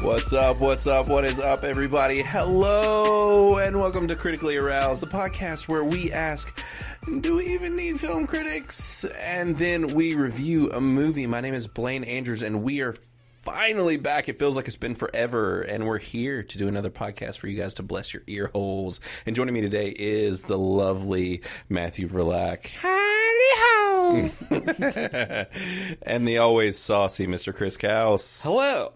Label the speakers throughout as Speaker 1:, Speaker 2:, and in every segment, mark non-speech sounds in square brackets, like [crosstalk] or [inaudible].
Speaker 1: What's up? What's up? What is up, everybody? Hello, and welcome to Critically Aroused, the podcast where we ask, do we even need film critics? And then we review a movie. My name is Blaine Andrews, and we are finally back. It feels like it's been forever, and we're here to do another podcast for you guys to bless your ear holes. And joining me today is the lovely Matthew Verlack. [laughs] and the always saucy Mr. Chris Kaus.
Speaker 2: Hello.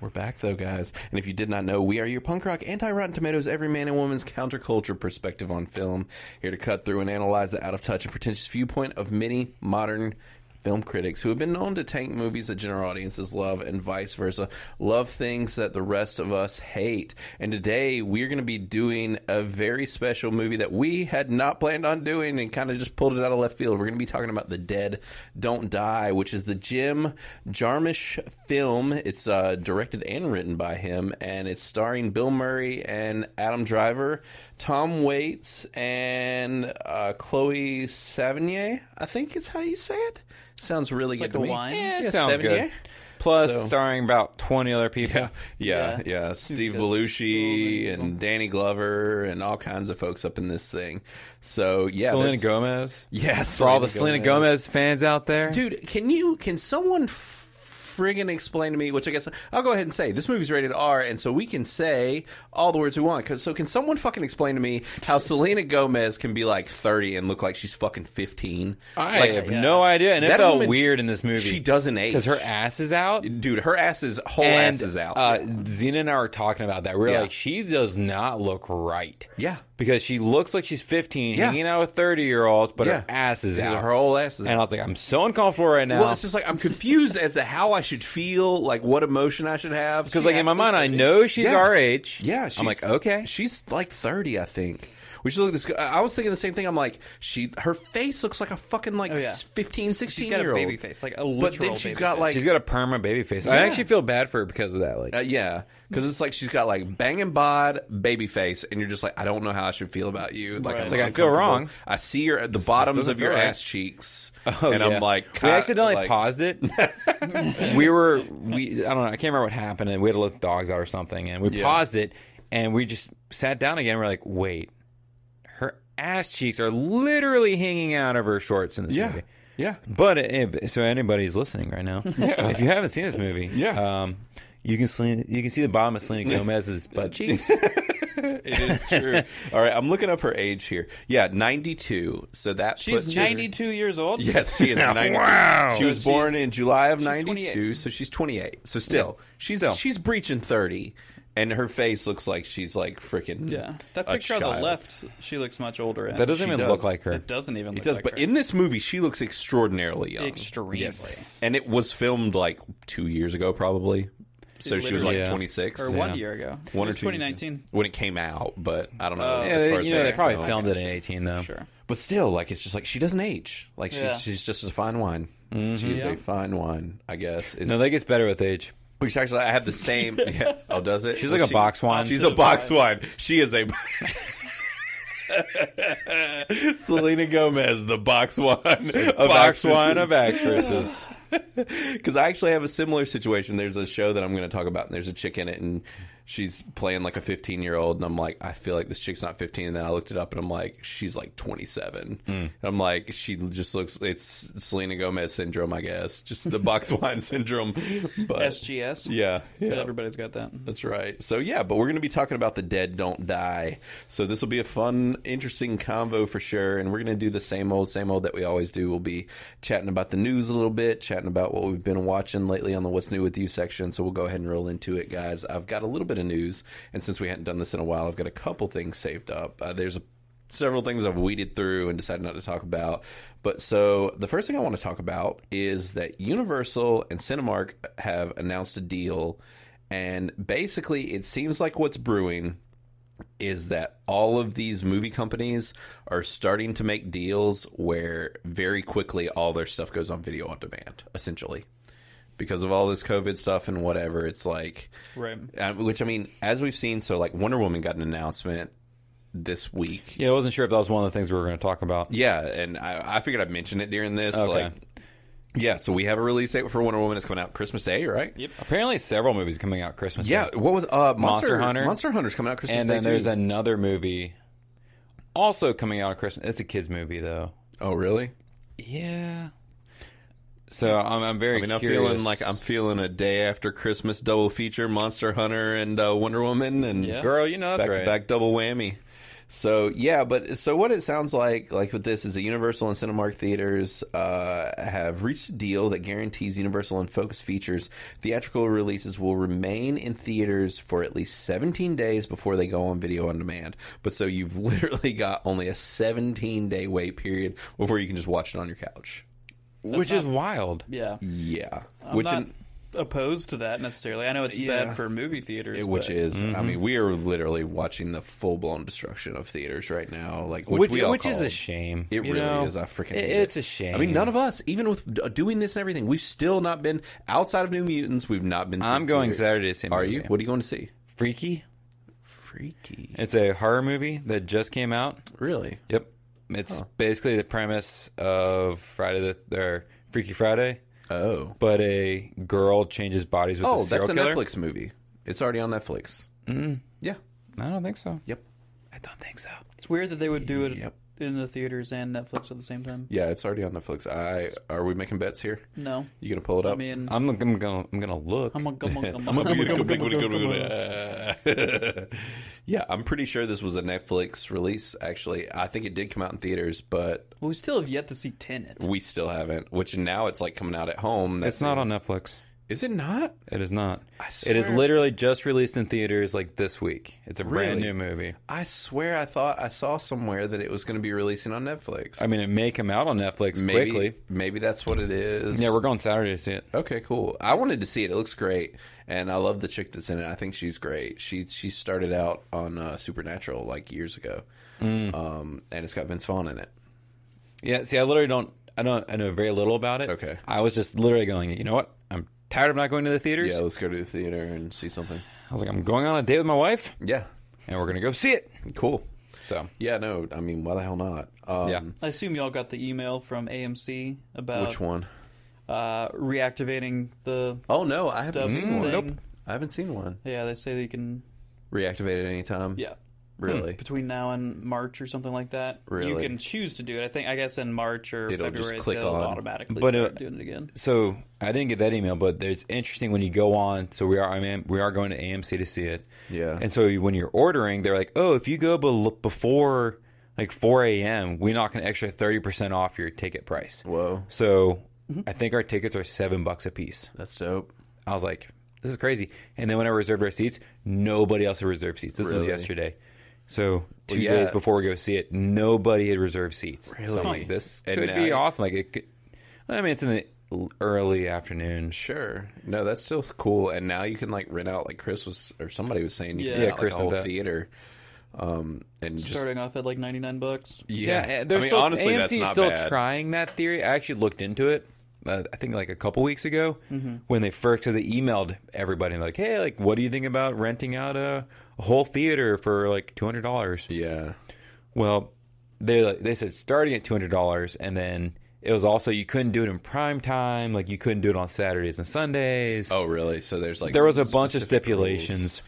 Speaker 1: We're back though, guys. And if you did not know, we are your punk rock, anti Rotten Tomatoes, every man and woman's counterculture perspective on film. Here to cut through and analyze the out of touch and pretentious viewpoint of many modern film critics who have been known to tank movies that general audiences love and vice versa, love things that the rest of us hate. And today we're going to be doing a very special movie that we had not planned on doing and kind of just pulled it out of left field. We're going to be talking about The Dead Don't Die, which is the Jim Jarmusch film. It's uh, directed and written by him, and it's starring Bill Murray and Adam Driver. Tom Waits and uh, Chloe Savigny, I think it's how you say it. Sounds really
Speaker 2: like
Speaker 1: good
Speaker 2: a
Speaker 1: to me.
Speaker 2: wine?
Speaker 1: Yeah,
Speaker 2: Yeah,
Speaker 1: sounds good.
Speaker 3: Plus,
Speaker 1: So-
Speaker 3: starring about 20 other people.
Speaker 1: Yeah, yeah, yeah. Steve Belushi and Danny Glover and all kinds of folks up in this thing. So yeah,
Speaker 3: Selena
Speaker 1: there's-
Speaker 3: Gomez.
Speaker 1: Yeah,
Speaker 3: For all the Selena Gomez fans out there.
Speaker 1: dude. Can you? Can someone? F- Friggin' explain to me, which I guess I'll go ahead and say this movie's rated R, and so we can say all the words we want. 'Cause- So, can someone fucking explain to me how Selena Gomez can be like 30 and look like she's fucking 15?
Speaker 3: I
Speaker 1: Like,
Speaker 3: have
Speaker 2: yeah.
Speaker 3: no idea. And it
Speaker 1: That
Speaker 3: felt
Speaker 1: woman-
Speaker 3: weird in this movie.
Speaker 1: she doesn't age.
Speaker 3: Because her ass is out.
Speaker 1: dude, her ass is whole
Speaker 3: and
Speaker 1: ass is out.
Speaker 3: Uh, Xena and I were talking about that. We were
Speaker 1: Yeah.
Speaker 3: like, she does not look right.
Speaker 1: yeah,
Speaker 3: Because she looks like she's 15,
Speaker 1: Yeah.
Speaker 3: hanging out with 30 year olds, but
Speaker 1: Yeah.
Speaker 3: her ass is out.
Speaker 1: her whole ass is
Speaker 3: and I was like, I'm so uncomfortable right now.
Speaker 1: Well, it's just like I'm confused as to how I should feel, like what emotion I should have.
Speaker 3: because, like, in my mind, I know she's
Speaker 1: Yeah.
Speaker 3: our age.
Speaker 1: yeah, she's,
Speaker 3: I'm like, okay.
Speaker 1: she's like 30, I think. We should look at this. I was thinking the same thing. I'm like, she, her face looks like a fucking like
Speaker 2: Oh, yeah.
Speaker 1: 15, 16
Speaker 2: She's got
Speaker 1: year
Speaker 2: a
Speaker 1: old.
Speaker 2: baby face, like a literal
Speaker 1: But then she's
Speaker 2: baby
Speaker 1: got
Speaker 2: face.
Speaker 1: like,
Speaker 3: She's got a perma baby face. I
Speaker 1: Yeah.
Speaker 3: actually feel bad for her because of that. Like,
Speaker 1: uh, yeah, because it's like she's got like banging bod, baby face, and you're just like, I don't know how I should feel about you. Like,
Speaker 2: Right.
Speaker 1: I'm
Speaker 2: It's like,
Speaker 3: I feel
Speaker 1: uncomfortable.
Speaker 3: wrong.
Speaker 1: I see your the bottoms
Speaker 3: doesn't
Speaker 1: of your
Speaker 3: feel right.
Speaker 1: ass cheeks,
Speaker 3: Oh,
Speaker 1: and
Speaker 3: yeah.
Speaker 1: I'm like,
Speaker 3: we
Speaker 1: kinda,
Speaker 3: accidentally
Speaker 1: like- [laughs]
Speaker 3: paused it. we were, we, I don't know, I can't remember what happened, and we had to let the dogs out or something, and we
Speaker 1: Yeah.
Speaker 3: paused it, and we just sat down again. We're like, wait, her ass cheeks are literally hanging out of her shorts in this
Speaker 1: Yeah,
Speaker 3: movie.
Speaker 1: yeah.
Speaker 3: But if, so anybody's listening
Speaker 1: [laughs]
Speaker 3: right now, if you haven't seen this movie,
Speaker 1: Yeah.
Speaker 3: um, you can Selena, you can see the bottom of
Speaker 1: [laughs]
Speaker 3: Selena Gomez's butt cheeks.
Speaker 1: It is true. [laughs] All right, I'm looking up her age here. Yeah, 92. So that puts
Speaker 2: She's
Speaker 1: her-
Speaker 2: 92 years old.
Speaker 1: Yes,
Speaker 3: [laughs]
Speaker 1: she is 92.
Speaker 3: Wow.
Speaker 1: She was
Speaker 2: So
Speaker 1: born
Speaker 2: she's-
Speaker 1: in July of
Speaker 2: she's
Speaker 1: 92, so she's 28. So still, she's
Speaker 3: Still.
Speaker 1: she's breaching 30 and her face looks like she's like freaking
Speaker 2: Yeah. That
Speaker 1: a
Speaker 2: picture on the
Speaker 1: child.
Speaker 2: left, she looks much older. In.
Speaker 3: That doesn't
Speaker 1: She
Speaker 3: even
Speaker 1: does.
Speaker 3: look like her.
Speaker 2: It doesn't even.
Speaker 1: It um, does, but in this movie she looks extraordinarily young.
Speaker 2: extremely.
Speaker 1: And it was filmed like 2 years ago probably. So she was like
Speaker 3: Literally. Yeah.
Speaker 1: 26.
Speaker 2: Or one
Speaker 3: Yeah.
Speaker 2: year ago.
Speaker 1: One
Speaker 2: it
Speaker 1: or
Speaker 2: was
Speaker 1: two years ago.
Speaker 2: 2019.
Speaker 1: when it came out, but I don't know.
Speaker 2: Oh.
Speaker 1: as
Speaker 3: Yeah,
Speaker 1: far as
Speaker 3: they, you know,
Speaker 1: when
Speaker 3: they
Speaker 1: it
Speaker 3: probably
Speaker 1: filmed.
Speaker 3: filmed it at 18
Speaker 1: Um,
Speaker 3: though.
Speaker 2: Sure.
Speaker 1: But still, like it's just like she doesn't age. Like she's
Speaker 2: Yeah.
Speaker 1: she's just a fine wine. She's
Speaker 2: Yeah.
Speaker 1: a fine wine, I guess. Is,
Speaker 3: Mm-hmm. No, that gets better with age.
Speaker 1: Which actually, I have the same. [laughs] Yeah. Oh, does it?
Speaker 3: She's like a box wine.
Speaker 1: She's a box wine. She is a. [laughs] Selena Gomez, the box wine of
Speaker 3: box
Speaker 1: actresses.
Speaker 3: wine
Speaker 1: [laughs]
Speaker 3: of actresses.
Speaker 1: Because I actually have a similar situation. There's a show that I'm going to talk about, and there's a chick in it, and she's playing like a 15 year old, and I'm like, I feel like this chick's not 15. And then I looked it up, and I'm like, she's like 27.
Speaker 3: Hmm.
Speaker 1: And I'm like, she just looks. It's Selena Gomez syndrome, I guess, just the box [laughs] wine syndrome. But
Speaker 2: SGS.
Speaker 1: yeah, yeah.
Speaker 2: Everybody's got that.
Speaker 1: That's right. So yeah, but we're going to be talking about the dead don't die. So this will be a fun, interesting convo for sure. And we're going to do the same old, same old that we always do. We'll be chatting about the news a little bit, chatting about what we've been watching lately on the What's New with You section. So we'll go ahead and roll into it, guys. I've got a little bit of news, and since we hadn't done this in a while, I've got a couple things saved up. Uh, there's a several things I've weeded through and decided not to talk about. But so the first thing I want to talk about is that Universal and Cinemark have announced a deal. And basically, it seems like what's brewing is that all of these movie companies are starting to make deals where very quickly all their stuff goes on video on demand, essentially. Because of all this COVID stuff and whatever, it's like,
Speaker 2: Right.
Speaker 1: uh, which I mean, as we've seen, so like Wonder Woman got an announcement this week.
Speaker 3: Yeah, I wasn't sure if that was one of the things we were going to talk about.
Speaker 1: Yeah, and I, I figured I'd mention it during this.
Speaker 3: Okay.
Speaker 1: Like, Yeah, so we have a release date for Wonder Woman. It's coming out Christmas Day, right?
Speaker 2: Yep.
Speaker 3: Apparently, several movies coming out Christmas.
Speaker 1: Yeah.
Speaker 3: Day.
Speaker 1: What was uh, Monster,
Speaker 3: Monster Hunter.
Speaker 1: Monster Hunter's coming out Christmas
Speaker 3: and
Speaker 1: Day
Speaker 3: then there's
Speaker 1: too.
Speaker 3: another movie also coming out on Christmas. It's a kids movie though.
Speaker 1: oh, really?
Speaker 3: Yeah. So I'm, I'm very.
Speaker 1: I mean, I'm
Speaker 3: curious.
Speaker 1: feeling like I'm feeling a day after Christmas double feature: Monster Hunter and uh, Wonder Woman, and
Speaker 2: Yeah.
Speaker 3: girl. You know that's
Speaker 1: back
Speaker 3: right.
Speaker 1: back double whammy. So yeah, but so what it sounds like, like with this, is that Universal and Cinemark theaters uh, have reached a deal that guarantees Universal and Focus Features theatrical releases will remain in theaters for at least 17 days before they go on video on demand. But so you've [laughs] literally got only a 17 day wait period before you can just watch it on your couch.
Speaker 3: which is wild.
Speaker 2: Yeah.
Speaker 1: Yeah,
Speaker 2: I'm
Speaker 1: which
Speaker 2: not
Speaker 1: in-
Speaker 2: opposed to that necessarily. I know it's
Speaker 1: Yeah.
Speaker 2: bad for movie theaters.
Speaker 1: which
Speaker 2: but-
Speaker 1: is,
Speaker 3: Mm-hmm.
Speaker 1: I mean, we are literally watching the full blown destruction of theaters right now. Like which,
Speaker 3: Which,
Speaker 1: we all
Speaker 3: which is
Speaker 1: called.
Speaker 3: a shame.
Speaker 1: It
Speaker 3: you
Speaker 1: really
Speaker 3: know?
Speaker 1: is. I freaking
Speaker 3: It-
Speaker 1: hate
Speaker 3: It's
Speaker 1: it.
Speaker 3: a shame.
Speaker 1: I mean, none of us, even with d- doing this and everything, we've still not been outside of New Mutants. We've not been. to
Speaker 3: I'm going
Speaker 1: theaters.
Speaker 3: Saturday to see a
Speaker 1: Are
Speaker 3: movie.
Speaker 1: you? What are you going to see?
Speaker 3: Freaky.
Speaker 1: Freaky.
Speaker 3: It's a horror movie that just came out.
Speaker 1: Really?
Speaker 3: Yep. It's basically the premise of Friday the or Freaky Friday,
Speaker 1: Oh.
Speaker 3: but a girl changes bodies with a
Speaker 1: Oh,
Speaker 3: serial
Speaker 1: that's a
Speaker 3: killer.
Speaker 1: Netflix movie. It's already on Netflix. Mm. Yeah.
Speaker 3: I don't think so.
Speaker 1: Yep.
Speaker 3: I don't think so.
Speaker 2: It's weird that they would do it
Speaker 1: Yep.
Speaker 2: in the theaters and Netflix at the same time.
Speaker 1: Yeah, it's already on Netflix. I are we making bets here?
Speaker 2: No.
Speaker 1: You gonna pull it up?
Speaker 2: I mean,
Speaker 3: I'm, I'm gonna I'm gonna look.
Speaker 2: I'm a gum, gum,
Speaker 1: [laughs]
Speaker 2: gum,
Speaker 1: I'm
Speaker 2: gum,
Speaker 1: gonna- gonna-
Speaker 2: gum, gum,
Speaker 1: gonna-
Speaker 2: gum, gum, gum.
Speaker 1: gonna- gonna- [laughs] yeah, I'm pretty sure this was a Netflix release. Actually, I think it did come out in theaters, but
Speaker 2: Well, we still have yet to see Tenet.
Speaker 1: we still haven't. Which now it's like coming out at home. That's
Speaker 3: it's not on Netflix.
Speaker 1: Is it not?
Speaker 3: It is not.
Speaker 1: swear,
Speaker 3: It is literally just released in theaters like this week. It's a
Speaker 1: Really?
Speaker 3: brand new movie.
Speaker 1: I swear I thought I saw somewhere that it was going to be releasing on Netflix.
Speaker 3: I mean, it may come out on Netflix
Speaker 1: maybe,
Speaker 3: quickly.
Speaker 1: Maybe that's what it is.
Speaker 3: Yeah, we're going Saturday to see it.
Speaker 1: Okay, cool. I wanted to see it. It looks great, and I love the chick that's in it. I think she's great. She she started out on uh, Supernatural like years ago,
Speaker 3: Mm.
Speaker 1: um, and it's got Vince Vaughn in it.
Speaker 3: Yeah, see, I literally don't. I don't. I know very little about it.
Speaker 1: Okay.
Speaker 3: I was just literally going. You know what? I'm tired of not going to the theaters.
Speaker 1: Yeah, let's go to the theater and see something.
Speaker 3: I was like, I'm going on a date with my wife,
Speaker 1: Yeah,
Speaker 3: and we're gonna go see it.
Speaker 1: cool.
Speaker 3: So
Speaker 1: Yeah, no, I mean, why the hell not? Um,
Speaker 3: yeah,
Speaker 2: I assume y'all got the email from AMC about
Speaker 1: Which one?
Speaker 2: Uh, reactivating the
Speaker 1: Oh no, I haven't
Speaker 2: stubs
Speaker 1: seen
Speaker 2: thing.
Speaker 1: one. I haven't seen one.
Speaker 2: Yeah, they say that you can.
Speaker 1: Reactivate at any time.
Speaker 2: Yeah, Hmm.
Speaker 1: really.
Speaker 2: between now and March or something like that. You
Speaker 1: Really?
Speaker 2: can choose to do it. I think. I guess in March or
Speaker 1: It'll just
Speaker 2: February
Speaker 1: click
Speaker 2: they'll
Speaker 1: on.
Speaker 2: automatically
Speaker 3: But,
Speaker 2: start
Speaker 3: uh,
Speaker 2: doing it again.
Speaker 3: so I didn't get that email, but it's interesting when you go on. So we are, I mean, we are going to AMC to see it.
Speaker 1: Yeah.
Speaker 3: And so when you're ordering, they're like, oh, if you go bel before like 4 a.m., we knock an extra 30% off your ticket price.
Speaker 1: Whoa,
Speaker 3: So
Speaker 1: Mm-hmm.
Speaker 3: I think our tickets are seven bucks a piece.
Speaker 1: that's dope.
Speaker 3: I was like, this is crazy. And then when I reserved our seats, nobody else had reserved seats. This was
Speaker 1: Really?
Speaker 3: yesterday. So two
Speaker 1: yeah.
Speaker 3: days before we go see it, nobody had reserved seats. So I'm
Speaker 1: Really?
Speaker 3: like, this
Speaker 1: And uh,
Speaker 3: could
Speaker 1: now
Speaker 3: be
Speaker 1: you-
Speaker 3: awesome. Like it could, I mean, it's in the l- early afternoon.
Speaker 1: Sure. No, that's still cool. And now you can like rent out like Chris was or somebody was saying you
Speaker 2: Yeah.
Speaker 1: can
Speaker 2: Yeah,
Speaker 1: rent out
Speaker 3: Chris
Speaker 1: like,
Speaker 3: did
Speaker 1: a whole
Speaker 3: that.
Speaker 1: theater. Um and just
Speaker 2: Starting off at like ninety nine bucks.
Speaker 1: yeah.
Speaker 3: eh, they're
Speaker 1: I mean
Speaker 3: still,
Speaker 1: honestly
Speaker 3: AMC
Speaker 1: that's
Speaker 3: is
Speaker 1: not
Speaker 3: still
Speaker 1: bad.
Speaker 3: trying that theory. I actually looked into it. Uh, I think like a couple weeks ago
Speaker 1: Mm-hmm.
Speaker 3: when they first because they emailed everybody like, hey, like, what do you think about renting out a, a whole theater for like two hundred dollars?
Speaker 1: yeah.
Speaker 3: Well, they like, they said starting at two hundred dollars, and then it was also you couldn't do it in prime time, like you couldn't do it on Saturdays and Sundays.
Speaker 1: Oh really? So there's like
Speaker 3: there was a bunch of
Speaker 1: specific rules.
Speaker 3: stipulations,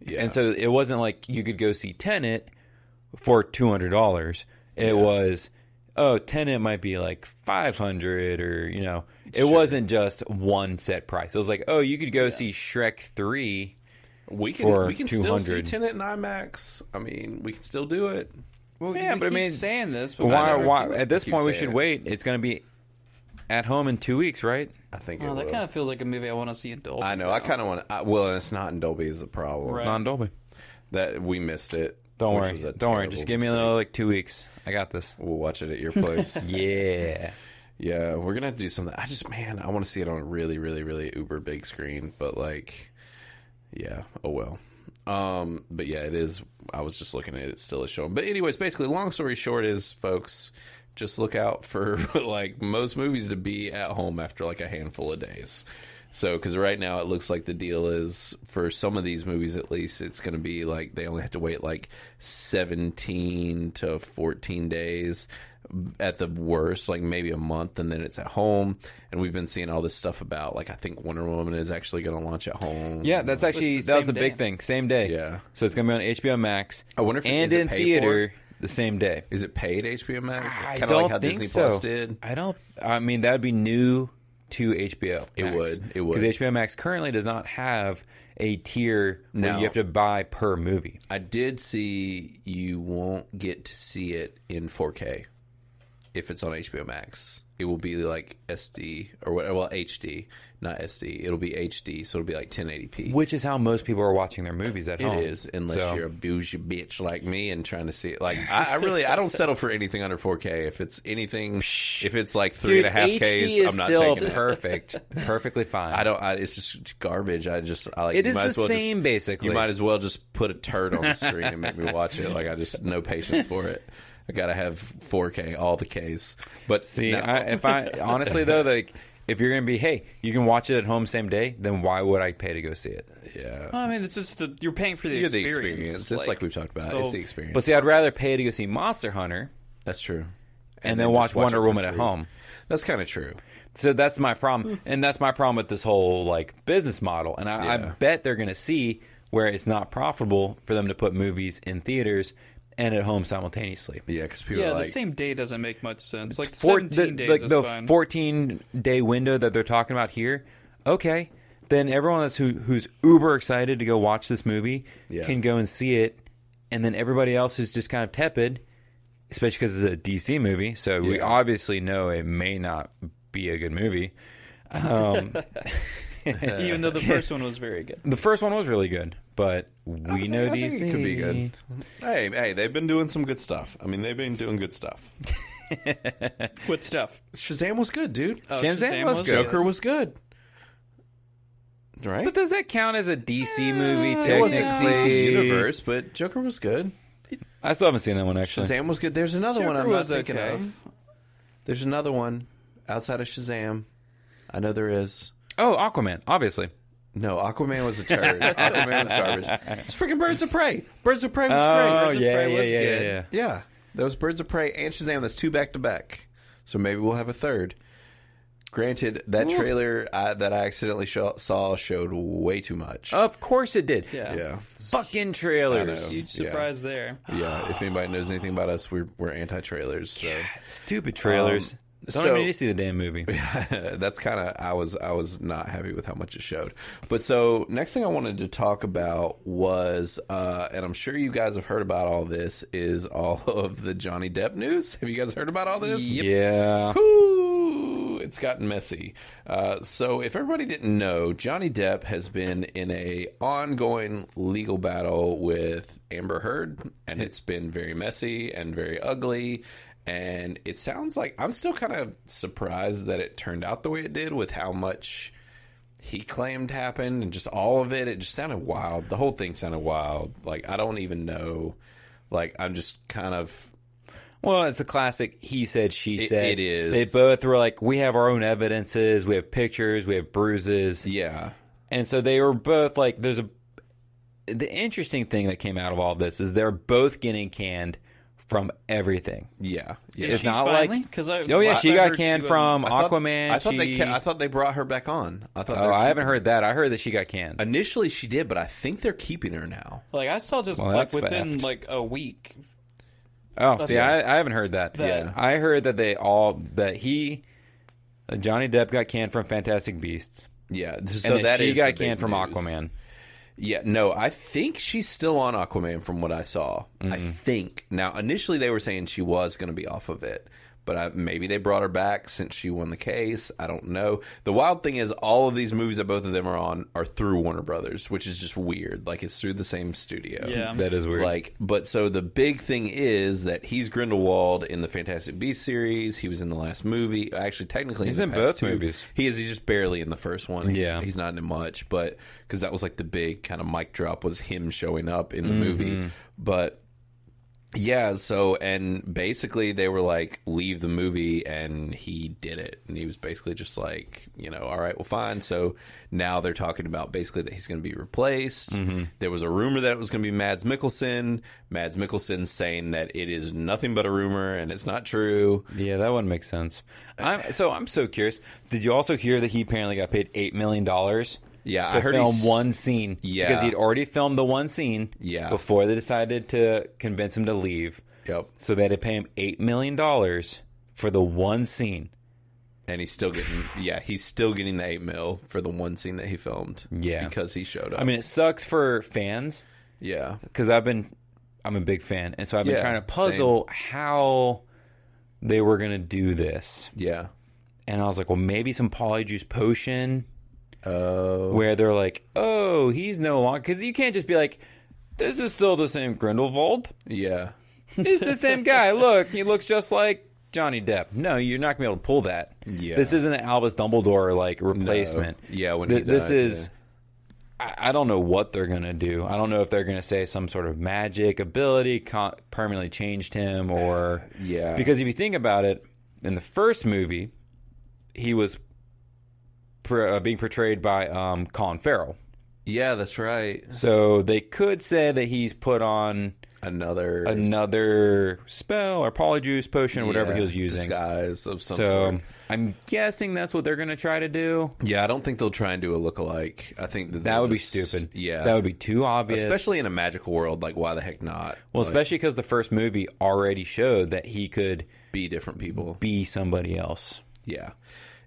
Speaker 1: Yeah.
Speaker 3: and so it wasn't like you could go see Tenet for two hundred dollars. It was oh Tenet might be like five hundred or you know it wasn't just one set price. It was like oh you could go see Shrek three.
Speaker 1: we can
Speaker 3: for
Speaker 1: we can still see
Speaker 3: 200.
Speaker 1: Tenet and IMAX. I mean, we can still do it.
Speaker 2: Well,
Speaker 3: Yeah,
Speaker 2: we
Speaker 3: but I
Speaker 2: keep
Speaker 3: mean,
Speaker 2: saying this. But
Speaker 3: Why?
Speaker 1: know,
Speaker 3: Why?
Speaker 1: keep-
Speaker 3: At this
Speaker 1: keep
Speaker 3: point, we
Speaker 1: saying
Speaker 3: should
Speaker 1: it.
Speaker 3: wait. It's going to be at home in two weeks, right?
Speaker 1: I think it
Speaker 2: Oh, that
Speaker 1: will.
Speaker 2: kind of feels like a movie I want to see in Dolby.
Speaker 1: I know. I kind of want to. Well, and it's not in Dolby is the problem.
Speaker 2: Right.
Speaker 3: Non Dolby.
Speaker 1: That we missed it.
Speaker 3: Don't
Speaker 1: which
Speaker 3: worry.
Speaker 1: was a
Speaker 3: Don't worry.
Speaker 1: terrible
Speaker 3: Just give me
Speaker 1: mistake.
Speaker 3: another like two weeks. I got this.
Speaker 1: We'll watch it at your
Speaker 3: [laughs]
Speaker 1: place.
Speaker 3: Yeah.
Speaker 1: Yeah, we're gonna have to do something. I just, man, I want to see it on a really, really, really uber big screen. But like, yeah, oh well. Um, but yeah, it is. I was just looking at it; it still is showing. But anyways, basically, long story short is, folks, [laughs] just look out for like most movies to be at home after like a handful of days. So, because right now it looks like the deal is for some of these movies, at least, it's going to be like they only have to wait like 17 to 14 days at the worst, like maybe a month, and then it's at home. And we've been seeing all this stuff about like I think Wonder Woman is actually going to launch at home.
Speaker 3: Yeah, that's actually
Speaker 2: It's the
Speaker 3: that was a
Speaker 2: same
Speaker 3: big
Speaker 2: day.
Speaker 3: thing. Same day.
Speaker 1: Yeah.
Speaker 3: So it's gonna be on HBO Max.
Speaker 1: I wonder if it-
Speaker 3: and
Speaker 1: is it
Speaker 3: in
Speaker 1: paid for?
Speaker 3: theater the same day.
Speaker 1: Is it paid HBO Max?
Speaker 3: I
Speaker 1: Kinda
Speaker 3: don't
Speaker 1: like how
Speaker 3: think
Speaker 1: Disney
Speaker 3: so.
Speaker 1: Plus did.
Speaker 3: I don't. I mean, that would be new to HBO.
Speaker 1: It would, it would.
Speaker 3: because HBO Max currently does not have a tier where
Speaker 1: No.
Speaker 3: you have to buy per movie.
Speaker 1: I did see you won't get to see it in 4K if it's on HBO Max. It will be like SD or what? Well, HD, not SD. It'll be HD, so it'll be like 1080p.
Speaker 3: Which is how most people are watching their movies at
Speaker 1: It
Speaker 3: home.
Speaker 1: is, unless
Speaker 3: So-
Speaker 1: you're a bougie bitch like me and trying to see it. Like I, I really, I don't settle for anything under 4K. If it's anything, if it's like three and a half
Speaker 3: Dude,
Speaker 1: Ks,
Speaker 3: HD is
Speaker 1: I'm not
Speaker 3: still
Speaker 1: taking it.
Speaker 3: perfect, perfectly
Speaker 1: [laughs]
Speaker 3: fine.
Speaker 1: I don't. I, it's just garbage. I just. I like.
Speaker 3: It
Speaker 1: you
Speaker 3: is
Speaker 1: might
Speaker 3: the
Speaker 1: as well just-
Speaker 3: same, basically.
Speaker 1: You might as well just put a turd on the screen and make me watch it. Like I just no patience for it. I gotta have 4K, all the Ks. But
Speaker 3: See,
Speaker 1: no,
Speaker 3: I, if I honestly though, like if you're gonna be, hey, you can watch it at home same day, then why would I pay to go see it?
Speaker 1: yeah,
Speaker 2: I mean, it's just the, you're paying for the
Speaker 1: you get the
Speaker 2: experience.
Speaker 1: experience. It's like, we've talked about.
Speaker 2: so-
Speaker 1: it's the experience.
Speaker 3: But see, I'd rather pay to go see Monster Hunter
Speaker 1: that's true. then
Speaker 3: and, then
Speaker 1: just
Speaker 3: watch
Speaker 1: watch it
Speaker 3: Wonder
Speaker 1: for
Speaker 3: Woman at
Speaker 1: free.
Speaker 3: home.
Speaker 1: That's kind of true.
Speaker 3: So that's my problem, and that's my problem with this whole like business model. And I, I
Speaker 1: Yeah.
Speaker 3: bet they're gonna see where it's not profitable for them to put movies in theaters and at home simultaneously.
Speaker 1: Yeah, because people
Speaker 2: yeah,
Speaker 1: are like,
Speaker 2: the same day doesn't make much sense. Like
Speaker 3: Four-
Speaker 2: 17
Speaker 3: the,
Speaker 2: days
Speaker 3: like
Speaker 2: is
Speaker 3: the
Speaker 2: fine.
Speaker 3: 14 day window that they're talking about here okay then everyone that's who, who's uber excited to go watch this movie
Speaker 1: Yeah.
Speaker 3: can go and see it and then everybody else is just kind of tepid especially because it's a dc movie so we
Speaker 1: Yeah.
Speaker 3: obviously know it may not be a good movie um, Uh,
Speaker 2: Even
Speaker 3: [laughs]
Speaker 2: though the first one was very good.
Speaker 3: the first one was really good but we know
Speaker 1: I think
Speaker 3: dc
Speaker 1: it could be good. Hey, hey, they've been doing some good stuff. I mean, they've been doing good stuff.
Speaker 2: What stuff?
Speaker 1: Shazam was good, dude.
Speaker 2: Oh,
Speaker 3: Shazam was good.
Speaker 1: Joker was good. Right?
Speaker 3: but does that count as a dc movie
Speaker 1: it wasn't
Speaker 3: technically
Speaker 1: DC universe, but Joker was good.
Speaker 3: i still haven't seen that one actually
Speaker 1: Shazam was good. There's another one
Speaker 2: Joker
Speaker 1: I'm not
Speaker 2: was
Speaker 1: thinking
Speaker 2: okay.
Speaker 1: of. There's another one outside of Shazam. I know there is.
Speaker 3: oh aquaman obviously
Speaker 1: No, Aquaman was a
Speaker 2: [laughs]
Speaker 1: turd. Aquaman was garbage. It's freaking Birds of Prey. Birds of Prey was great.
Speaker 3: Oh
Speaker 1: Birds of
Speaker 3: yeah,
Speaker 1: Prey
Speaker 3: yeah,
Speaker 1: was
Speaker 3: yeah,
Speaker 1: good.
Speaker 3: yeah.
Speaker 1: Yeah, that was Birds of Prey and Shazam. That's two back to back. So maybe we'll have a third. Granted, that trailer I, that I accidentally sh- saw showed way too much.
Speaker 2: Oh.
Speaker 3: Of course it did.
Speaker 2: Yeah.
Speaker 1: Yeah,
Speaker 3: Fucking trailers.
Speaker 1: I know.
Speaker 2: Huge surprise there.
Speaker 1: yeah. If anybody knows anything about us, we're we're anti trailers. So
Speaker 3: Stupid trailers.
Speaker 1: Um,
Speaker 3: Don't
Speaker 1: so-
Speaker 3: even need to see the
Speaker 1: [laughs]
Speaker 3: damn movie.
Speaker 1: that's kind of I was I was not happy with how much it showed. But so next thing I wanted to talk about was, uh, and I'm sure you guys have heard about all this, is all [laughs] of the Johnny Depp news. Have you guys heard about all this?
Speaker 3: Yeah.
Speaker 1: Ooh, it's gotten messy. Uh, so, if everybody didn't know, Johnny Depp has been in a ongoing legal battle with Amber Heard, and it's been very messy and very ugly. And it sounds like I'm still kind of surprised that it turned out the way it did with how much he claimed happened and just all of it. It just sounded wild. The whole thing sounded wild. Like, I don't even know. Like, I'm just kind of
Speaker 3: Well, it's a classic. He said, she said.
Speaker 1: it is.
Speaker 3: They both were like, we have our own evidences. We have pictures. We have bruises.
Speaker 1: yeah.
Speaker 3: And so they were both like, there's a. The interesting thing that came out of all this is they're both getting canned from everything.
Speaker 1: Yeah, yeah.
Speaker 3: It's
Speaker 2: she
Speaker 3: not
Speaker 2: finally?
Speaker 3: like
Speaker 2: 'Cause I-
Speaker 3: oh yeah,
Speaker 2: I
Speaker 3: she
Speaker 2: heard
Speaker 3: got
Speaker 2: she
Speaker 3: canned
Speaker 2: was-
Speaker 3: from
Speaker 1: I thought-
Speaker 3: Aquaman.
Speaker 1: I thought
Speaker 3: she-
Speaker 1: they ca- I thought they brought her back on. I thought.
Speaker 3: oh,
Speaker 1: they're
Speaker 3: I haven't
Speaker 1: keeping-
Speaker 3: heard that. I heard that she got canned.
Speaker 1: Initially, she did, but I think they're keeping her now.
Speaker 2: Like I saw just
Speaker 3: Well,
Speaker 2: like
Speaker 3: that's
Speaker 2: within
Speaker 3: theft.
Speaker 2: like a week.
Speaker 3: Oh, see, I, I haven't heard that.
Speaker 2: That-
Speaker 1: Yeah.
Speaker 3: I heard that they all that he that Johnny Depp got canned from Fantastic Beasts,
Speaker 1: Yeah, th- so
Speaker 3: and that
Speaker 1: that
Speaker 3: she
Speaker 1: is the
Speaker 3: got
Speaker 1: big
Speaker 3: canned from
Speaker 1: news.
Speaker 3: Aquaman.
Speaker 1: Yeah, no, I think she's still on Aquaman from what I saw. I think now initially they were saying she was going to be off of it, but I, maybe they brought her back since she won the case. I don't know. The wild thing is, all of these movies that both of them are on are through Warner Brothers, which is just weird. Like it's through the same studio.
Speaker 2: Yeah.
Speaker 3: That is weird.
Speaker 1: Like, but so the big thing is that he's Grindelwald in the Fantastic Beasts series. He was in the last movie. Actually, technically,
Speaker 3: He's
Speaker 1: the
Speaker 3: in
Speaker 1: past
Speaker 3: both
Speaker 1: two.
Speaker 3: movies.
Speaker 1: He is. He's just barely in the first one. He's,
Speaker 3: Yeah.
Speaker 1: he's not in it much, but
Speaker 3: Mm-hmm.
Speaker 1: because that was like the big kind of mic drop was him showing up in the movie. But Yeah, so and basically they were like, leave the movie, and he did it, and he was basically just like, you know, all right, well, fine. So now they're talking about basically that he's going to be replaced.
Speaker 3: Mm-hmm.
Speaker 1: There was a rumor that it was going to be Mads Mikkelsen. Mads Mikkelsen saying that it is nothing but a rumor and it's not true.
Speaker 3: Yeah, that wouldn't make sense. I'm, so I'm so curious. Did you also hear that he apparently got paid eight million dollars?
Speaker 1: Yeah,
Speaker 3: to
Speaker 1: I heard
Speaker 3: film
Speaker 1: he's-
Speaker 3: one scene.
Speaker 1: Yeah.
Speaker 3: because he'd already filmed the one scene.
Speaker 1: Yeah.
Speaker 3: before they decided to convince him to leave,
Speaker 1: Yep,
Speaker 3: so they had to pay him eight million dollars for the one scene.
Speaker 1: and he's still getting yeah, he's still getting the eight mil for the one scene that he filmed.
Speaker 3: Yeah.
Speaker 1: because he showed up.
Speaker 3: I mean, it sucks for fans
Speaker 1: yeah,
Speaker 3: because I've been I'm a big fan, and so I've been
Speaker 1: Yeah,
Speaker 3: trying to puzzle how they were going to do this.
Speaker 1: yeah.
Speaker 3: And I was like, well, maybe some polyjuice potion.
Speaker 1: Oh,
Speaker 3: where they're like, "Oh, he's no longer," because you can't just be like, "This is still the same Grindelwald.
Speaker 1: yeah.
Speaker 3: He's the same guy. Look, he looks just like Johnny Depp." No, you're not gonna be able to pull that.
Speaker 1: Yeah.
Speaker 3: This isn't an Albus Dumbledore like replacement.
Speaker 1: No. Yeah, when he
Speaker 3: Th- this
Speaker 1: died,
Speaker 3: is. I I don't know what they're gonna do. I don't know if they're gonna say some sort of magic ability con- permanently changed him, or
Speaker 1: [sighs] Yeah.
Speaker 3: Because if you think about it, in the first movie, he was pr- uh, being portrayed by um, Colin Farrell,
Speaker 1: yeah, that's right.
Speaker 3: so they could say that he's put on
Speaker 1: Another
Speaker 3: another spell or polyjuice potion, or whatever
Speaker 1: yeah,
Speaker 3: he was using.
Speaker 1: disguise of some
Speaker 3: So
Speaker 1: sort.
Speaker 3: I'm guessing that's what they're going to try to do.
Speaker 1: Yeah, I don't think they'll try and do a lookalike. I think that
Speaker 3: That
Speaker 1: they'll
Speaker 3: would be
Speaker 1: just-
Speaker 3: stupid.
Speaker 1: Yeah,
Speaker 3: that would be too obvious,
Speaker 1: especially in a magical world. Like, why the heck not?
Speaker 3: well,
Speaker 1: Like,
Speaker 3: especially because the first movie already showed that he could
Speaker 1: be different people.
Speaker 3: be somebody else.
Speaker 1: Yeah,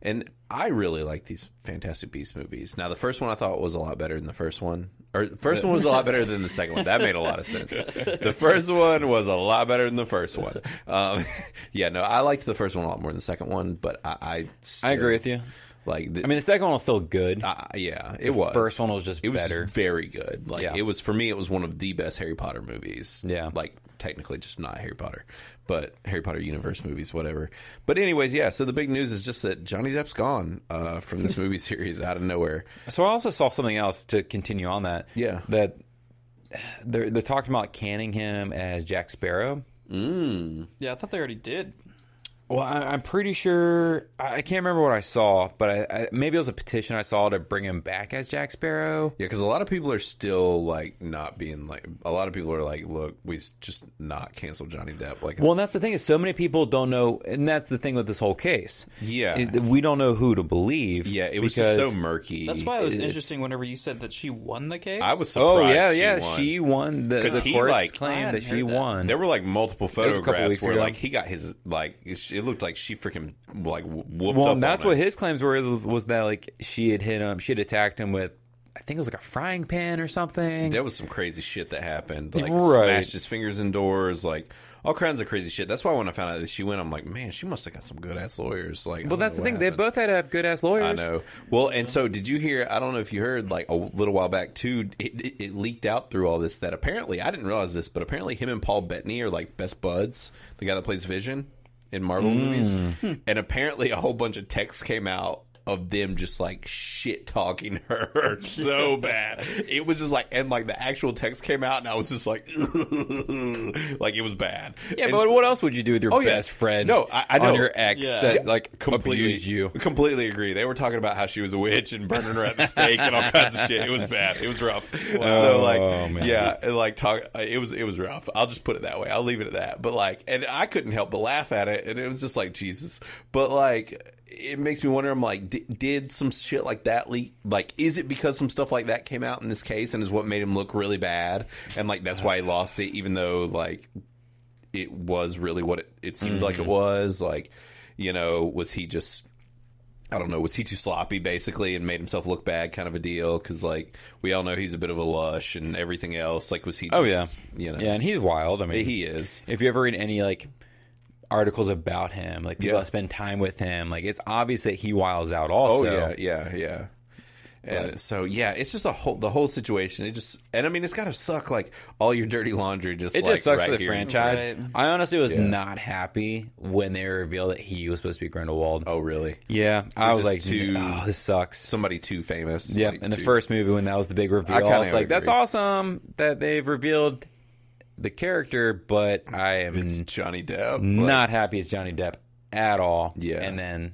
Speaker 1: and I really like these Fantastic Beasts movies. Now, the first one I thought was a lot better than the first one, or the first one was a lot better than the second one. That made a lot of sense. The first one was a lot better than the first one. Um, [laughs] yeah, no, I liked the first one a lot more than the second one, but I, I, still-
Speaker 3: I agree with you.
Speaker 1: Like, the,
Speaker 3: I mean, the second one was still good.
Speaker 1: Uh, yeah, it was.
Speaker 3: first one was just
Speaker 1: it was
Speaker 3: better.
Speaker 1: very good. Like
Speaker 3: Yeah.
Speaker 1: it was for me, it was one of the best Harry Potter movies.
Speaker 3: Yeah.
Speaker 1: like technically just not Harry Potter, but Harry Potter universe movies, whatever. But anyways, yeah. So the big news is just that Johnny Depp's gone uh, from this movie [laughs] series out of nowhere.
Speaker 3: So I also saw something else to continue on that.
Speaker 1: Yeah.
Speaker 3: that they're they're talking about canning him as Jack Sparrow.
Speaker 2: Yeah, I thought they already did.
Speaker 3: Well, I, I'm pretty sure I I can't remember what I saw, but I, I, maybe it was a petition I saw to bring him back as Jack Sparrow.
Speaker 1: Yeah, because a lot of people are still like not being like a lot of people are like, look, we s- just not cancel Johnny Depp. Like,
Speaker 3: Well, and that's the thing is so many people don't know, and that's the thing with this whole case.
Speaker 1: Yeah.
Speaker 3: It- we don't know who to believe.
Speaker 1: yeah, it was
Speaker 3: because-
Speaker 1: just so murky.
Speaker 2: That's why it was
Speaker 3: It's-
Speaker 2: interesting whenever you said that she won the case.
Speaker 1: I was
Speaker 3: Oh
Speaker 1: surprised.
Speaker 3: yeah,
Speaker 1: she
Speaker 3: yeah.
Speaker 1: won.
Speaker 3: She won. The,
Speaker 1: 'Cause
Speaker 3: the
Speaker 1: he,
Speaker 3: courts
Speaker 1: like-
Speaker 2: I
Speaker 3: claimed
Speaker 2: hadn't
Speaker 3: that she
Speaker 2: heard that.
Speaker 3: won.
Speaker 1: There were like multiple
Speaker 3: was a couple
Speaker 1: photographs
Speaker 3: weeks
Speaker 1: where
Speaker 3: ago.
Speaker 1: like he got his like it looked like she freaking like whooped
Speaker 3: well,
Speaker 1: up.
Speaker 3: and that's
Speaker 1: on
Speaker 3: what
Speaker 1: him.
Speaker 3: his claims were was that like she had hit him, she had attacked him with, I think it was like a frying pan or something.
Speaker 1: There was some crazy shit that happened. Like
Speaker 3: Right.
Speaker 1: smashed his fingers in doors, like all kinds of crazy shit. That's why when I found out that she went, I'm like, man, she must have got some good ass lawyers. Like,
Speaker 3: well, that's the thing. They both had to have good ass lawyers.
Speaker 1: I know. Well, and so did you hear? I don't know if you heard, like a little while back too. It, it, it leaked out through all this that apparently I didn't realize this, but apparently him and Paul Bettany are like best buds. The guy that plays Vision in Marvel
Speaker 3: Hmm.
Speaker 1: movies, and apparently a whole bunch of texts came out of them just like shit talking [laughs] her
Speaker 3: [laughs]
Speaker 1: so bad. It was just like, and like the actual text came out, and I was just like, [laughs] like it was bad.
Speaker 3: Yeah,
Speaker 1: And
Speaker 3: but
Speaker 1: so-
Speaker 3: what else would you do with your
Speaker 1: Oh, yeah.
Speaker 3: best friend?
Speaker 1: No, I- I know.
Speaker 3: on your ex
Speaker 2: Yeah.
Speaker 3: that
Speaker 2: Yeah,
Speaker 3: like abused you.
Speaker 1: Completely agree. They were talking about how she was a witch and burning her at the stake and all kinds of shit. It was bad. It was rough. so
Speaker 3: Oh,
Speaker 1: like,
Speaker 3: man.
Speaker 1: yeah, and, like talk. It was it was rough. I'll just put it that way. I'll leave it at that. But like, and I couldn't help but laugh at it. And it was just like Jesus. But like, it makes me wonder. I'm like, di- did some shit like that leak? Like, is it because some stuff like that came out in this case and is what made him look really bad? And like, that's why he lost it, even though like it was really what it, it seemed
Speaker 3: Mm.
Speaker 1: like it was. Like, you know, was he just, I don't know, was he too sloppy basically and made himself look bad kind of a deal? Because, like, we all know he's a bit of a lush and everything else. Like, was he just,
Speaker 3: Oh yeah,
Speaker 1: you know,
Speaker 3: yeah, and he's wild. I mean,
Speaker 1: he is.
Speaker 3: if you ever read any like articles about him, like people
Speaker 1: Yeah.
Speaker 3: that spend time with him, like it's obvious that he wiles out. Also,
Speaker 1: Oh yeah, yeah, yeah. And so yeah, it's just a whole the whole situation. It just and I mean it's got to suck like all your dirty laundry just
Speaker 3: it
Speaker 1: like,
Speaker 3: just sucks
Speaker 1: right
Speaker 3: for the
Speaker 1: here.
Speaker 3: franchise.
Speaker 2: Right.
Speaker 3: I honestly was not happy when they revealed that he was supposed to be Grindelwald.
Speaker 1: Oh really?
Speaker 3: Yeah, I was
Speaker 1: just
Speaker 3: like,
Speaker 1: too-
Speaker 3: oh, this sucks.
Speaker 1: Somebody too famous.
Speaker 3: Yeah,
Speaker 1: like,
Speaker 3: in the
Speaker 1: too-
Speaker 3: first movie when that was the big reveal, I,
Speaker 1: kinda
Speaker 3: was like, "That's
Speaker 1: agree.
Speaker 3: awesome that they've revealed the character, but I am
Speaker 1: It's Johnny Depp. like-
Speaker 3: not happy as Johnny Depp at all.
Speaker 1: Yeah.
Speaker 3: And then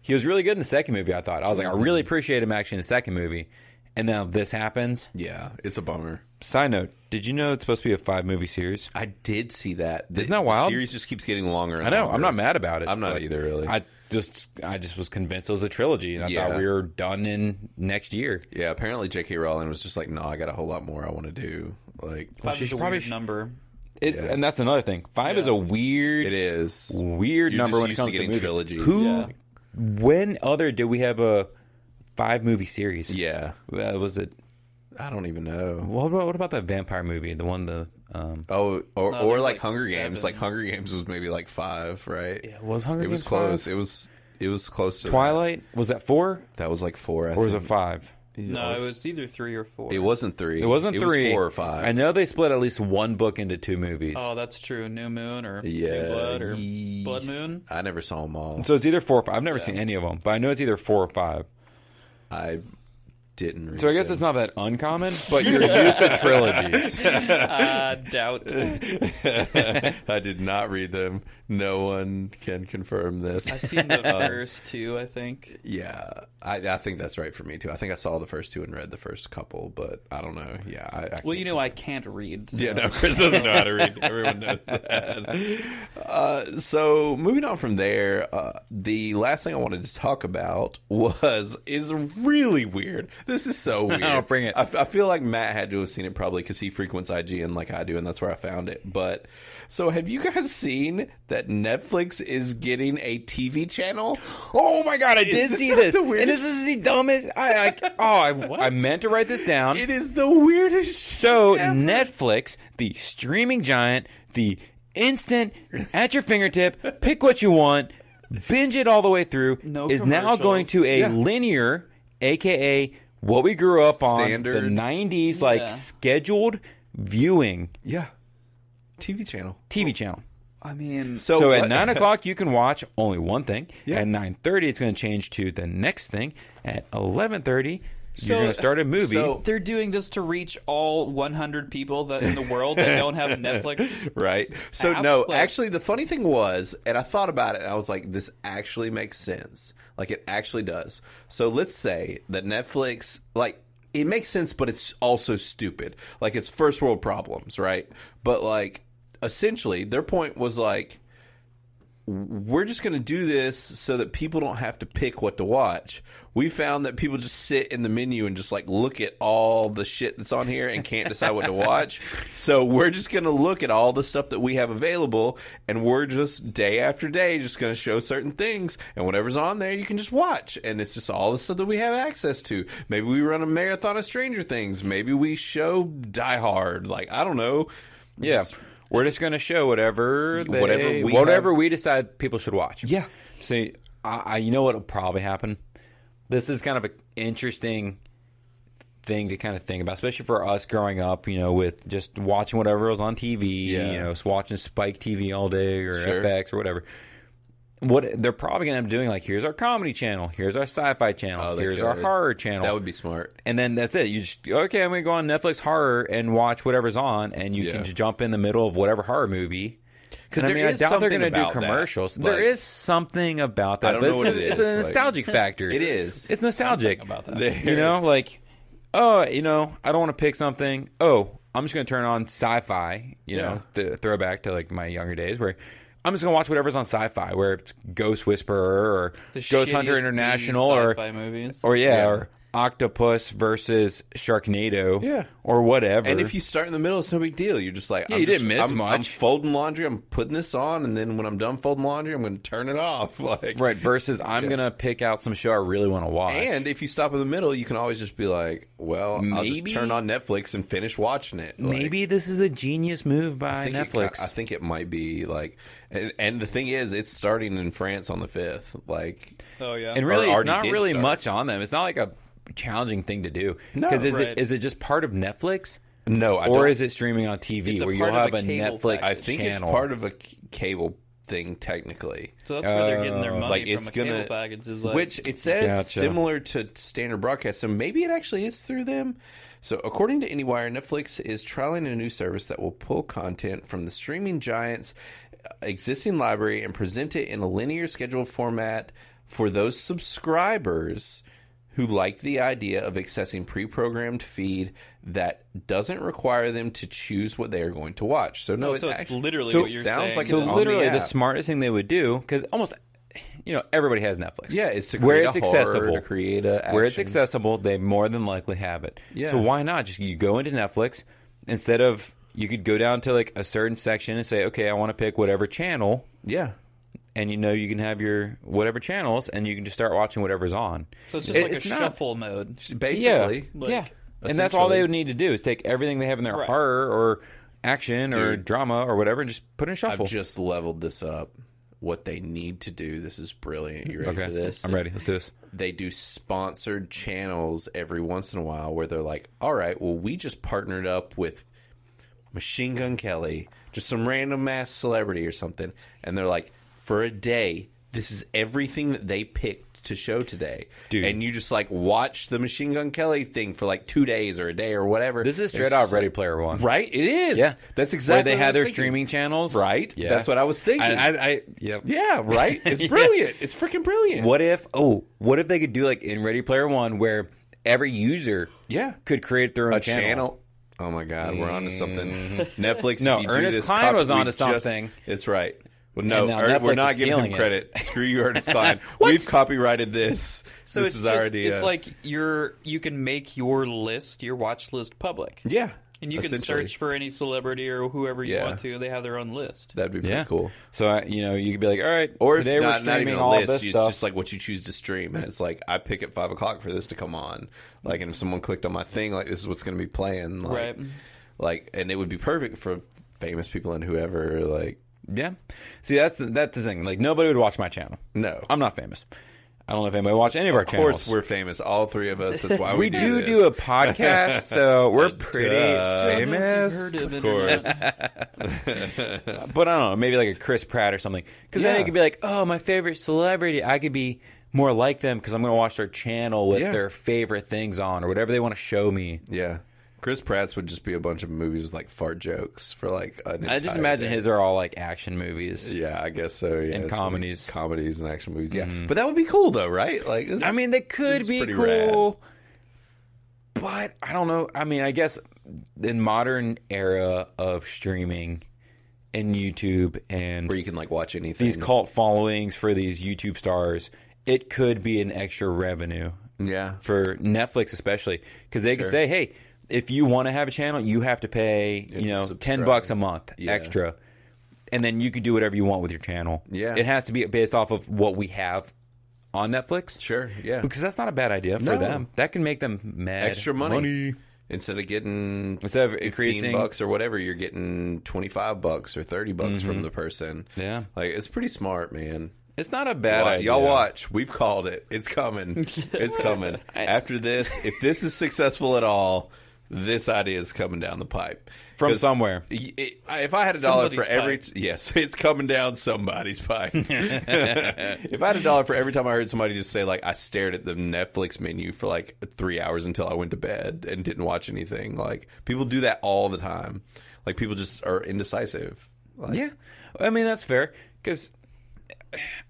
Speaker 3: he was really good in the second movie, I thought. I was like, I really appreciate him actually in the second movie. And now this happens.
Speaker 1: yeah, it's a bummer.
Speaker 3: Side note, did you know it's supposed to be a five movie series?
Speaker 1: I did see that. The,
Speaker 3: that wild?
Speaker 1: The series just keeps getting longer. And
Speaker 3: I know.
Speaker 1: Longer.
Speaker 3: I'm not mad about it.
Speaker 1: I'm not
Speaker 3: but
Speaker 1: either, really.
Speaker 3: I just I just was convinced it was a trilogy and I
Speaker 1: Yeah.
Speaker 3: thought we were done in next year.
Speaker 1: Yeah, apparently J.K. Rowling was just like, "No, I got a whole lot more I want to do." Like,
Speaker 2: Five
Speaker 3: she
Speaker 2: is a
Speaker 3: should probably
Speaker 2: weird
Speaker 3: sh-
Speaker 2: number.
Speaker 3: It,
Speaker 1: Yeah.
Speaker 3: And that's another thing. Five is
Speaker 2: Yeah.
Speaker 3: a weird
Speaker 1: it is.
Speaker 3: weird
Speaker 1: You're
Speaker 3: number
Speaker 1: just
Speaker 3: when it
Speaker 1: used to
Speaker 3: comes to,
Speaker 1: getting
Speaker 3: movies.
Speaker 1: trilogies.
Speaker 3: Who?
Speaker 1: Yeah.
Speaker 3: When other did we have a five movie series?
Speaker 1: Yeah,
Speaker 3: Uh, was it?
Speaker 1: I don't even know.
Speaker 3: What about, what about that vampire movie? The one the um.
Speaker 1: Oh, or, or
Speaker 2: No, there's
Speaker 1: like,
Speaker 2: like
Speaker 1: Hunger Games.
Speaker 2: seven.
Speaker 1: Like Hunger Games was maybe like five, right?
Speaker 3: Yeah, was Hunger
Speaker 1: It was
Speaker 3: Games
Speaker 1: close.
Speaker 3: five?
Speaker 1: It was it was close to that.
Speaker 3: Twilight was that four
Speaker 1: That was like four. I
Speaker 3: or was it
Speaker 1: think.
Speaker 3: five?
Speaker 2: No, it was either three or four.
Speaker 1: It wasn't three.
Speaker 3: It wasn't three.
Speaker 1: Was four or five.
Speaker 3: I know they split at least one book into two movies.
Speaker 2: Oh, that's true. New Moon or
Speaker 1: Yeah.
Speaker 2: New Blood or
Speaker 1: Ye-
Speaker 2: Blood Moon.
Speaker 3: [laughs]
Speaker 1: I never saw them all.
Speaker 3: So it's either four or five. I've never seen any of them, but I know it's either four or five.
Speaker 1: I didn't. Read
Speaker 3: So I guess
Speaker 1: them.
Speaker 3: it's not that uncommon, but you're used [laughs] to trilogies.
Speaker 2: I
Speaker 3: [laughs]
Speaker 2: doubt.
Speaker 1: [laughs] I did not read them. No one can confirm this.
Speaker 2: I've seen the
Speaker 3: Um,
Speaker 2: first two, I think.
Speaker 1: Yeah, I, I think that's right for me too. I think I saw the first two and read the first couple, but I don't know. Yeah, I, I
Speaker 2: Well,
Speaker 1: can't-
Speaker 2: you know, I can't read.
Speaker 1: [laughs]
Speaker 2: so-
Speaker 1: yeah, no, Chris doesn't know how to read. Everyone knows that. Uh, so moving on from there, uh, the last thing I wanted to talk about was is really weird. This is so weird.
Speaker 3: Oh, bring it.
Speaker 1: I, f- I feel like Matt had to have seen it probably because he frequents IGN like I do, and that's where I found it. But so, have you guys seen that Netflix is getting a TV channel?
Speaker 3: Oh my god, I
Speaker 1: Is
Speaker 3: did
Speaker 1: this
Speaker 3: see
Speaker 1: not
Speaker 3: this,
Speaker 1: the
Speaker 3: and this
Speaker 1: weirdest-
Speaker 3: is the dumbest. I, I oh, I, I meant to write this down.
Speaker 1: It is the weirdest.
Speaker 3: So
Speaker 1: shit ever.
Speaker 3: Netflix, the streaming giant, the instant at your fingertip, pick what you want, binge it all the way through,
Speaker 2: No
Speaker 3: is now going to a
Speaker 1: Yeah.
Speaker 3: linear, aka what we grew up on
Speaker 1: Standard.
Speaker 3: the '90s, like
Speaker 2: Yeah.
Speaker 3: scheduled viewing
Speaker 1: yeah, TV channel.
Speaker 3: TV channel.
Speaker 2: I mean,
Speaker 1: So,
Speaker 3: So at
Speaker 1: what- [laughs]
Speaker 3: [laughs] nine o'clock you can watch only one thing.
Speaker 1: Yeah.
Speaker 3: At nine thirty it's going to change to the next thing. At eleven thirty you're
Speaker 2: So-
Speaker 3: going to start a movie.
Speaker 1: so-
Speaker 2: they're doing this to reach all 100 people that in the world that don't have Netflix.
Speaker 1: right? So
Speaker 2: App,
Speaker 1: no,
Speaker 2: like-
Speaker 1: actually, the funny thing was, and I thought about it, and I was like, this actually makes sense. Like it actually does. So let's say that Netflix, like. It makes sense, but it's also stupid. Like it's first world problems, right? But like, essentially, their point was like, we're just going to do this so that people don't have to pick what to watch. We found that people just sit in the menu and just like look at all the shit that's on here and can't decide [laughs] what to watch. So we're just going to look at all the stuff that we have available and we're just day after day just going to show certain things and whatever's on there you can just watch and it's just all the stuff that we have access to. Maybe we run a marathon of Stranger Things, maybe we show Die Hard, like I don't know.
Speaker 3: Yeah, we're just going to show whatever they,
Speaker 1: Whatever
Speaker 3: whatever
Speaker 1: we
Speaker 3: we decide people should watch.
Speaker 1: Yeah.
Speaker 3: See, I, I you know what will probably happen. This is kind of an interesting thing to kind of think about, especially for us growing up. You know, with just watching whatever was on TV.
Speaker 1: Yeah.
Speaker 3: You know, s- watching Spike TV all day or
Speaker 1: Sure.
Speaker 3: FX or whatever. What they're probably going to end up doing, like here's our comedy channel, here's our sci-fi channel,
Speaker 1: Oh, they
Speaker 3: here's our
Speaker 1: could.
Speaker 3: horror channel
Speaker 1: That would be smart.
Speaker 3: and then that's it. You just okay. I'm gonna go on Netflix horror and watch whatever's on, and you
Speaker 1: Yeah.
Speaker 3: can just jump in the middle of whatever horror movie.
Speaker 1: 'Cause
Speaker 3: And I
Speaker 1: there
Speaker 3: mean, I
Speaker 1: is
Speaker 3: doubt they're
Speaker 1: something
Speaker 3: gonna do
Speaker 1: about that.
Speaker 3: commercials.
Speaker 1: Like-
Speaker 3: there [laughs] is something about that.
Speaker 1: I don't
Speaker 3: but
Speaker 1: know
Speaker 3: it's,
Speaker 1: what it is,
Speaker 3: it's a
Speaker 1: like-
Speaker 3: nostalgic factor.
Speaker 1: It is.
Speaker 3: It's nostalgic
Speaker 2: about that.
Speaker 1: There-
Speaker 3: You know, like oh, you know, I don't want to pick something. Oh, I'm just gonna turn on sci-fi. You know, the throwback to like my younger days where. I'm just gonna watch whatever's on sci-fi, where it's Ghost Whisperer or
Speaker 2: The shittiest
Speaker 3: Ghost Hunter
Speaker 2: B
Speaker 3: International or
Speaker 2: sci-fi movies.
Speaker 3: or yeah, or octopus versus sharknado
Speaker 1: Yeah.
Speaker 3: or whatever
Speaker 1: And if you start in the middle, it's no big deal. You're just like, yeah, I'm
Speaker 3: you
Speaker 1: just-
Speaker 3: didn't miss
Speaker 1: I'm,
Speaker 3: much.
Speaker 1: I'm folding laundry. I'm putting this on, and then when I'm done folding laundry, I'm going to turn it off. [laughs] Like,
Speaker 3: right versus i'm gonna pick out some show i really want to watch
Speaker 1: And if you stop in the middle, you can always just be like, well, I'll just
Speaker 3: Maybe-
Speaker 1: turn on Netflix and finish watching it. Like,
Speaker 3: maybe this is a genius move by
Speaker 1: I think it
Speaker 3: netflix
Speaker 1: ki- I think it might be like, and, and the thing is, it's starting in France on the fifth. Like,
Speaker 2: oh yeah.
Speaker 3: and really
Speaker 1: or
Speaker 3: it's
Speaker 1: already
Speaker 3: not
Speaker 1: did
Speaker 3: really
Speaker 1: start.
Speaker 3: much on them it's not like a challenging thing to do
Speaker 1: No.
Speaker 3: because is
Speaker 2: Right.
Speaker 3: it is it just part of netflix
Speaker 1: no, I
Speaker 3: or
Speaker 1: don't-
Speaker 3: is it streaming on tv
Speaker 2: It's a
Speaker 3: where you'll
Speaker 2: part of
Speaker 3: have
Speaker 2: a
Speaker 3: a
Speaker 2: cable
Speaker 3: netflix
Speaker 2: package.
Speaker 1: I think
Speaker 3: channel
Speaker 1: it's part of a c- cable thing technically.
Speaker 2: So that's where they're getting their
Speaker 3: Oh.
Speaker 2: money
Speaker 1: uh, Like,
Speaker 2: from
Speaker 1: it's
Speaker 2: a
Speaker 1: gonna-
Speaker 2: cable package. Is like,
Speaker 1: Which it says
Speaker 3: Gotcha.
Speaker 1: similar to standard broadcast, so maybe it actually is through them. So, according to AnyWire, Netflix is trialing a new service that will pull content from the streaming giants' existing library and present it in a linear scheduled format for those subscribers who like the idea of accessing pre-programmed feed that doesn't require them to choose what they are going to watch. So, no,
Speaker 2: Oh,
Speaker 1: it
Speaker 2: so it's
Speaker 1: actually-
Speaker 2: literally
Speaker 1: so
Speaker 2: what
Speaker 1: it
Speaker 2: you're
Speaker 1: sounds
Speaker 2: saying.
Speaker 1: like
Speaker 3: So
Speaker 1: it's on the
Speaker 3: literally, the,
Speaker 1: app.
Speaker 3: smartest thing they would do, because almost, you know, everybody has Netflix.
Speaker 1: yeah, it's to create
Speaker 3: Where
Speaker 1: a
Speaker 3: it's
Speaker 1: horror,
Speaker 3: accessible.
Speaker 1: to create a
Speaker 3: Where it's
Speaker 1: action.
Speaker 3: accessible, they more than likely have it.
Speaker 1: Yeah.
Speaker 3: So why not just you go into Netflix instead of you could go down to like a certain section and say, okay, I want to pick whatever channel,
Speaker 1: yeah.
Speaker 3: and you know you can have your whatever channels, and you can just start watching whatever's on.
Speaker 2: so it's just
Speaker 3: It-
Speaker 2: like
Speaker 3: it's
Speaker 2: a
Speaker 3: not-
Speaker 2: shuffle mode.
Speaker 1: basically.
Speaker 3: yeah,
Speaker 2: Like,
Speaker 3: yeah. And that's all
Speaker 1: essentially.
Speaker 3: they would need to do is take everything they have in their
Speaker 2: Right.
Speaker 3: horror or action or drama or whatever, and just put in shuffle.
Speaker 1: I've just leveled this up. What they need to do. This is brilliant. You ready
Speaker 3: okay,
Speaker 1: for this?
Speaker 3: I'm ready. Let's do this.
Speaker 1: They do sponsored channels every once in a while where they're like, all right, well, we just partnered up with Machine Gun Kelly, just some random ass celebrity or something. And they're like, for a day, this is everything that they picked to show today.
Speaker 3: Dude.
Speaker 1: And you just like watch the Machine Gun Kelly thing for like two days or a day or whatever.
Speaker 3: This is
Speaker 1: It's
Speaker 3: straight
Speaker 1: just
Speaker 3: out of
Speaker 1: like-
Speaker 3: Ready Player One.
Speaker 1: Right? It is.
Speaker 3: Yeah.
Speaker 1: That's exactly
Speaker 3: Where
Speaker 1: what
Speaker 3: they
Speaker 1: I
Speaker 3: had
Speaker 1: was
Speaker 3: their
Speaker 1: thinking.
Speaker 3: streaming channels.
Speaker 1: Right?
Speaker 3: Yeah.
Speaker 1: That's what I was thinking.
Speaker 3: I, I, I yep.
Speaker 1: [laughs] Yeah, right. It's
Speaker 3: Yeah.
Speaker 1: brilliant. It's freaking brilliant.
Speaker 3: What if? Oh, what if they could do like in Ready Player One, where every user
Speaker 1: Yeah,
Speaker 3: could create their own
Speaker 1: a channel. Oh my God, we're onto something. Netflix.
Speaker 3: Mm-hmm. No,
Speaker 1: if you do
Speaker 3: Ernest
Speaker 1: this
Speaker 3: Cline
Speaker 1: copy,
Speaker 3: was
Speaker 1: we
Speaker 3: onto
Speaker 1: just-
Speaker 3: something.
Speaker 1: That's right. Well, no,
Speaker 3: And now
Speaker 1: Ern- we're
Speaker 3: Netflix
Speaker 1: not
Speaker 3: is
Speaker 1: giving him
Speaker 3: stealing it.
Speaker 1: credit.
Speaker 3: [laughs]
Speaker 1: Screw you, Ernest Klein. We've copyrighted this.
Speaker 2: So
Speaker 1: this
Speaker 2: it's
Speaker 1: is
Speaker 2: just,
Speaker 1: our idea.
Speaker 2: It's like you're you can make your list, your watch list public,
Speaker 1: yeah,
Speaker 2: and you can
Speaker 1: essentially.
Speaker 2: search for any celebrity or whoever you
Speaker 1: Yeah.
Speaker 2: want to. They have their own list.
Speaker 1: That'd be pretty
Speaker 3: Yeah,
Speaker 1: cool.
Speaker 3: So I, you know, you could be like, all right,
Speaker 1: Or if not,
Speaker 3: today we're
Speaker 1: not even
Speaker 3: streaming
Speaker 1: a
Speaker 3: all
Speaker 1: list,
Speaker 3: this
Speaker 1: it's
Speaker 3: stuff.
Speaker 1: just like what you choose to stream, and it's like I pick at five o'clock for this to come on. Like, and if someone clicked on my thing, like this is what's going to be playing, like,
Speaker 2: Right.
Speaker 1: Like, and it would be perfect for famous people and whoever. Like,
Speaker 3: yeah. See, that's the, that's the thing. Like nobody would watch my channel.
Speaker 1: no,
Speaker 3: I'm not famous. I don't know if anybody watch any of our
Speaker 1: Of course,
Speaker 3: channels.
Speaker 1: we're famous. All three of us. That's why we,
Speaker 3: [laughs] we do
Speaker 1: this.
Speaker 3: do a podcast,
Speaker 1: [laughs]
Speaker 3: so we're pretty
Speaker 1: Duh.
Speaker 2: I don't know if you've
Speaker 3: famous.
Speaker 2: heard of
Speaker 1: Of
Speaker 2: internet.
Speaker 1: course,
Speaker 3: But I don't know, maybe like a Chris Pratt or something. Because then
Speaker 1: Yeah.
Speaker 3: it could be like, oh, my favorite celebrity. I could be more like them because I'm going to watch their channel with
Speaker 1: Yeah.
Speaker 3: their favorite things on or whatever they want to show me.
Speaker 1: yeah. Chris Pratt's would just be a bunch of movies with like fart jokes for like. An
Speaker 3: I just
Speaker 1: entire
Speaker 3: imagine
Speaker 1: day.
Speaker 3: his are all like action movies.
Speaker 1: Yeah, I guess so. Yeah,
Speaker 3: And
Speaker 1: It's
Speaker 3: comedies. Mm-hmm.
Speaker 1: like comedies and action movies. Yeah, but that would be cool though, right? Like, this-
Speaker 3: I mean, they could
Speaker 1: It's
Speaker 3: be
Speaker 1: pretty
Speaker 3: cool. But I don't know. I mean, I guess in modern era of streaming and YouTube and
Speaker 1: where you can like watch anything.
Speaker 3: these cult followings for these YouTube stars, it could be an extra revenue
Speaker 1: yeah,
Speaker 3: for Netflix especially because they could say, "Hey, if you want to have a channel, you have to pay you,
Speaker 1: to
Speaker 3: know
Speaker 1: subscribe.
Speaker 3: ten bucks a month
Speaker 1: Yeah.
Speaker 3: extra, and then you can do whatever you want with your channel."
Speaker 1: Yeah.
Speaker 3: it has to be based off of what we have on Netflix
Speaker 1: sure. Yeah,
Speaker 3: because that's not a bad idea for
Speaker 1: No.
Speaker 3: them. That can make them mad.
Speaker 1: extra money. instead of getting
Speaker 3: Instead of
Speaker 1: 15
Speaker 3: increasing,
Speaker 1: bucks or whatever, you're getting 25 bucks or 30 bucks from the person.
Speaker 3: Mm-hmm. Yeah.
Speaker 1: Like it's pretty smart, man.
Speaker 3: it's not a bad
Speaker 1: Wa-
Speaker 3: idea.
Speaker 1: Y'all watch. We've called it. It's
Speaker 3: [laughs]
Speaker 1: coming. It's coming. After this, if this is successful at all, this idea is coming down the pipe
Speaker 3: from
Speaker 1: 'Cause
Speaker 3: somewhere.
Speaker 1: y- it- I- if I had a dollar for
Speaker 2: Somebody's
Speaker 1: every t- yes, [laughs] it's coming down somebody's pipe. [laughs] if I had a dollar for every time I heard somebody just say like I stared at the Netflix menu for like three hours until I went to bed and didn't watch anything, like people do that all the time. Like people just are indecisive. Like,
Speaker 3: Yeah, I mean that's fair because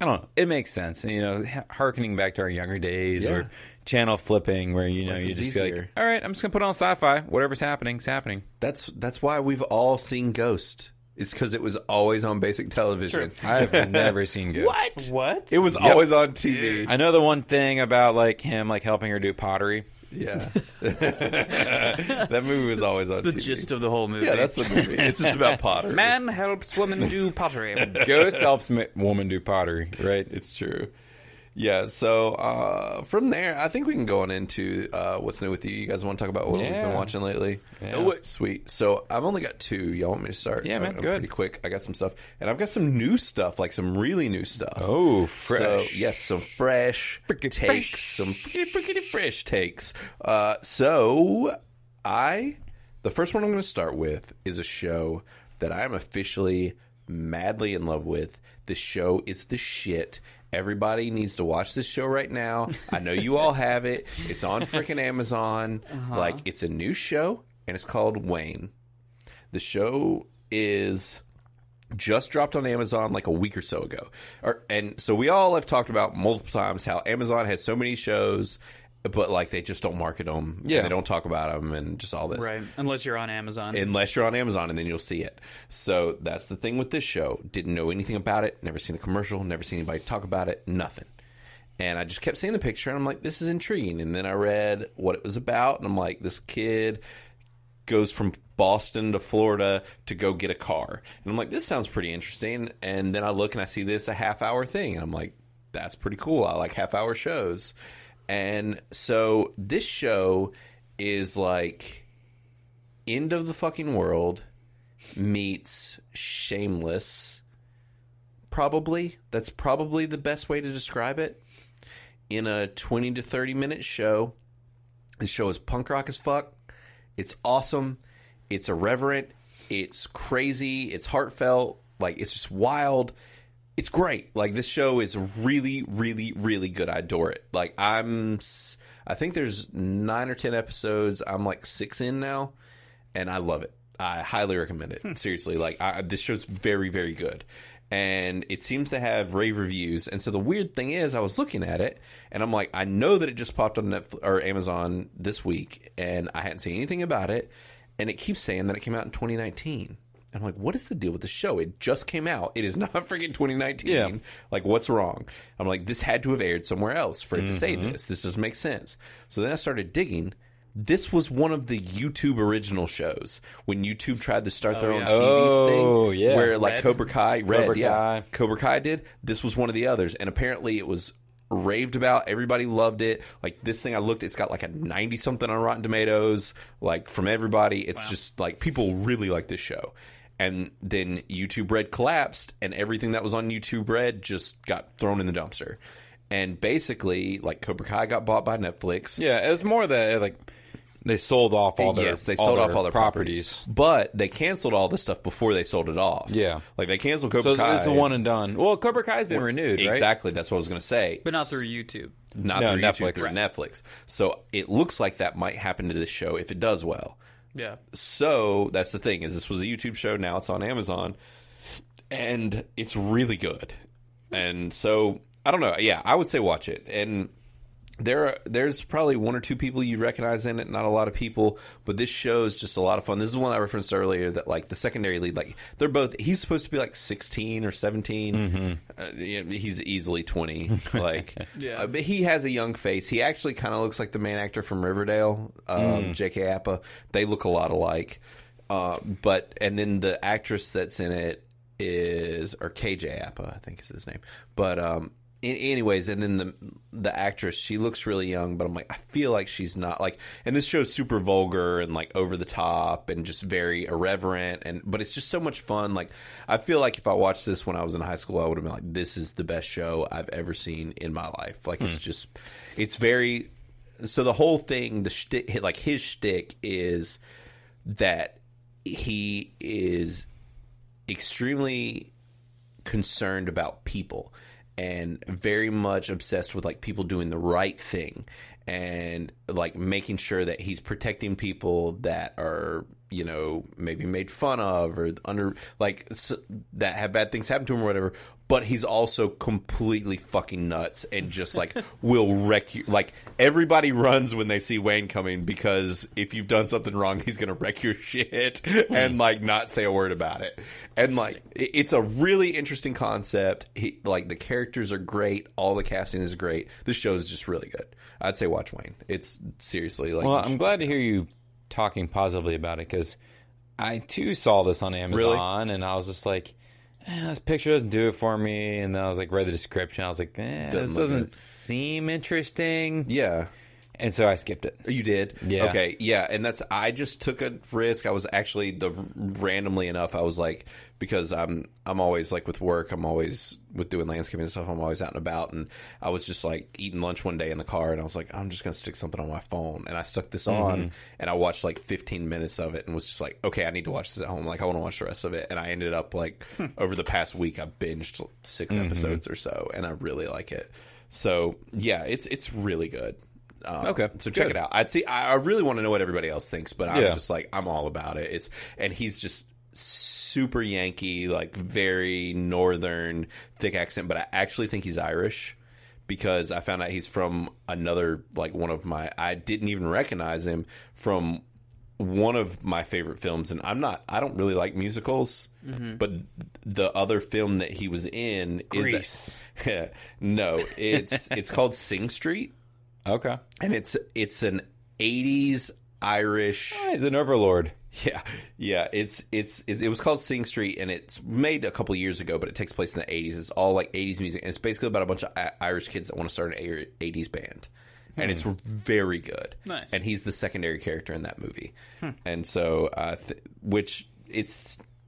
Speaker 3: I don't know. It makes sense, you know, h- harkening back to our younger days
Speaker 1: Yeah.
Speaker 3: or channel flipping, where you know you
Speaker 1: is
Speaker 3: just be like,
Speaker 1: easier.
Speaker 3: all right, I'm just gonna put on sci-fi. Whatever's happening, it's happening.
Speaker 1: That's that's why we've all seen Ghost. It's because it was always on basic television.
Speaker 3: I've never seen
Speaker 1: [laughs]
Speaker 3: good.
Speaker 1: What?
Speaker 2: [laughs] What?
Speaker 1: It was always on TV.
Speaker 3: I know the one thing about like him, like helping her do pottery.
Speaker 1: Yeah, [laughs] that movie was always on
Speaker 4: the
Speaker 1: TV.
Speaker 4: gist of the whole movie.
Speaker 1: yeah, that's the movie. It's just
Speaker 3: [laughs]
Speaker 1: about Potter.
Speaker 4: man helps woman do pottery.
Speaker 3: Ghost helps ma- woman do pottery, right?
Speaker 1: It's true. Yeah, so uh, from there, I think we can go on into uh, what's new with you. You guys want to talk about what we've
Speaker 3: Yeah.
Speaker 1: been watching lately?
Speaker 3: Oh, wait.
Speaker 1: Sweet. So I've only got two. Y'all want me to start?
Speaker 3: Yeah, man,
Speaker 1: I'm- I'm
Speaker 3: go ahead.
Speaker 1: Pretty quick. I got some stuff, and I've got some new stuff, like some really new stuff.
Speaker 3: Oh,
Speaker 1: So,
Speaker 3: fresh.
Speaker 1: yes, some fresh takes, some freaking, freaking fresh takes. Uh, so, I the first one I'm going to start with is a show that I am officially madly in love with. The show is the shit. Everybody needs to watch this show right now. I know you all have it. It's on freaking Amazon. Like it's a new show and it's called Wayne. The show is just dropped on Amazon like a week or so ago. Or, and so we all have talked about multiple times how Amazon has so many shows, but like they just don't market them.
Speaker 3: Yeah.
Speaker 1: they don't talk about them and just all this.
Speaker 4: Right. Unless you're on Amazon.
Speaker 1: Unless you're on Amazon and then you'll see it. So that's the thing with this show. Didn't know anything about it, never seen a commercial, never seen anybody talk about it, nothing. And I just kept seeing the picture and I'm like, this is intriguing. And then I read what it was about and I'm like, this kid goes from Boston to Florida to go get a car. And I'm like, this sounds pretty interesting. And then I look and I see this a half hour thing. And I'm like, that's pretty cool. I like half hour shows. And so this show is like end of the fucking world meets shameless. Probably. That's probably the best way to describe it. In a 20 to 30 minute show. The show is punk rock as fuck. It's awesome. It's irreverent. It's crazy. It's heartfelt. Like it's just wild. It's great. Like this show is really, really, really good. I adore it. Like I'm, s- I think there's nine or ten episodes. I'm like six in now, and I love it. I highly recommend it. Seriously, like I, this show's very, very good, and it seems to have rave reviews. And so the weird thing is, I was looking at it, and I'm like, I know that it just popped on Netflix or Amazon this week, and I hadn't seen anything about it, and it keeps saying that it came out in 2019. I'm like, what is the deal with the show? It just came out. It is [laughs] not freaking 2019.
Speaker 3: Yeah.
Speaker 1: Like, what's wrong? I'm like, this had to have aired somewhere else for it to say
Speaker 3: Mm-hmm.
Speaker 1: this. This doesn't make sense. So then I started digging. This was one of the YouTube original shows when YouTube tried to start their own
Speaker 2: yeah.
Speaker 1: TV thing.
Speaker 3: Oh, yeah.
Speaker 1: Where, like,
Speaker 2: Red.
Speaker 1: Cobra Kai, Red,
Speaker 3: Cobra
Speaker 1: yeah.
Speaker 3: Kai.
Speaker 1: Cobra Kai did. This was one of the others, and apparently it was raved about. Everybody loved it. Like this thing I looked, it's got like a ninety something on Rotten Tomatoes. Like from everybody, it's just like people really like this show. And then YouTube Red collapsed, and everything that was on YouTube Red just got thrown in the dumpster. And basically, like Cobra Kai got bought by Netflix.
Speaker 3: Yeah, it was more that like they sold off all their
Speaker 1: yes, they sold off all their properties. but they canceled all the stuff before they sold it off.
Speaker 3: Yeah.
Speaker 1: like they canceled Cobra
Speaker 3: So
Speaker 1: Kai.
Speaker 3: it's a one and done. Well, Cobra Kai's been renewed, right?
Speaker 1: Exactly, that's what I was going to say.
Speaker 4: but not through YouTube.
Speaker 1: not
Speaker 3: No,
Speaker 1: through
Speaker 3: Netflix.
Speaker 1: YouTube, through Netflix. So it looks like that might happen to this show if it does well.
Speaker 4: Yeah.
Speaker 1: So that's the thing is this was a YouTube show, now it's on Amazon, and it's really good. And so I don't know. Yeah, I would say watch it. And there are, there's probably one or two people you recognize in it, not a lot of people, but this show is just a lot of fun. This is one I referenced earlier that like the secondary lead, like they're both he's supposed to be like 16 or 17.
Speaker 3: Mm-hmm.
Speaker 1: Uh, yeah, he's easily 20.
Speaker 3: [laughs]
Speaker 1: Like
Speaker 4: Yeah.
Speaker 1: uh, but he has a young face. He actually kind of looks like the main actor from Riverdale, um, J.K. Appa. They look a lot alike. Uh, but and then the actress that's in it is or KJ Appa, I think is his name. But um, in, anyways, and then the the actress she looks really young, but I'm like I feel like she's not like. And this show's super vulgar and like over the top and just very irreverent and but it's just so much fun. Like I feel like if I watched this when I was in high school, I would have been like, this is the best show I've ever seen in my life. Like it's just it's very. So the whole thing, the shtick, like his shtick is that he is extremely concerned about people and very much obsessed with like people doing the right thing and like making sure that he's protecting people that are you know maybe made fun of or under like s that have bad things happen to him or whatever but he's also completely fucking nuts and just like will wreck you like everybody runs when they see Wayne coming because if you've done something wrong he's going to wreck your shit [laughs] and like not say a word about it and like it- it's a really interesting concept he, like the characters are great all the casting is great this show is just really good i'd say watch Wayne it's seriously like
Speaker 3: Well, I'm glad to hear you talking positively about it because I too saw this on Amazon and I was just like, eh, this picture doesn't do it for me. And then I was like, read the description. I was like, eh, this
Speaker 1: look
Speaker 3: doesn't seem interesting.
Speaker 1: yeah
Speaker 3: and so I skipped it.
Speaker 1: You did?
Speaker 3: Yeah.
Speaker 1: Okay. Yeah. And that's, I just took a risk. I was actually the randomly enough, I was like, because I'm, I'm always like with work, I'm always with doing landscaping and stuff. I'm always out and about. And I was just like eating lunch one day in the car and I was like, I'm just going to stick something on my phone. And I stuck this
Speaker 3: Mm-hmm.
Speaker 1: on and I watched like 15 minutes of it and was just like, okay, I need to watch this at home. Like, I want to watch the rest of it. And I ended up like,
Speaker 3: Hmm.
Speaker 1: over the past week, I binged 6
Speaker 3: Mm-hmm.
Speaker 1: episodes or so and I really like it. So yeah, it's, it's really good. Um,
Speaker 3: Okay,
Speaker 1: so check
Speaker 3: good.
Speaker 1: it out. I'd see. I I really want to know what everybody else thinks, but I'm
Speaker 3: Yeah.
Speaker 1: just like I'm all about it. It's and he's just super Yankee, like very northern, thick accent. But I actually think he's Irish because I found out he's from another like one of my. I didn't even recognize him from one of my favorite films and I'm not I don't really like musicals but the other film that he was in
Speaker 4: Grease.
Speaker 1: is [laughs] no it's it's called Sing Street
Speaker 3: Okay,
Speaker 1: and it's it's an 80s Irish [laughs]
Speaker 3: Oh, he's an overlord.
Speaker 1: yeah yeah it's it's it, it was called Sing Street and it's made a couple years ago but it takes place in the 80s it's all like 80s music and it's basically about a bunch of I- Irish kids that want to start an Air- 80s band and it's very good
Speaker 4: Nice.
Speaker 1: and he's the secondary character in that movie and so uh, th- which it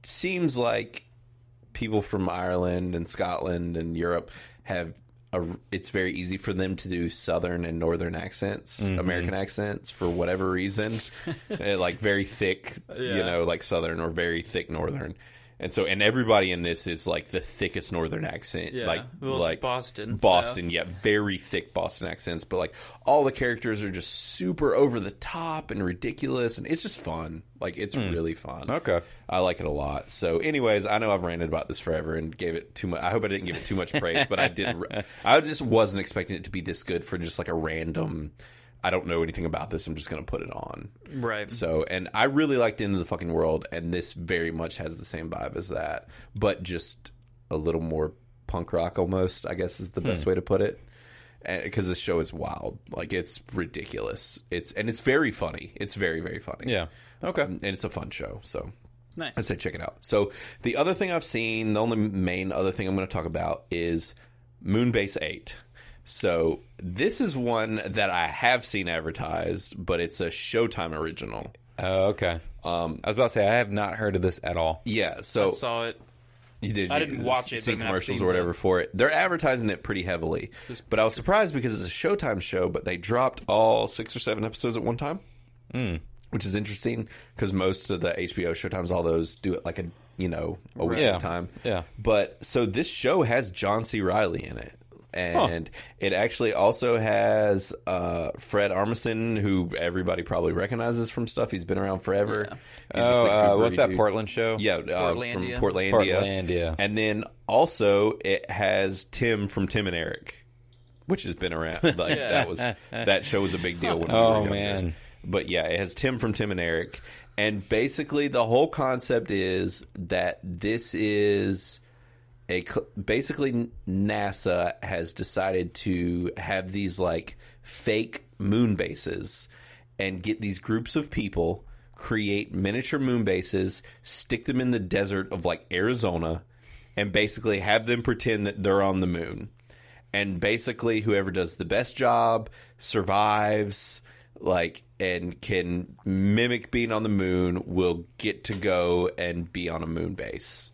Speaker 1: seems like people from Ireland and Scotland and Europe have a, it's very easy for them to do southern and northern accents,
Speaker 4: Mm-hmm.
Speaker 1: American accents for
Speaker 4: [laughs]
Speaker 1: whatever reason, Eh, like very thick, you
Speaker 4: Yeah.
Speaker 1: know, like southern or very thick northern. And so and everybody in this is like the thickest northern accent,
Speaker 4: Yeah.
Speaker 1: like
Speaker 4: Well, it's
Speaker 1: like
Speaker 4: Boston, so-
Speaker 1: Boston, yeah, very thick Boston accents, but like all the characters are just super over the top and ridiculous and it's just fun. Like it's
Speaker 4: Mm.
Speaker 1: really fun.
Speaker 3: Okay.
Speaker 1: I like it a lot. So, anyways, I know I've ranted about this forever and gave it too much. I hope I didn't give it too much praise, but I did. I just wasn't expecting it to be this good for just like a random. I don't know anything about this. I'm just going to put it on.
Speaker 4: Right.
Speaker 1: So, and I really liked Into the Fucking World, and this very much has the same vibe as that, but just a little more punk rock almost, I guess is the best way to put it. Because this show is wild, like it's ridiculous. It's and it's very funny. It's very very funny.
Speaker 3: Yeah. Okay.
Speaker 1: and it's a fun show. So
Speaker 4: Nice.
Speaker 1: I'd say check it out. So the other thing I've seen, the only main other thing I'm going to talk about is Moonbase Eight. So this is one that I have seen advertised, but it's a Showtime original.
Speaker 3: Oh, okay. Um, I was about to say I have not heard of this at all.
Speaker 1: Yeah, so
Speaker 4: Saw it.
Speaker 1: [laughs] you did.
Speaker 4: I
Speaker 1: you
Speaker 4: didn't watch it,
Speaker 1: See
Speaker 4: but I mean, I've
Speaker 1: commercials
Speaker 4: seen
Speaker 1: or whatever for it. They're advertising it pretty heavily, but I was surprised because it's a Showtime show, but they dropped all six or seven episodes at one time,
Speaker 4: Hmm.
Speaker 1: which is interesting because most of the HBO Showtimes, all those do it like a you know a week at
Speaker 3: Yeah.
Speaker 1: a time.
Speaker 3: Yeah.
Speaker 1: But so this show has John C. Riley in it. And it actually also has uh, Fred Armisen, who everybody probably recognizes from stuff. He's been around forever. He's just
Speaker 3: Oh,
Speaker 1: a
Speaker 3: uh,
Speaker 1: good
Speaker 3: what's that
Speaker 1: dude.
Speaker 3: Portland show?
Speaker 1: Yeah, uh,
Speaker 4: Portlandia.
Speaker 1: from Portlandia.
Speaker 3: Portlandia.
Speaker 1: And then also it has Tim from Tim and Eric, which has been around. Like that was that show was a big deal when we
Speaker 3: Oh,
Speaker 1: were younger.
Speaker 3: man.
Speaker 1: But yeah, it has Tim from Tim and Eric, and basically the whole concept is that this is a cl- basically NASA has decided to have these like fake moon bases and get these groups of people create miniature moon bases, stick them in the desert of like Arizona, and basically have them pretend that they're on the moon. And basically, whoever does the best job survives, like, and can mimic being on the moon will get to go and be on a moon base,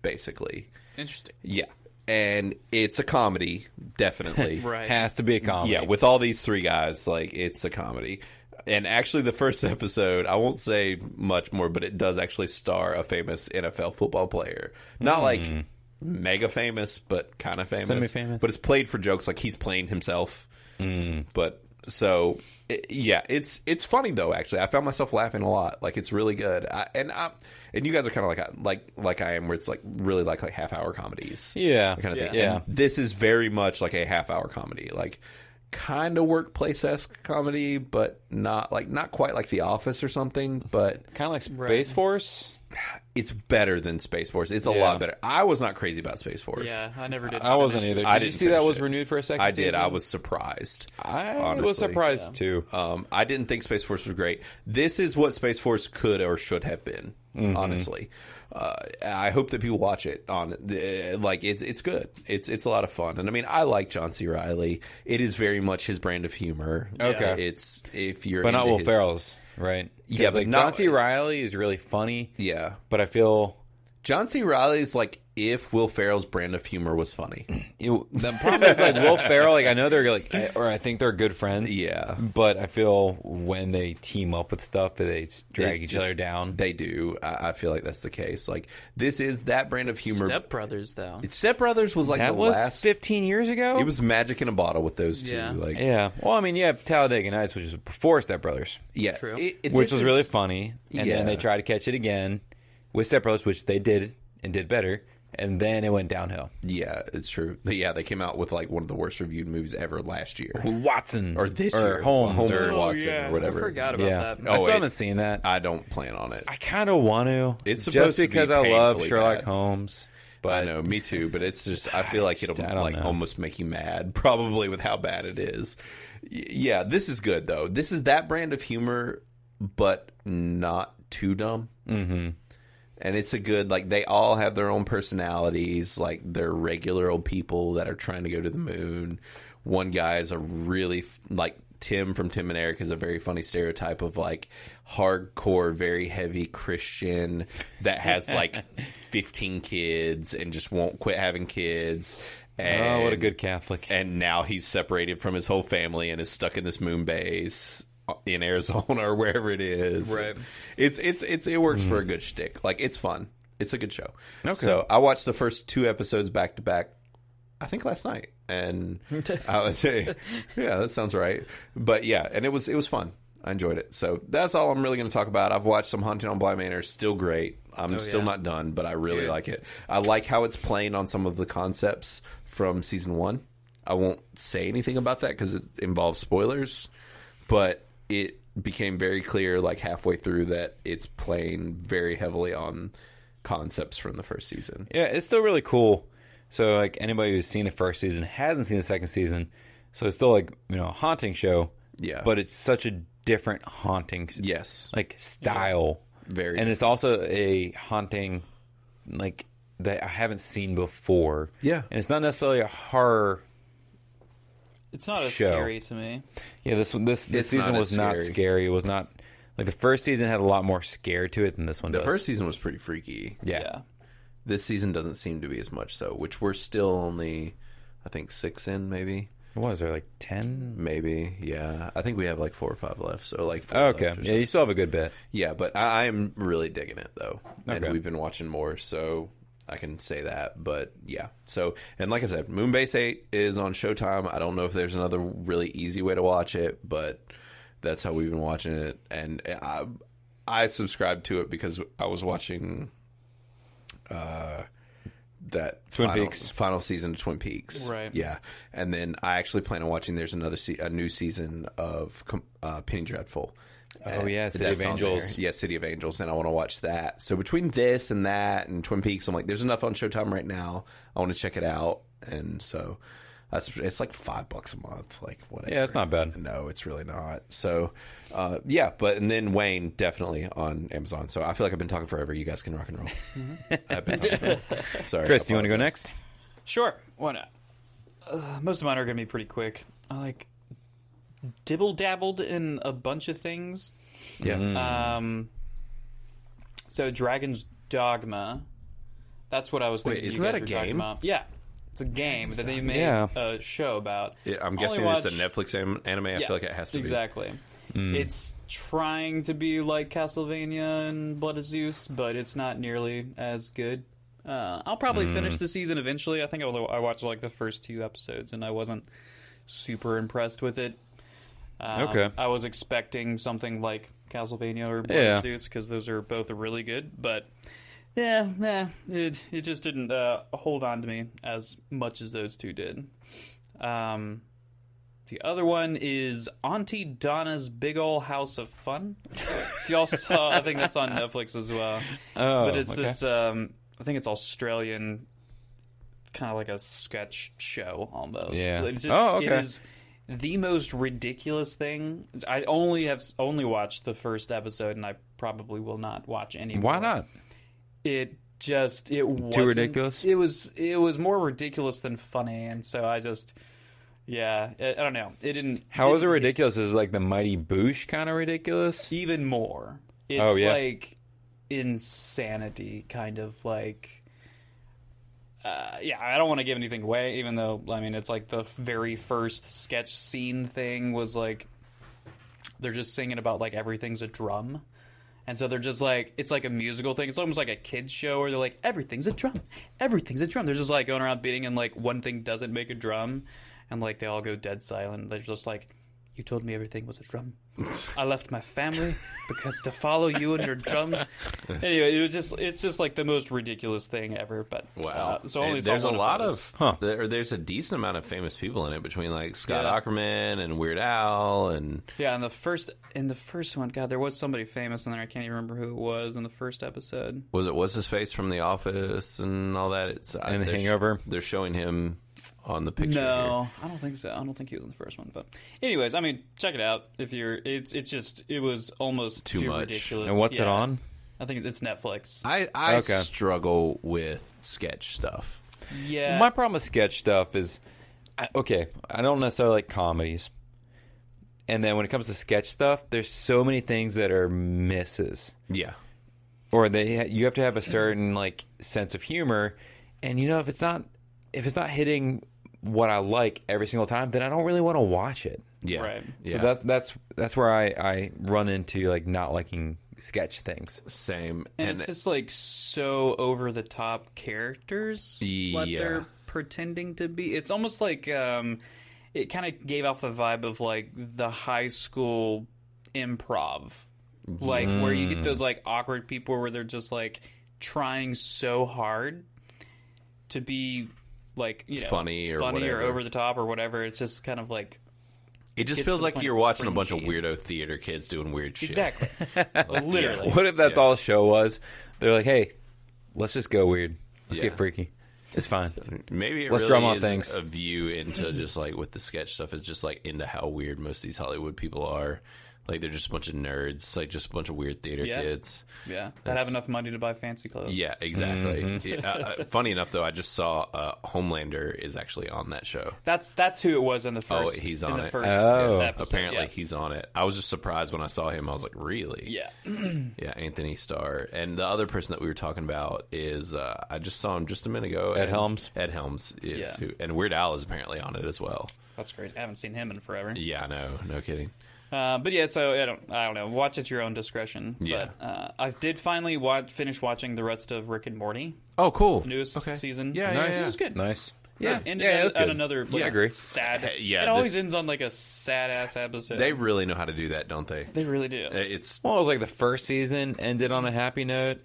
Speaker 1: basically.
Speaker 4: Interesting.
Speaker 1: Yeah. And it's a comedy, definitely.
Speaker 4: Right.
Speaker 3: Has to be a comedy.
Speaker 1: Yeah, with all these three guys, like it's a comedy. And actually the first [laughs] episode, I won't say much more, but it does actually star a famous NFL football player. Not like mega famous, but kind of famous.
Speaker 3: Semi-famous.
Speaker 1: But it's played for jokes like he's playing himself. But so it, yeah, it's it's funny though actually. I found myself laughing a lot. Like it's really good. I, and I and you guys are kind of like like like I am where it's like really like like half hour comedies
Speaker 3: Yeah.
Speaker 1: kind of thing.
Speaker 3: Yeah.
Speaker 1: And this is very much like a half hour comedy, like kind of workplace esque comedy, but not like not quite like The Office or something. But
Speaker 3: Kind of like Space Force.
Speaker 1: it's better than Space Force. It's a
Speaker 3: Yeah.
Speaker 1: lot better. I was not crazy about Space Force.
Speaker 4: Yeah, I never did.
Speaker 3: I wasn't either. Did
Speaker 1: I
Speaker 3: you
Speaker 1: didn't
Speaker 3: see that
Speaker 1: finish
Speaker 3: was
Speaker 1: it.
Speaker 3: renewed for a second?
Speaker 1: I did. I
Speaker 3: season?
Speaker 1: was surprised.
Speaker 3: I
Speaker 1: honestly.
Speaker 3: was surprised too.
Speaker 1: Um, I
Speaker 3: Mm-hmm.
Speaker 1: didn't think Space Force was great. This is what Space Force could or should have been, honestly. uh, I hope that people watch it on the, uh, like it's it's good. It's it's a lot of fun, and I mean I like John C. Riley. It is very much his brand of humor. Uh,
Speaker 3: Okay.
Speaker 1: it's if you're
Speaker 3: but not
Speaker 1: into
Speaker 3: Will
Speaker 1: his-
Speaker 3: Ferrell's, right? 'Cause,
Speaker 1: Yeah, but
Speaker 3: like John
Speaker 1: not-
Speaker 3: C. Riley is really funny,
Speaker 1: Yeah,
Speaker 3: but I feel
Speaker 1: John C. Riley is like if Will Ferrell's brand of humor was funny.
Speaker 3: you, the problem is like Will Ferrell. Like I know they're like, I- or I think they're good friends.
Speaker 1: Yeah.
Speaker 3: but I feel when they team up with stuff, that they drag
Speaker 1: It's
Speaker 3: each
Speaker 1: just-
Speaker 3: other down.
Speaker 1: They do. I, I feel like that's the case. Like this is that brand of humor.
Speaker 4: Step Brothers though.
Speaker 1: Step Brothers was like
Speaker 3: that
Speaker 1: the
Speaker 3: was
Speaker 1: last.
Speaker 3: 15 years ago.
Speaker 1: It was magic in a bottle with those two.
Speaker 4: Yeah.
Speaker 1: Like
Speaker 3: Yeah. Well, I mean, yeah, Talladega Nights, which was before Step Brothers,
Speaker 1: yeah,
Speaker 4: True.
Speaker 1: It- it-
Speaker 3: which
Speaker 1: this
Speaker 3: was
Speaker 1: is-
Speaker 3: really funny, and
Speaker 1: Yeah.
Speaker 3: then they tried to catch it again with Step Brothers, which they did and did better, and then it went downhill.
Speaker 1: Yeah, it's true. Yeah, they came out with like one of the worst reviewed movies ever last year.
Speaker 3: Watson
Speaker 1: Or this
Speaker 3: or
Speaker 1: year.
Speaker 3: Holmes,
Speaker 1: Holmes
Speaker 3: or,
Speaker 1: and Watson
Speaker 2: yeah.
Speaker 1: or whatever.
Speaker 4: Oh, I forgot about
Speaker 3: yeah.
Speaker 4: that.
Speaker 1: Oh,
Speaker 3: I still
Speaker 1: it-
Speaker 3: haven't seen that. I,
Speaker 1: I don't plan on it. I,
Speaker 3: kind of want to.
Speaker 1: It's supposed
Speaker 3: just
Speaker 1: to be
Speaker 3: because I love
Speaker 1: painfully
Speaker 3: Sherlock
Speaker 1: bad.
Speaker 3: Holmes, but
Speaker 1: know, me too, but it's just
Speaker 3: [sighs]
Speaker 1: I feel like it'll
Speaker 3: I don't
Speaker 1: like
Speaker 3: know.
Speaker 1: almost make you mad [laughs] probably with how bad it is. Y- Yeah, this is good though. This is that brand of humor but not too dumb.
Speaker 3: hmm
Speaker 1: and it's a good like they all have their own personalities like they're regular old people that are trying to go to the moon one guy is a really f- like tim from tim and eric is a very funny stereotype of like hardcore very heavy christian that has
Speaker 3: [laughs]
Speaker 1: like 15 kids and just won't quit having kids and
Speaker 3: oh, what a good Catholic.
Speaker 1: and now he's separated from his whole family and is stuck in this moon base in Arizona or wherever it is.
Speaker 4: Right.
Speaker 1: It's it's it's it works for a good shtick. Like it's fun. It's a good show.
Speaker 3: Okay.
Speaker 1: So I watched the first two episodes back to back. I think last night,
Speaker 4: [laughs]
Speaker 1: and I would say, yeah, that sounds right. But yeah, and it was it was fun. I enjoyed it. So that's all I'm really going to talk about. I've watched some Haunting on Bly Manor. Still great. I'm still
Speaker 4: Oh, yeah.
Speaker 1: not done, but I really like it. I like how it's playing on some of the concepts from season one. I won't say anything about that because it involves spoilers, but it became very clear like halfway through that it's playing very heavily on concepts from the first season.
Speaker 3: Yeah, it's still really cool. So like anybody who's seen the first season hasn't seen the second season, so it's still like you know a haunting show.
Speaker 1: Yeah.
Speaker 3: but it's such a different haunting s-
Speaker 1: Yes.
Speaker 3: like style.
Speaker 1: Very.
Speaker 3: and it's also a haunting like that I haven't seen before.
Speaker 1: Yeah.
Speaker 3: and it's not necessarily a horror.
Speaker 2: It's not as
Speaker 3: Show.
Speaker 2: scary to me.
Speaker 3: Yeah, this one this this
Speaker 1: It's
Speaker 3: season
Speaker 1: not as
Speaker 3: was not
Speaker 1: scary.
Speaker 3: scary. It was not like the first season had a lot more scare to it than this one
Speaker 1: The
Speaker 3: does.
Speaker 1: first season was pretty freaky.
Speaker 3: yeah.
Speaker 2: Yeah.
Speaker 1: This season doesn't seem to be as much so, which we're still only, I think, six in, maybe.
Speaker 3: what was there like ten?
Speaker 1: Maybe, yeah. I think we have like four or five left, so like four
Speaker 3: Oh, okay,
Speaker 1: left or
Speaker 3: yeah, you still have a good bit.
Speaker 1: Yeah, but I, I'm really digging it though, and
Speaker 3: Okay.
Speaker 1: we've been watching more, so I can say that. But yeah, so and like I said, Moonbase Eight is on Showtime. I don't know if there's another really easy way to watch it, but that's how we've been watching it. And I I subscribed to it because I was watching uh that
Speaker 3: Twin
Speaker 1: final,
Speaker 3: Peaks.
Speaker 1: final season of Twin Peaks,
Speaker 2: Right.
Speaker 1: Yeah, and then I actually plan on watching. There's another se- a new season of com- uh, Penny Dreadful.
Speaker 3: Oh yeah, City
Speaker 1: That's
Speaker 3: of
Speaker 1: on there.
Speaker 3: Angels.
Speaker 1: Yeah, City of Angels, and I want to watch that. So between this and that and Twin Peaks, I'm like, there's enough on Showtime right now. I want to check it out, and so that's it's like five bucks a month, like whatever.
Speaker 3: Yeah, it's not bad.
Speaker 1: No, it's really not. So, uh, yeah, but and then Wayne definitely on Amazon. So I feel like I've been talking forever. You guys can rock and roll. I've been talking forever.
Speaker 3: [laughs]
Speaker 1: Sorry,
Speaker 3: Mm-hmm. Chris, do you want to go next?
Speaker 2: Sure. Why not? Uh, most of mine are going to be pretty quick. I like dibble dabbled in a bunch of things.
Speaker 1: Yeah, Mm.
Speaker 3: Mm-hmm.
Speaker 2: Um, so Dragon's Dogma. That's what I was thinking.
Speaker 1: isn't
Speaker 2: you guys
Speaker 1: that a
Speaker 2: were talking
Speaker 1: game?
Speaker 2: About. Yeah, it's a game that they made
Speaker 3: Yeah.
Speaker 2: a show about.
Speaker 1: Yeah, I'm
Speaker 2: Only
Speaker 1: guessing
Speaker 2: watch-
Speaker 1: it's a Netflix am- anime. I
Speaker 2: Yeah,
Speaker 1: feel like it has to Mm.
Speaker 2: exactly. It's trying to be like Castlevania and Blood of Zeus, but it's not nearly as good. Uh, I'll probably
Speaker 1: Mm.
Speaker 2: finish the season eventually. I think I, I watched like the first two episodes, and I wasn't super impressed with it. Um,
Speaker 3: Okay.
Speaker 2: I was expecting something like Castlevania or Blood
Speaker 3: Yeah.
Speaker 2: of Zeus because those are both really good, but yeah, nah, it it just didn't uh, hold on to me as much as those two did. Um, the other one is Auntie Donna's Big Ol' House of Fun. if y'all saw, I think that's on Netflix as well.
Speaker 3: Oh,
Speaker 2: but it's
Speaker 3: okay.
Speaker 2: this, um, I think it's Australian, kind of like a sketch show almost.
Speaker 3: Yeah.
Speaker 2: It's just,
Speaker 3: Oh,
Speaker 2: It
Speaker 3: okay.
Speaker 2: is the most ridiculous thing. I only have only watched the first episode, and I probably will not watch any.
Speaker 3: Why
Speaker 2: more
Speaker 3: not?
Speaker 2: it just it wasn't-
Speaker 3: ridiculous?
Speaker 2: It was it was more ridiculous than funny, and so I just yeah I, I don't know. It didn't.
Speaker 3: How
Speaker 2: it
Speaker 3: is it ridiculous? Is it like the Mighty Boosh kind of ridiculous?
Speaker 2: even more. It's
Speaker 3: Oh, yeah.
Speaker 2: like insanity, kind of like. Uh, yeah, I don't want to give anything away, even though I mean it's like the very first sketch scene thing was like they're just singing about like everything's a drum. And so they're just like it's like a musical thing. It's almost like a kids show where they're like everything's a drum, everything's a drum. They're just like going around beating and like one thing doesn't make a drum, and like they all go dead silent. They're just like, "You told me everything was a drum. I left my family because to follow you and
Speaker 1: [laughs]
Speaker 2: your drums." Anyway, it was just it's just like the most ridiculous thing ever. But
Speaker 1: Wow.
Speaker 2: uh, so I only
Speaker 1: And
Speaker 2: saw
Speaker 1: there's a
Speaker 2: one
Speaker 1: lot
Speaker 2: those.
Speaker 1: of,
Speaker 3: Huh.
Speaker 1: there, or there's a decent amount of famous people in it between like Scott
Speaker 2: Yeah.
Speaker 1: Ackerman and Weird Al and
Speaker 2: yeah. In the first in the first one, God, there was somebody famous in there. I can't even remember who it was in the first episode.
Speaker 1: was it was his face from The Office and all that. It's uh,
Speaker 3: And
Speaker 1: they're sh-
Speaker 3: Hangover?
Speaker 1: They're showing him on the picture. here.
Speaker 2: No, I don't think so. I don't think he was in the first one. But anyways, I mean, check it out if you're. It's it's just it was almost
Speaker 1: Too
Speaker 2: too,
Speaker 1: much.
Speaker 2: ridiculous.
Speaker 3: And what's it
Speaker 2: Yeah.
Speaker 3: on?
Speaker 2: I think it's Netflix.
Speaker 1: I I
Speaker 3: Okay.
Speaker 1: struggle with sketch stuff.
Speaker 2: Yeah,
Speaker 3: My problem with sketch stuff is, I, okay, I don't necessarily like comedies, and then when it comes to sketch stuff, there's so many things that are misses,
Speaker 1: Yeah.
Speaker 3: or they you have to have a certain like sense of humor, and you know if it's not if it's not hitting what I like every single time, then I don't really want to watch it.
Speaker 1: Yeah.
Speaker 2: Right. So
Speaker 1: Yeah.
Speaker 3: So that that's that's where I I run into like not liking sketch [laughs] things.
Speaker 1: Same.
Speaker 2: and, it's just like so over the top characters. What
Speaker 1: Yeah.
Speaker 2: they're pretending to be. It's almost like um, it kind of gave off the vibe of like the high school improv, like where you
Speaker 1: Mm.
Speaker 2: get those like awkward people where they're just like trying so hard to be like you know
Speaker 1: Funny or
Speaker 2: funny
Speaker 1: whatever.
Speaker 2: or over the top or whatever. It's just kind of like
Speaker 1: it just
Speaker 2: gets
Speaker 1: feels
Speaker 2: to the
Speaker 1: like
Speaker 2: point
Speaker 1: you're
Speaker 2: of
Speaker 1: watching a bunch of
Speaker 2: cringy.
Speaker 1: weirdo theater kids doing weird shit.
Speaker 2: exactly,
Speaker 1: [laughs]
Speaker 2: literally.
Speaker 3: What if that's all the show was? They're like, hey, let's just go weird. Let's
Speaker 1: Yeah.
Speaker 3: get freaky. It's fine.
Speaker 1: Maybe it
Speaker 3: Let's
Speaker 1: really
Speaker 3: drum up
Speaker 1: is
Speaker 3: things.
Speaker 1: a view into just like with the sketch stuff is just like into how weird most of these Hollywood people are. Like they're just a bunch of nerds, like just a bunch of weird theater
Speaker 2: Yeah.
Speaker 1: kids.
Speaker 2: Yeah, that have enough money to buy fancy clothes.
Speaker 1: Yeah, exactly.
Speaker 3: Mm-hmm.
Speaker 1: Yeah, uh, uh, funny enough, though, I just saw uh, Homelander is actually on that show.
Speaker 2: That's that's who it was in the
Speaker 1: Oh,
Speaker 2: first.
Speaker 1: he's
Speaker 2: in
Speaker 1: on
Speaker 2: the
Speaker 1: it.
Speaker 2: First
Speaker 3: Oh.
Speaker 2: episode.
Speaker 1: Apparently,
Speaker 2: yeah.
Speaker 1: he's on it. I was just surprised when I saw him. I was like, really?
Speaker 2: Yeah.
Speaker 1: Yeah, Anthony Starr. And the other person that we were talking about is uh, I just saw him just a minute ago.
Speaker 3: Ed
Speaker 1: and-
Speaker 3: Helms?
Speaker 1: Ed Helms is
Speaker 2: Yeah.
Speaker 1: who, and Weird Al is apparently on it as well.
Speaker 2: that's great. I haven't seen him in forever.
Speaker 1: Yeah, I know. No kidding.
Speaker 2: Uh, but yeah, so I don't, I don't know. Watch at your own discretion.
Speaker 1: Yeah.
Speaker 2: But, uh, I did finally watch, finish watching the rest of Rick and Morty
Speaker 1: Oh, cool.
Speaker 2: newest season.
Speaker 1: Yeah,
Speaker 3: Nice.
Speaker 1: yeah, yeah.
Speaker 2: It was good.
Speaker 3: Nice. Yeah.
Speaker 2: Ended
Speaker 3: yeah, it was
Speaker 2: on, on
Speaker 3: good.
Speaker 2: another. Like,
Speaker 3: Yeah, I agree.
Speaker 2: Sad.
Speaker 1: Yeah,
Speaker 2: It always
Speaker 1: this-
Speaker 2: ends on like a sad ass episode.
Speaker 1: They really know how to do that, don't they?
Speaker 2: they really do. [laughs]
Speaker 1: It's
Speaker 3: Well, it was like the first season ended on a happy note.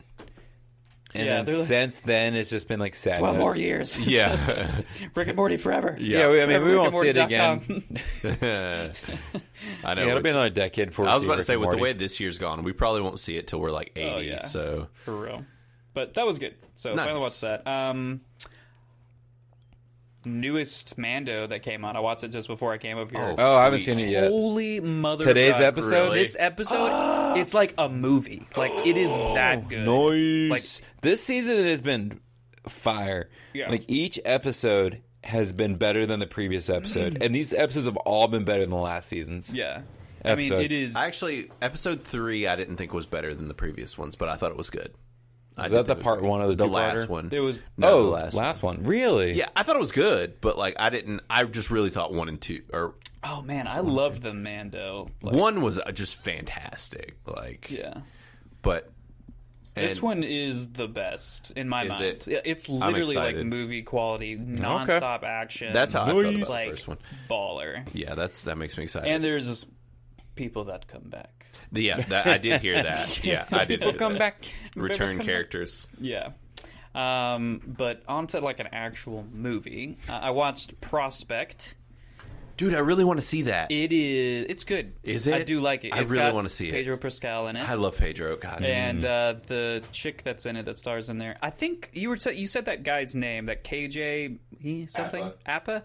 Speaker 3: And
Speaker 2: Yeah,
Speaker 3: then
Speaker 2: they're like-
Speaker 3: since then, it's just been like sad
Speaker 2: Twelve
Speaker 3: notes.
Speaker 2: more
Speaker 3: [laughs]
Speaker 2: years.
Speaker 1: yeah.
Speaker 2: Rick and Morty forever.
Speaker 3: Yeah, we, I mean,
Speaker 2: Forever
Speaker 3: we
Speaker 2: Rick
Speaker 3: won't
Speaker 2: and
Speaker 3: see it
Speaker 2: Morty.com.
Speaker 3: again.
Speaker 1: [laughs]
Speaker 2: [laughs]
Speaker 1: I know.
Speaker 3: Yeah, it'll
Speaker 1: which-
Speaker 3: be another decade before we
Speaker 1: I was
Speaker 3: see
Speaker 1: about to
Speaker 3: Rick
Speaker 1: say,
Speaker 3: and
Speaker 1: with the
Speaker 3: Morty.
Speaker 1: way this year's gone, we probably won't see it till we're like 80.
Speaker 2: Oh, yeah.
Speaker 1: So,
Speaker 2: for real. But that was good. So
Speaker 1: Nice.
Speaker 2: finally watched that. Um, newest Mando that came out. I watched it just before I came up here.
Speaker 1: Oh,
Speaker 3: Oh, I haven't
Speaker 1: Sweet.
Speaker 3: seen it yet.
Speaker 2: Holy mother!
Speaker 3: Today's
Speaker 2: of God,
Speaker 3: episode?
Speaker 2: bro. This episode, [gasps] it's like a movie. Like it is that good.
Speaker 3: Nice. this season has been fire.
Speaker 2: Yeah.
Speaker 3: Like each episode has been better than the previous episode,
Speaker 2: Mm.
Speaker 3: and these episodes have all been better than the last seasons.
Speaker 2: Yeah. I mean, it
Speaker 3: Episodes.
Speaker 2: is.
Speaker 1: I actually, episode three, I didn't think was better than the previous ones, but I thought it was good. I
Speaker 3: Is
Speaker 1: did
Speaker 3: that the
Speaker 1: think it was
Speaker 3: part
Speaker 1: good.
Speaker 3: one of the
Speaker 1: The
Speaker 3: Deep
Speaker 1: last
Speaker 3: Water?
Speaker 1: one.
Speaker 2: it was.
Speaker 1: No,
Speaker 3: oh,
Speaker 1: the last
Speaker 3: last, one. Really?
Speaker 1: Yeah, I thought it was good, but like I didn't. I just really thought one and two, or
Speaker 2: Oh man, I love the Mando. Like,
Speaker 1: one was uh, just fantastic. Like,
Speaker 2: yeah.
Speaker 1: but and
Speaker 2: This one is the best in my
Speaker 1: Is
Speaker 2: mind.
Speaker 1: it?
Speaker 2: Yeah, It's literally like
Speaker 1: excited.
Speaker 2: movie quality, nonstop action.
Speaker 1: That's how I felt about the
Speaker 2: like,
Speaker 1: first one.
Speaker 2: Baller.
Speaker 1: Yeah, that's that makes me excited.
Speaker 2: And there's this people that come back.
Speaker 3: [laughs]
Speaker 1: yeah, that, I did hear that. Yeah, I did.
Speaker 3: We'll
Speaker 1: hear
Speaker 3: come
Speaker 1: that.
Speaker 3: back.
Speaker 1: Return characters.
Speaker 2: Yeah. Um, but onto like an actual movie. Uh, I watched Prospect.
Speaker 1: Dude, I really want to see that.
Speaker 2: It is. It's good.
Speaker 1: Is
Speaker 2: I
Speaker 1: it?
Speaker 2: do like it.
Speaker 1: I
Speaker 2: It's
Speaker 1: really
Speaker 2: got
Speaker 1: wanna see it.
Speaker 2: Pedro Pascal in it.
Speaker 1: I mm. love Pedro. God,
Speaker 2: and uh, the chick that's in it that stars in there, I think you were sa- you said that guy's name, that KJ he something Appa.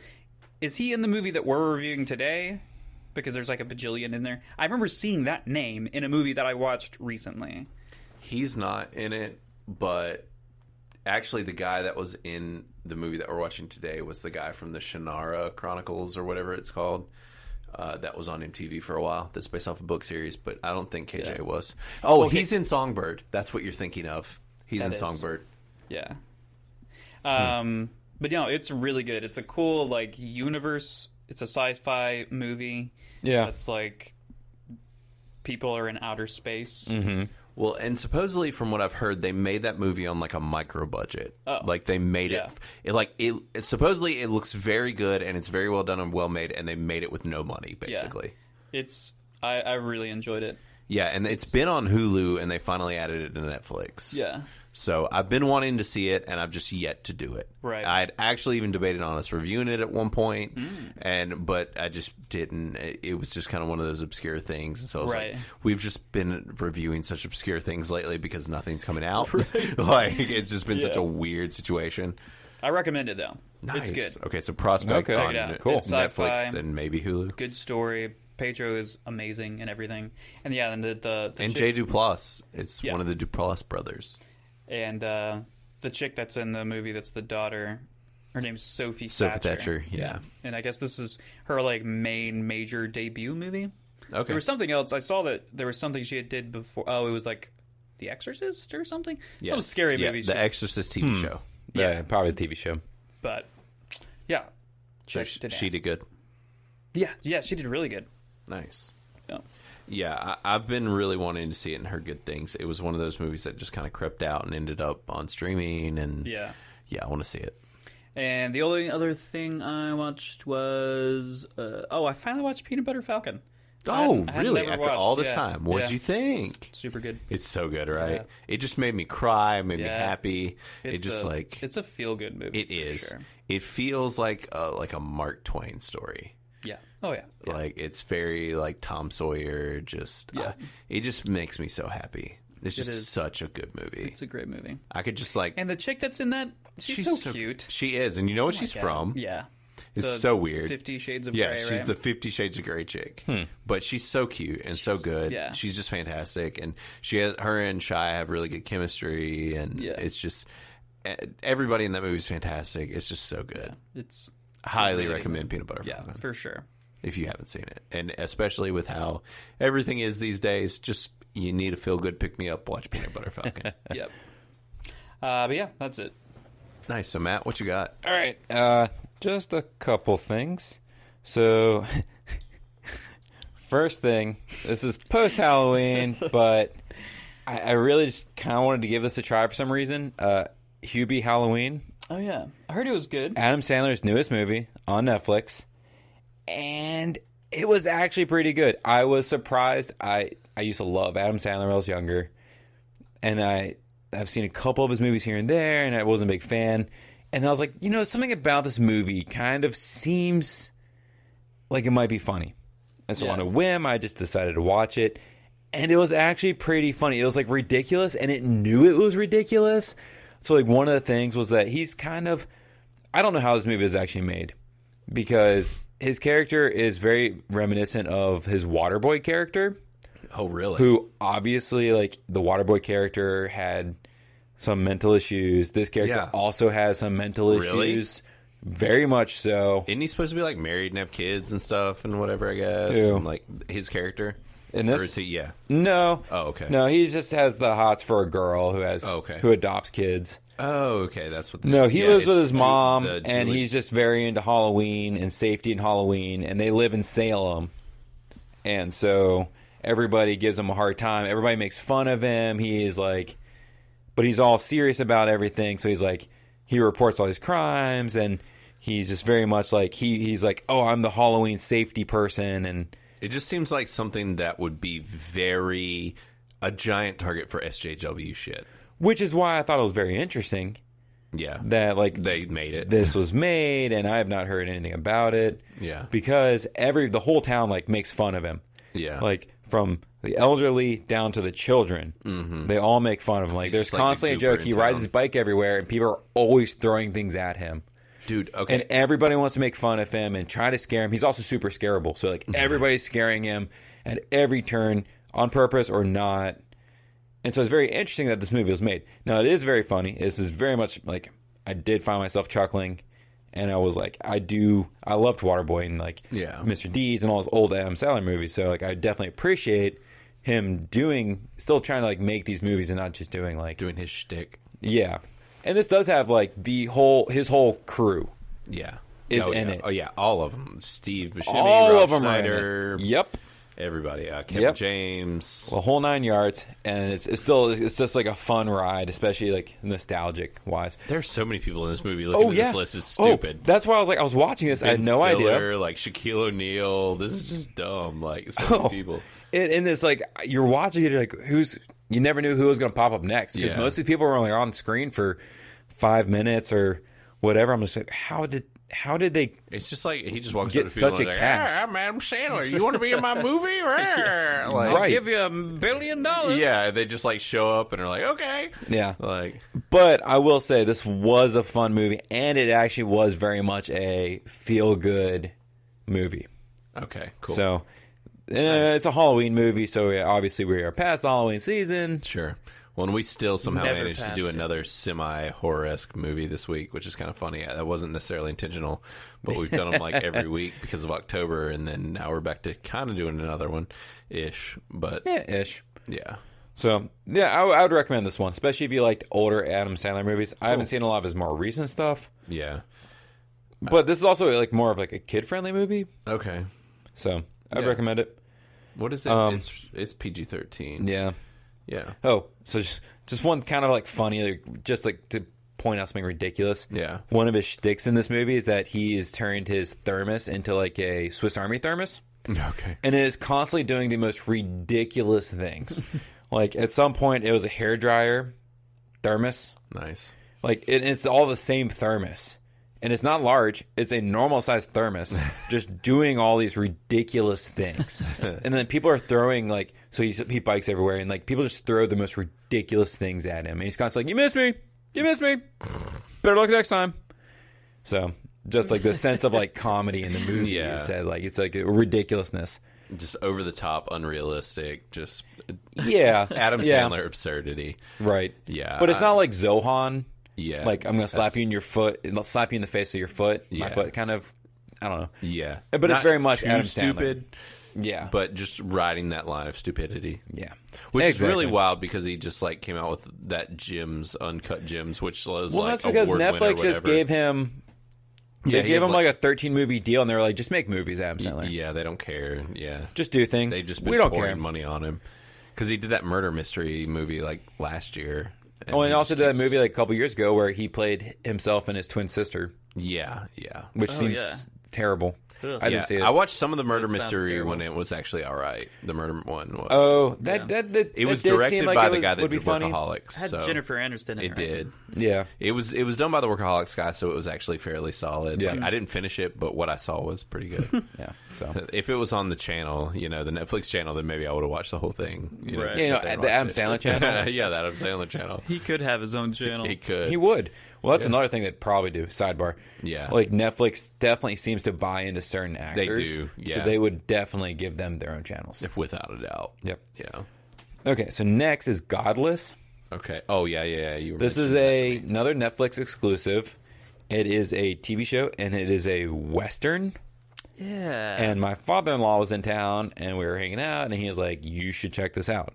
Speaker 2: Is he in the movie that we're reviewing today? Because there's like a bajillion in there. I remember seeing that name in a movie that I watched recently.
Speaker 1: he's not in it, but actually the guy that was in the movie that we're watching today was the guy from the Shannara Chronicles or whatever it's called. Uh, that was on MTV for a while. That's based off a book series, but I don't think KJ was. Oh, he's in Songbird. That's what you're thinking of. He's in
Speaker 2: is.
Speaker 1: Songbird.
Speaker 2: Yeah.
Speaker 1: Hmm.
Speaker 2: Um, but you know, it's really good. It's a cool like universe. It's a sci-fi movie.
Speaker 3: Yeah.
Speaker 2: It's like people are in outer space.
Speaker 1: Mm-hmm. Well, and supposedly from what I've heard, they made that movie on like a micro budget.
Speaker 2: Oh.
Speaker 1: Like they made
Speaker 2: Yeah.
Speaker 1: it, it like it, it- Supposedly, it looks very good and it's very well done and well made, and they made it with no money, basically.
Speaker 2: It's I, I really enjoyed it.
Speaker 1: Yeah, and it's been on Hulu, and they finally added it to Netflix.
Speaker 2: Yeah.
Speaker 1: So I've been wanting to see it, and I've just yet to do it.
Speaker 2: Right.
Speaker 1: I had actually even debated on us reviewing it at one point,
Speaker 2: Mm.
Speaker 1: and but I just didn't. It, it was just kind of one of those obscure things, and so I was
Speaker 2: Right.
Speaker 1: like, we've just been reviewing such obscure things lately because nothing's coming
Speaker 2: [laughs]
Speaker 1: out. [laughs] like it's just been such
Speaker 2: Yeah.
Speaker 1: a weird situation.
Speaker 2: I recommend it though.
Speaker 1: Nice.
Speaker 2: It's good.
Speaker 1: Okay, so prospect
Speaker 3: Okay. Check
Speaker 1: on
Speaker 2: it out.
Speaker 1: cool.
Speaker 2: It's sci-fi.
Speaker 1: Netflix and maybe Hulu
Speaker 2: Good story. Pedro is amazing and everything. And yeah, and the the, the
Speaker 1: and
Speaker 2: chick,
Speaker 1: Jay Duplass. It's
Speaker 2: Yeah.
Speaker 1: one of the Duplass brothers.
Speaker 2: and uh, the chick that's in the movie that's the daughter. Her name's Sophie
Speaker 1: Sophie
Speaker 2: Thatcher.
Speaker 1: Thatcher, yeah.
Speaker 2: And I guess this is her like main major debut movie.
Speaker 1: Okay.
Speaker 2: There was something else. I saw that there was something she had did before. Oh, it was like The Exorcist or something. Some
Speaker 1: Yes.
Speaker 2: scary
Speaker 1: Yeah,
Speaker 2: movie.
Speaker 1: The
Speaker 2: she-
Speaker 1: Exorcist TV show.
Speaker 3: Yeah, probably the TV show.
Speaker 2: but yeah,
Speaker 1: So
Speaker 2: Check
Speaker 1: sh-
Speaker 2: it
Speaker 1: she
Speaker 2: out.
Speaker 1: did good.
Speaker 2: yeah, yeah. She did really good.
Speaker 1: Nice.
Speaker 2: Yeah.
Speaker 1: Yeah, I, I've been really wanting to see it and heard good things. It was one of those movies that just kind of crept out and ended up on streaming, and
Speaker 2: Yeah.
Speaker 1: yeah, I want to see it.
Speaker 2: And the only other thing I watched was uh, oh, I finally watched Peanut Butter Falcon. I
Speaker 1: Oh,
Speaker 2: hadn't- I hadn't
Speaker 1: really?
Speaker 2: ever
Speaker 1: After
Speaker 2: watched-
Speaker 1: all this
Speaker 2: yeah,
Speaker 1: time, what'd
Speaker 2: yeah.
Speaker 1: you think?
Speaker 2: Super good.
Speaker 1: It's so good, right? It just made me cry, made me
Speaker 2: Yeah.
Speaker 1: happy. it
Speaker 2: It's
Speaker 1: just
Speaker 2: a-
Speaker 1: like
Speaker 2: it's a feel good movie.
Speaker 1: it
Speaker 2: for
Speaker 1: is.
Speaker 2: sure.
Speaker 1: It feels like a, like a Mark Twain story.
Speaker 2: Yeah. Oh yeah.
Speaker 1: Like it's very like Tom Sawyer. Just yeah. it just makes me so happy. It's just
Speaker 2: is.
Speaker 1: such a good movie.
Speaker 2: It's a great movie.
Speaker 1: I could just like
Speaker 2: And the chick that's in that, she's, so, cute.
Speaker 1: She is, and you know what she's
Speaker 2: Yeah.
Speaker 1: from.
Speaker 2: Yeah.
Speaker 1: It's
Speaker 2: The
Speaker 1: so weird.
Speaker 2: Fifty Shades of
Speaker 1: yeah,
Speaker 2: Grey.
Speaker 1: she's
Speaker 2: right?
Speaker 1: the Fifty Shades of Grey chick, but she's so cute and so good.
Speaker 2: yeah.
Speaker 1: she's just fantastic, and she has her and Shia have really good chemistry, and
Speaker 2: Yeah.
Speaker 1: it's just e- everybody in that movie is fantastic. It's just so good.
Speaker 2: It's
Speaker 1: Highly recommend Peanut Butter
Speaker 2: yeah,
Speaker 1: Falcon
Speaker 2: for
Speaker 1: [laughs]
Speaker 2: sure.
Speaker 1: if you haven't seen it, and especially with how everything is these days. Just you need a feel good pick me up. Watch Peanut Butter Falcon.
Speaker 2: Yep. Uh, but yeah, that's it.
Speaker 1: nice. So Matt, what you got?
Speaker 3: All right, uh, just a couple things. So, [laughs] first thing, this is post Halloween, but I, I really just kind of wanted to give this a try for some reason. Uh, Hubie Halloween,
Speaker 2: Oh yeah, I heard it was good.
Speaker 3: Adam Sandler's newest movie on Netflix, and it was actually pretty good. I was surprised. I I used to love Adam Sandler when I was younger, and I I've seen a couple of his movies here and there, and I wasn't a big fan. And I was like, you know, something about this movie kind of seems like it might be funny. And so
Speaker 2: Yeah.
Speaker 3: on a whim, I just decided to watch it. And it was actually pretty funny. It was like ridiculous, and it knew it was ridiculous. So, like, one of the things was that he's kind of. I don't know how this movie is actually made because his character is very reminiscent of his Waterboy character,
Speaker 1: Oh, really?
Speaker 3: who obviously, like, the Waterboy character had some mental issues. This character
Speaker 1: Yeah.
Speaker 3: also has some mental
Speaker 1: Really?
Speaker 3: issues. Very much so.
Speaker 1: Isn't he supposed to be like married and have kids and stuff and whatever? I guess
Speaker 3: Who?
Speaker 1: And, like his character.
Speaker 3: In
Speaker 1: Or
Speaker 3: this,
Speaker 1: is he? Yeah.
Speaker 3: No.
Speaker 1: Oh, okay.
Speaker 3: No, he just has the hots for a girl who has
Speaker 1: Oh, okay.
Speaker 3: who adopts kids.
Speaker 1: Oh, okay. That's what.
Speaker 3: No, he
Speaker 1: yeah,
Speaker 3: lives with
Speaker 1: it's
Speaker 3: his
Speaker 1: Ju-
Speaker 3: mom,
Speaker 1: the
Speaker 3: and
Speaker 1: Julie-
Speaker 3: he's just very into Halloween and safety and Halloween, and they live in Salem, and so everybody gives him a hard time. Everybody makes fun of him. He is like, but he's all serious about everything. So he's like, he reports all his crimes, and he's just very much like he he's like, oh, I'm the Halloween safety person, and
Speaker 1: It just seems like something that would be very a giant target for SJW shit.
Speaker 3: which is why I thought it was very interesting
Speaker 1: Yeah.
Speaker 3: that like
Speaker 1: they made it.
Speaker 3: this was made and I have not heard anything about it.
Speaker 1: Yeah.
Speaker 3: Because every the whole town like makes fun of him.
Speaker 1: yeah.
Speaker 3: Like from the elderly down to the children. Mm-hmm. They all make fun of him. Like there's
Speaker 1: just like the
Speaker 3: constantly a
Speaker 1: goober
Speaker 3: joke.
Speaker 1: in
Speaker 3: He rides
Speaker 1: town.
Speaker 3: his bike everywhere and people are always throwing things at him.
Speaker 1: dude. Okay.
Speaker 3: And everybody wants to make fun of him and try to scare him. He's also super
Speaker 1: [laughs]
Speaker 3: scarable. So like everybody's scaring him at every turn on purpose or not. And so it's very interesting that this movie was made. Now it is very funny. This is very much like I did find myself chuckling, and I was like, I do. I loved Waterboy and like
Speaker 1: Yeah.
Speaker 3: Mr. Deeds and all his old Adam Sandler movies. So like I definitely appreciate him doing, still trying to like make these movies and not just doing like
Speaker 1: doing his shtick.
Speaker 3: yeah. And this does have like the whole his whole crew.
Speaker 1: Yeah,
Speaker 3: Is
Speaker 1: oh,
Speaker 3: in
Speaker 1: yeah.
Speaker 3: it.
Speaker 1: Oh yeah, all of them. Steve Buscemi,
Speaker 3: all
Speaker 1: Rob
Speaker 3: of them
Speaker 1: Schneider,
Speaker 3: are in it. Yep.
Speaker 1: everybody. Uh, Kevin
Speaker 3: Yep.
Speaker 1: James.
Speaker 3: the whole nine yards, and it's, it's still it's just like a fun ride, especially like nostalgic wise.
Speaker 1: There's so many people in this movie. Looking at this list is
Speaker 3: Oh,
Speaker 1: stupid.
Speaker 3: that's why I was like, I was watching this, I had
Speaker 1: Ben
Speaker 3: no idea.
Speaker 1: Stiller, Like Shaquille O'Neal. This is just dumb. Like so many
Speaker 3: Oh.
Speaker 1: people.
Speaker 3: And, and it's like you're watching it, you're like who's you never knew who was going to pop up next because
Speaker 1: Yeah.
Speaker 3: most of the people were only on screen for five minutes or whatever. I'm just like, how did how did they?
Speaker 1: It's just like he just walks
Speaker 3: Get
Speaker 1: up to people
Speaker 3: such
Speaker 1: and
Speaker 3: a
Speaker 1: like,
Speaker 3: cast.
Speaker 1: "Hey, I'm Adam Sandler. You want to be in my
Speaker 3: [laughs]
Speaker 1: movie? Rare." Like,
Speaker 4: I'll
Speaker 3: Right.
Speaker 4: give you a billion dollars.
Speaker 1: Yeah, they just like show up and are like, "Okay."
Speaker 3: Yeah,
Speaker 1: Like
Speaker 3: But I will say this was a fun movie, and it actually was very much a feel good movie.
Speaker 1: okay, cool.
Speaker 3: So uh, it's a Halloween movie, so yeah, obviously we are past the Halloween season.
Speaker 1: Sure. Well, and we still somehow
Speaker 4: Never
Speaker 1: managed to
Speaker 4: passed
Speaker 1: do
Speaker 4: it.
Speaker 1: another semi horror esque movie this week, which is kind of funny. Uh, That wasn't necessarily intentional, but we've done them like
Speaker 3: [laughs]
Speaker 1: every week because of October, and then now we're back to kind of doing another one ish. But
Speaker 3: Yeah, ish.
Speaker 1: yeah,
Speaker 3: So yeah, I, I would recommend this one, especially if you liked older Adam Sandler movies. I haven't seen a lot of his more recent stuff,
Speaker 1: yeah.
Speaker 3: but this is also like more of like a kid friendly movie.
Speaker 1: Okay.
Speaker 3: So I'd
Speaker 1: Yeah.
Speaker 3: recommend it.
Speaker 1: What is it?
Speaker 3: Um,
Speaker 1: it's it's PG thirteen.
Speaker 3: Yeah.
Speaker 1: Yeah.
Speaker 3: [laughs] Oh, so just, just one kind of like funny, like, just like to point out something ridiculous.
Speaker 1: Yeah.
Speaker 3: One of his shticks in this movie is that he has turned his thermos into like a Swiss Army thermos.
Speaker 1: Okay.
Speaker 3: and it is constantly doing the most ridiculous things. like at some point, it was a hair dryer, thermos.
Speaker 1: Nice.
Speaker 3: Like it, it's all the same thermos, and it's not large. It's a normal sized thermos, just doing all these ridiculous things. and then people are throwing like so he he bikes everywhere, and like people just throw the most ridiculous things at him, and he's constantly like, "You missed me, you missed me, better luck next time." So. Just like the sense of like comedy in the movie,
Speaker 1: Yeah.
Speaker 3: you said like it's like a ridiculousness.
Speaker 1: Just over the top, unrealistic. Just
Speaker 3: Yeah,
Speaker 1: [laughs] Adam
Speaker 3: yeah,
Speaker 1: Sandler absurdity.
Speaker 3: right?
Speaker 1: Yeah,
Speaker 3: but it's
Speaker 1: I-
Speaker 3: not like Zohan.
Speaker 1: Yeah.
Speaker 3: Like um, I'm gonna slap you in your foot, slap you in the face with your foot,
Speaker 1: Yeah.
Speaker 3: my foot, kind of. I don't know.
Speaker 1: Yeah.
Speaker 3: But it's
Speaker 1: Not
Speaker 3: very much
Speaker 1: too
Speaker 3: Adam Sandler.
Speaker 1: stupid,
Speaker 3: Yeah,
Speaker 1: but just riding that line of stupidity.
Speaker 3: yeah,
Speaker 1: Which is
Speaker 3: Exactly.
Speaker 1: really wild because he just like came out with that Jim's uncut Jim's, which was
Speaker 3: Well,
Speaker 1: like
Speaker 3: that's because
Speaker 1: award winner or
Speaker 3: Netflix just
Speaker 1: whatever.
Speaker 3: gave him. They
Speaker 1: Yeah, he
Speaker 3: gave
Speaker 1: has,
Speaker 3: him like, a 13 movie deal, and they were like, "Just make movies, Adam Sandler.
Speaker 1: yeah, they don't care. Yeah,
Speaker 3: Just do things.
Speaker 1: they've just been
Speaker 3: we don't
Speaker 1: pouring
Speaker 3: care."
Speaker 1: money on him because he did that murder mystery movie like last year.
Speaker 3: Oh, and
Speaker 1: he
Speaker 3: he also
Speaker 1: just
Speaker 3: did that
Speaker 1: keeps-
Speaker 3: movie like a couple years ago where he played himself and his twin sister,
Speaker 1: Yeah, yeah.
Speaker 3: which seems
Speaker 4: yeah.
Speaker 3: terrible. I
Speaker 1: Yeah,
Speaker 3: didn't see it.
Speaker 1: I watched some of the murder
Speaker 4: That sounds
Speaker 1: mystery
Speaker 4: terrible.
Speaker 1: when it was actually all right. The murder one was.
Speaker 3: oh, that that, that
Speaker 1: it was
Speaker 3: that did
Speaker 1: directed
Speaker 3: seem like
Speaker 1: by
Speaker 3: it
Speaker 1: the
Speaker 3: was-
Speaker 1: guy that
Speaker 3: would be
Speaker 1: did
Speaker 3: funny.
Speaker 1: Workaholics.
Speaker 4: Had
Speaker 1: so
Speaker 4: Jennifer Aniston in
Speaker 1: it
Speaker 4: it. right?
Speaker 1: did.
Speaker 3: Yeah,
Speaker 1: It was it was done by the Workaholics guy, so it was actually fairly solid.
Speaker 3: Yeah.
Speaker 1: Like, I didn't finish it, but what I saw was pretty
Speaker 3: [laughs]
Speaker 1: good.
Speaker 3: yeah. So
Speaker 1: if it was on the channel, you know, the Netflix channel, then maybe I would have watched the whole thing. You know,
Speaker 4: Right.
Speaker 1: just
Speaker 3: Yeah, you know,
Speaker 1: sit there and
Speaker 3: the
Speaker 1: watch
Speaker 3: Adam
Speaker 1: it.
Speaker 3: Sandler
Speaker 1: [laughs]
Speaker 3: channel.
Speaker 1: yeah, the Adam Sandler channel.
Speaker 4: He could have his own channel.
Speaker 1: He could.
Speaker 3: He would. Well, that's another thing that probably do. Sidebar.
Speaker 1: Yeah.
Speaker 3: Like Netflix definitely seems to buy into certain actors.
Speaker 1: do, yeah.
Speaker 3: So they would definitely give them their own channels.
Speaker 1: if without a doubt.
Speaker 3: Yep.
Speaker 1: Yeah.
Speaker 3: Okay, so next is Godless.
Speaker 1: Okay. Oh yeah, yeah, yeah. You were
Speaker 3: This is a another Netflix exclusive. It is a TV show and it is a western.
Speaker 4: yeah.
Speaker 3: And my father-in-law was in town and we were hanging out and he was like, "You should check this out."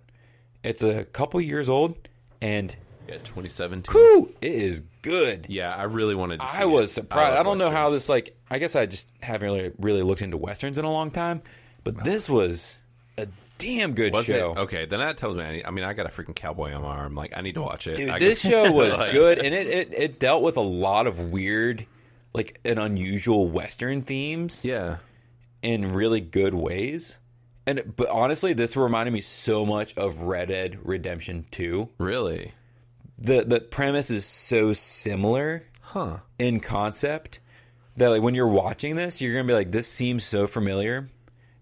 Speaker 3: It's a couple years old and
Speaker 1: yeah, 2017.
Speaker 3: whew, it is good.
Speaker 1: Yeah, I really wanted to. See
Speaker 3: I was
Speaker 1: it.
Speaker 3: surprised. I,
Speaker 1: love
Speaker 3: don't know how
Speaker 1: westerns.
Speaker 3: this like. I guess I just haven't really really looked into westerns in a long time, but this was a damn good
Speaker 1: was
Speaker 3: show.
Speaker 1: it. Okay, then that tells me. I, need, I mean, I got a freaking cowboy on my arm. Like, I need to watch it.
Speaker 3: Dude,
Speaker 1: I
Speaker 3: this
Speaker 1: got- [laughs]
Speaker 3: show was
Speaker 1: Like-
Speaker 3: good, and it, it it dealt with a lot of weird, like and unusual western themes
Speaker 1: Yeah.
Speaker 3: in really good ways. And but honestly, this reminded me so much of Red Dead Redemption Two.
Speaker 1: Really.
Speaker 3: The the premise is so similar.
Speaker 1: Huh.
Speaker 3: in concept that like when you're watching this, you're gonna be like, this seems so familiar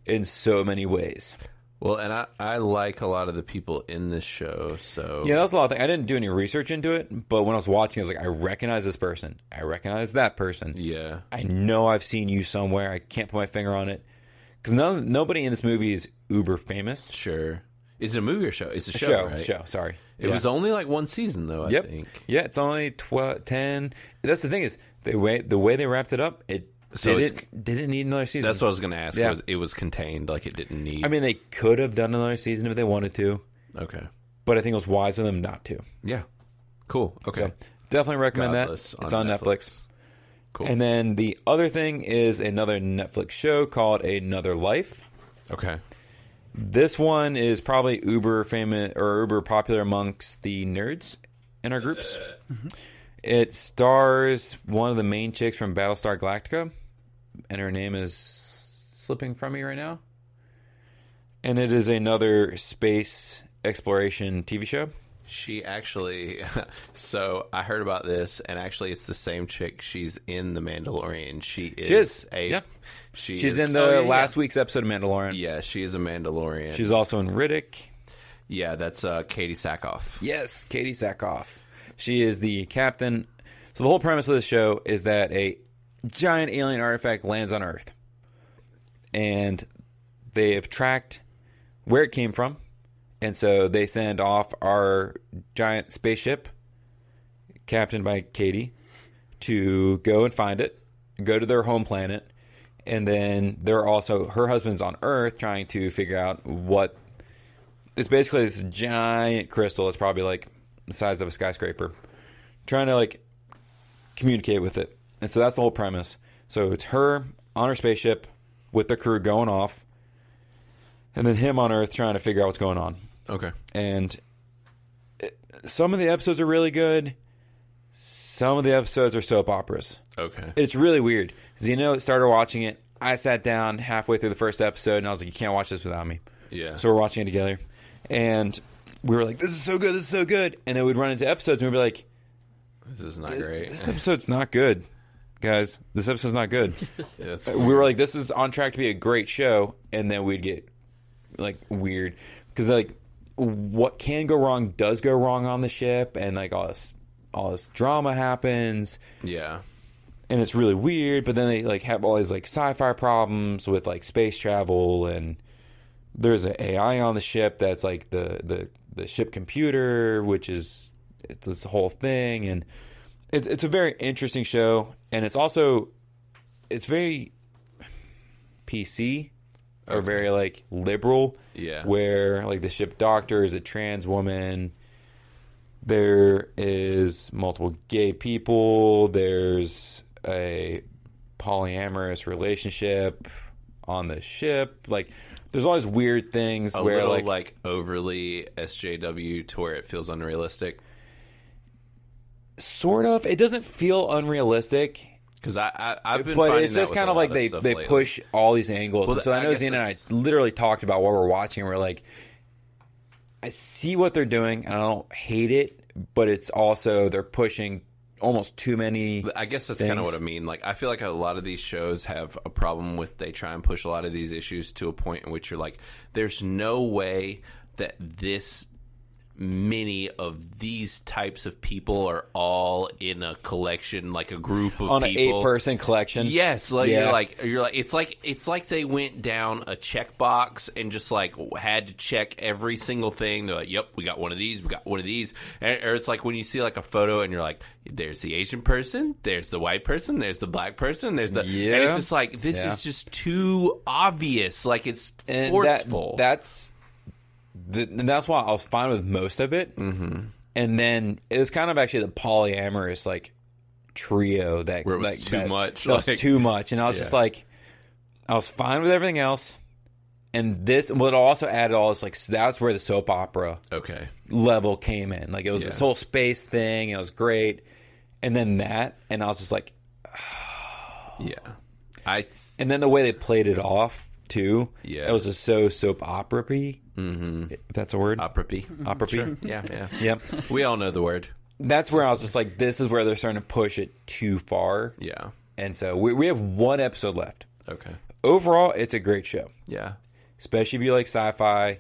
Speaker 3: in so many ways.
Speaker 1: Well, and I, I like a lot of the people in this show, so
Speaker 3: Yeah, that's a lot of things. I didn't do any research into it, but when I was watching, I was like, I recognize this person. I recognize that person.
Speaker 1: yeah,
Speaker 3: I know I've seen you somewhere. I can't put my finger on it because nobody in this movie is uber famous.
Speaker 1: sure. Is it a movie or show? It's a show.
Speaker 3: show,
Speaker 1: right?
Speaker 3: show. Sorry,
Speaker 1: It
Speaker 3: Yeah.
Speaker 1: was only like one season though. I
Speaker 3: Yep.
Speaker 1: think.
Speaker 3: Yeah, it's only 12, 10. That's the thing is the way the way they wrapped it up. It
Speaker 1: So
Speaker 3: did
Speaker 1: it's-
Speaker 3: it didn't need another season.
Speaker 1: That's what I was going to ask.
Speaker 3: Yeah.
Speaker 1: Was, it was contained, like it didn't need.
Speaker 3: I mean. They could have done another season if they wanted to,
Speaker 1: okay.
Speaker 3: but I think it was wise of them not to.
Speaker 1: Yeah. Cool. Okay.
Speaker 3: So definitely recommend
Speaker 1: Godless
Speaker 3: that. It's on Netflix.
Speaker 1: Cool.
Speaker 3: And then the other thing is another Netflix show called Another Life.
Speaker 1: okay.
Speaker 3: This one is probably uber famous or uber popular amongst the nerds in our groups. Mm-hmm. It stars one of the main chicks from Battlestar Galactica, and her name is slipping from me right now. And it is another space exploration TV show.
Speaker 1: She actually. [laughs] So I heard about this, and actually, it's the same chick. She's in the Mandalorian. She is,
Speaker 3: is,
Speaker 1: a.
Speaker 3: yeah.
Speaker 1: She
Speaker 3: She's
Speaker 1: is-
Speaker 3: in the last week's episode of Mandalorian.
Speaker 1: Oh, Yeah, she is a Mandalorian.
Speaker 3: She's also in Riddick.
Speaker 1: yeah, that's uh, Katie Sackhoff.
Speaker 3: Yes, Katie Sackhoff. She is the captain. So the whole premise of this show is that a giant alien artifact lands on Earth, and they have tracked where it came from, and so they send off our giant spaceship, captained by Katie, to go and find it, go to their home planet, and then they're also her husband's on Earth trying to figure out what it's basically this giant crystal. It's probably like the size of a skyscraper. Trying to like communicate with it, and so that's the whole premise. So it's her on her spaceship with the crew going off, and then him on Earth trying to figure out what's going on.
Speaker 1: Okay.
Speaker 3: And it- some of the episodes are really good. Some of the episodes are soap operas.
Speaker 1: Okay.
Speaker 3: It's really weird. Zeno started watching it. I sat down halfway through the first episode and I was like, "You can't watch this without me."
Speaker 1: yeah.
Speaker 3: So we're watching it together, and we were like, "This is so good, this is so good." And then we'd run into episodes, and we'd be like,
Speaker 1: this is not great.
Speaker 3: "This episode's not good, guys. This episode's not good."
Speaker 1: Yeah, [laughs] it's
Speaker 3: we were like, "This is on track to be a great show," and then we'd get like weird because like what can go wrong does go wrong on the ship, and like all this all this drama happens,
Speaker 1: yeah.
Speaker 3: and it's really weird. But then they like have all these like sci-fi problems with like space travel, and there's an AI on the ship that's like the the the ship computer, which is it's this whole thing, and it, it's a very interesting show, and it's also it's very PC or very like liberal,
Speaker 1: Yeah.
Speaker 3: where like the ship doctor is a trans woman. There is multiple gay people. There's a polyamorous relationship on the ship. Like, there's always weird things
Speaker 1: A
Speaker 3: where
Speaker 1: little
Speaker 3: like,
Speaker 1: like, overly SJW to where it feels unrealistic.
Speaker 3: sort of it doesn't feel unrealistic,
Speaker 1: Because I, I I've been
Speaker 3: but
Speaker 1: finding
Speaker 3: it's
Speaker 1: that
Speaker 3: just
Speaker 1: with
Speaker 3: kind
Speaker 1: a
Speaker 3: of
Speaker 1: lot
Speaker 3: like they
Speaker 1: stuff
Speaker 3: they
Speaker 1: lately.
Speaker 3: push all these angles.
Speaker 1: Well,
Speaker 3: so I
Speaker 1: I
Speaker 3: know
Speaker 1: guess
Speaker 3: Zena and I
Speaker 1: that's-
Speaker 3: literally talked about what we're watching. We're like, I see what they're doing, and I don't hate it, but it's also they're pushing almost too many.
Speaker 1: I guess that's kind of
Speaker 3: things.
Speaker 1: what I mean. Like, I feel like a lot of these shows have a problem with they try and push a lot of these issues to a point in which you're like, there's no way that this many of these types of people are all in a collection, like a group of
Speaker 3: on an
Speaker 1: people.
Speaker 3: eight person collection.
Speaker 1: Yes, like
Speaker 3: Yeah.
Speaker 1: you're like you're like it's like it's like they went down a checkbox and just like w- had to check every single thing. They're like, "Yep, we got one of these, we got one of these," and, or it's like when you see like a photo and you're like, "There's the Asian person, there's the white person, there's the black person, there's the," and
Speaker 3: Yeah.
Speaker 1: it's just like this
Speaker 3: Yeah.
Speaker 1: is just too obvious. Like it's
Speaker 3: and
Speaker 1: forceful.
Speaker 3: That, that's the, and that's why I was fine with most of it. Mm-hmm. And then it was kind of actually the polyamorous like trio that
Speaker 1: Where it was
Speaker 3: like,
Speaker 1: too
Speaker 3: that-
Speaker 1: much,
Speaker 3: that was
Speaker 1: like-
Speaker 3: too much, and I was just like, I was fine with everything else. And this, what also added all this, like so that's where the soap opera
Speaker 1: okay,
Speaker 3: level came in. Like it was this
Speaker 1: Yeah.
Speaker 3: whole space thing. It was great, and then that, and I was just like,
Speaker 1: yeah, I. Th-
Speaker 3: and then the way they played it off too.
Speaker 1: Yeah.
Speaker 3: it was just so soap opera y. Mm-hmm. That's a word.
Speaker 1: opera P.
Speaker 3: opera
Speaker 1: Yeah, yeah.
Speaker 3: [laughs] Yep.
Speaker 1: We all know the word.
Speaker 3: That's where I was just like, this is where they're starting to push it too far.
Speaker 1: Yeah.
Speaker 3: And so we, we have one episode left.
Speaker 1: Okay.
Speaker 3: Overall, it's a great show,
Speaker 1: Yeah.
Speaker 3: especially if you like sci fi,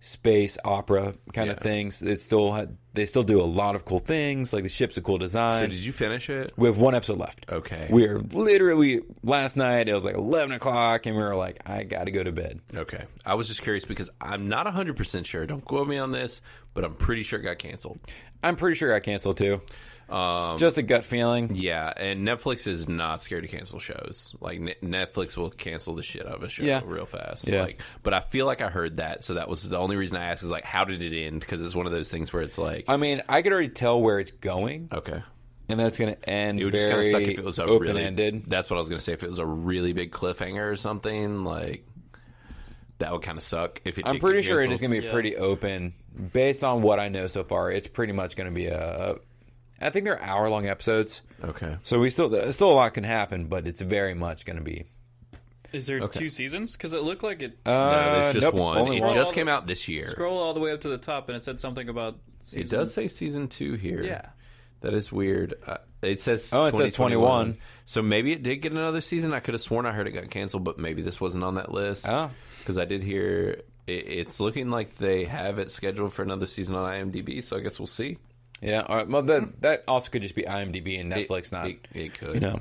Speaker 3: space, opera kind
Speaker 1: Yeah.
Speaker 3: of things. It still had They still do a lot of cool things. Like the ship's a cool design.
Speaker 1: So did you finish it?
Speaker 3: We have one episode left.
Speaker 1: Okay.
Speaker 3: We are literally last night. It was like eleven o'clock, and we were like, "I got to go to bed."
Speaker 1: Okay. I was just curious because I'm not 100% sure. Don't quote me on this, but I'm pretty sure it got canceled.
Speaker 3: I'm pretty sure I canceled too.
Speaker 1: Um,
Speaker 3: Just a gut feeling.
Speaker 1: yeah, and Netflix is not scared to cancel shows. Like Ne- Netflix will cancel the shit out of a show
Speaker 3: Yeah.
Speaker 1: real fast.
Speaker 3: Yeah.
Speaker 1: Like, but I feel like I heard that, so that was the only reason I asked is like, how did it end? Because it's one of those things where it's like,
Speaker 3: I mean, I could already tell where it's going,
Speaker 1: okay,
Speaker 3: and that's going to end
Speaker 1: it would just kind
Speaker 3: very
Speaker 1: of suck if it was a
Speaker 3: open
Speaker 1: really-
Speaker 3: ended.
Speaker 1: That's what I was gonna say. If it was a really big cliffhanger or something, like that would kind of suck. If it
Speaker 3: I'm
Speaker 1: did
Speaker 3: pretty
Speaker 1: get
Speaker 3: sure it
Speaker 1: canceled.
Speaker 3: is going to be
Speaker 2: Yeah.
Speaker 3: pretty open based on what I know so far. It's pretty much going to be a, a. I think they're hour long episodes,
Speaker 1: Okay.
Speaker 3: so we still still a lot can happen, but it's very much going to be.
Speaker 2: Is there two seasons? Because it looked like it.
Speaker 1: No,
Speaker 3: Uh,
Speaker 1: there's just
Speaker 3: nope,
Speaker 1: one.
Speaker 3: only
Speaker 1: It
Speaker 2: one.
Speaker 1: just came out this year.
Speaker 4: Scroll all the way up to the top, and it said something about.
Speaker 1: It
Speaker 4: Season.
Speaker 1: does say season two here.
Speaker 4: Yeah.
Speaker 1: That is weird. Uh, it says
Speaker 3: Oh, it says
Speaker 1: 2021.
Speaker 3: 21.
Speaker 1: So maybe it did get another season. I could have sworn I heard it got canceled, but maybe this wasn't on that list.
Speaker 3: Oh.
Speaker 1: Because I did hear it, it's looking like they have it scheduled for another season on IMDb. So I guess we'll see.
Speaker 3: Yeah, all right. well, that that also could just be IMDb and
Speaker 1: It-
Speaker 3: Netflix not.
Speaker 1: It, it could.
Speaker 3: you know.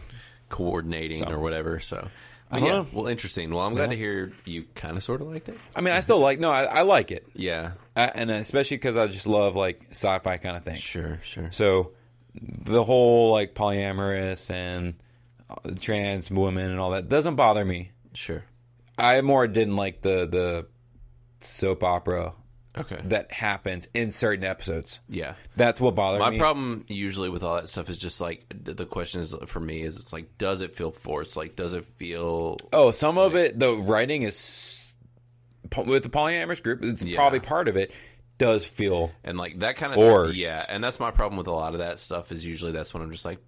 Speaker 1: Coordinating or whatever. So. But
Speaker 3: don't
Speaker 1: yeah,
Speaker 3: know.
Speaker 1: well, interesting. Well, I'm glad to hear you kind of sort of liked it.
Speaker 3: I mean, I still like no, I, I like it,
Speaker 1: Yeah,
Speaker 3: I, and especially because I just love like sci-fi kind of thing.
Speaker 1: sure, sure.
Speaker 3: So the whole like polyamorous and uh, trans women and all that doesn't bother me.
Speaker 1: Sure.
Speaker 3: I more didn't like the the soap opera
Speaker 1: Okay.
Speaker 3: that happens in certain episodes.
Speaker 1: yeah.
Speaker 3: That's what bothered
Speaker 1: My
Speaker 3: me.
Speaker 1: problem usually with all that stuff is just like th- the question is for me is it's like does it feel forced? Like does it feel
Speaker 3: oh, some of it the writing is po- with the polyamorous group. It's
Speaker 1: Yeah.
Speaker 3: probably part of it. Does feel
Speaker 1: and like that kind of
Speaker 3: Forced.
Speaker 1: Yeah, and that's my problem with a lot of that stuff is usually that's when I'm just like,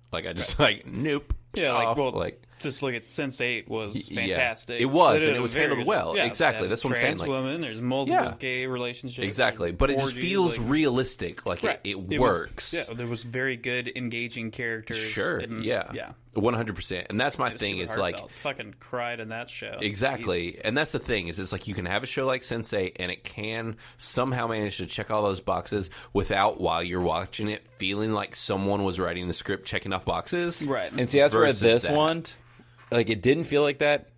Speaker 1: [laughs] like I just [laughs] like nope.
Speaker 2: yeah,
Speaker 1: off,
Speaker 2: like well,
Speaker 1: like
Speaker 2: just look at Sense Eight was
Speaker 1: Y- yeah.
Speaker 2: fantastic.
Speaker 1: It was,
Speaker 2: They did
Speaker 1: and it
Speaker 2: a
Speaker 1: was
Speaker 2: very
Speaker 1: handled
Speaker 2: good-
Speaker 1: well. Exactly,
Speaker 2: they had
Speaker 1: that's what I'm saying,
Speaker 2: Trans
Speaker 1: like-
Speaker 2: women, there's multiple
Speaker 1: Yeah.
Speaker 2: gay relationships.
Speaker 1: exactly,
Speaker 2: there's
Speaker 1: but it just
Speaker 2: orgies,
Speaker 1: feels
Speaker 2: like-
Speaker 1: realistic. Like
Speaker 2: Right.
Speaker 1: it, it,
Speaker 2: was-
Speaker 1: works.
Speaker 2: yeah, there was very good, engaging characters.
Speaker 1: Sure.
Speaker 2: and-
Speaker 1: yeah.
Speaker 2: yeah.
Speaker 1: One hundred percent. And that's my
Speaker 2: It was
Speaker 1: thing
Speaker 2: super
Speaker 1: is like
Speaker 2: heartfelt. fucking cried in that show.
Speaker 1: Exactly. And that's the thing is it's like you can have a show like Sensei and it can somehow manage to check all those boxes without while you're watching it feeling like someone was writing the script checking off boxes.
Speaker 2: Right.
Speaker 3: and see that's where
Speaker 1: Versus
Speaker 3: this
Speaker 1: that.
Speaker 3: one like it didn't feel like that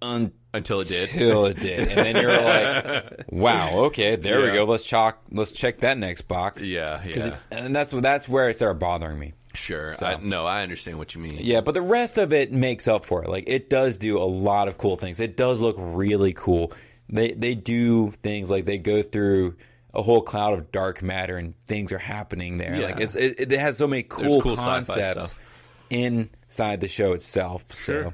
Speaker 3: until
Speaker 1: Until it
Speaker 3: [laughs]
Speaker 1: did.
Speaker 3: it did, and then you're
Speaker 1: [laughs]
Speaker 3: like, wow, okay, there we
Speaker 1: Yeah.
Speaker 3: go. Let's chalk. Let's check that next box.
Speaker 1: Yeah,
Speaker 3: 'Cause
Speaker 1: yeah.
Speaker 3: it- and that's that's where it started bothering me.
Speaker 1: sure. I, no, I understand what you mean.
Speaker 3: Yeah, but the rest of it makes up for it. Like it does do a lot of cool things. It does look really cool. They they do things like they go through a whole cloud of dark matter and things are happening there.
Speaker 1: Yeah.
Speaker 3: Like it's it, it has so many cool,
Speaker 1: cool sci-fi
Speaker 3: concepts
Speaker 1: stuff.
Speaker 3: inside the show itself. So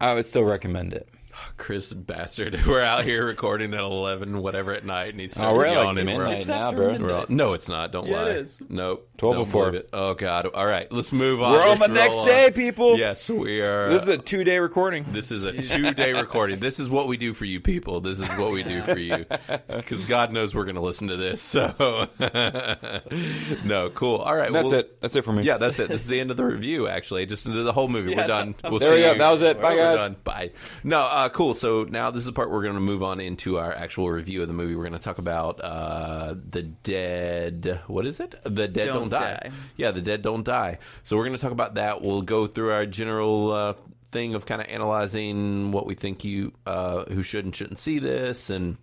Speaker 3: I would still recommend it.
Speaker 1: Chris bastard. [laughs] We're out here recording at 11 whatever at night and he starts
Speaker 3: Oh, really?
Speaker 1: yawning. We're all-
Speaker 3: midnight
Speaker 4: It's
Speaker 3: now,
Speaker 4: after
Speaker 3: bro.
Speaker 4: midnight.
Speaker 1: we're all- no, it's not. Don't
Speaker 4: Yeah,
Speaker 1: lie.
Speaker 4: it is.
Speaker 1: Nope.
Speaker 3: Twelve
Speaker 1: Don't
Speaker 3: before.
Speaker 1: believe it. Oh god. All right. Let's move on.
Speaker 3: We're on
Speaker 1: Let's
Speaker 3: the next
Speaker 1: roll on.
Speaker 3: day, people.
Speaker 1: Yes, we are.
Speaker 3: This is a two day recording.
Speaker 1: This is a two day recording. This is what we do for you people. This is what we do for
Speaker 3: [laughs]
Speaker 1: you. Because God knows we're going to listen to this. So, [laughs] no, cool. All right.
Speaker 3: That's
Speaker 1: well-
Speaker 3: it. That's it for me.
Speaker 1: Yeah, that's it. This is the
Speaker 3: [laughs]
Speaker 1: end of the review, actually. Just into the whole movie.
Speaker 2: Yeah,
Speaker 1: we're done. We'll
Speaker 3: There we
Speaker 1: see
Speaker 3: go.
Speaker 1: you.
Speaker 3: That was it. Bye,
Speaker 1: We're
Speaker 3: guys.
Speaker 1: done. Bye. No, uh, cool. So now this is the part we're going to move on into our actual review of the movie. We're going to talk about uh, the dead. What is it? The dead don't,
Speaker 4: Don't
Speaker 1: die.
Speaker 4: Die.
Speaker 1: Yeah, the dead don't die. So we're going to talk about that. We'll go through our general uh, thing of kind of analyzing what we think you uh, who should and shouldn't see this and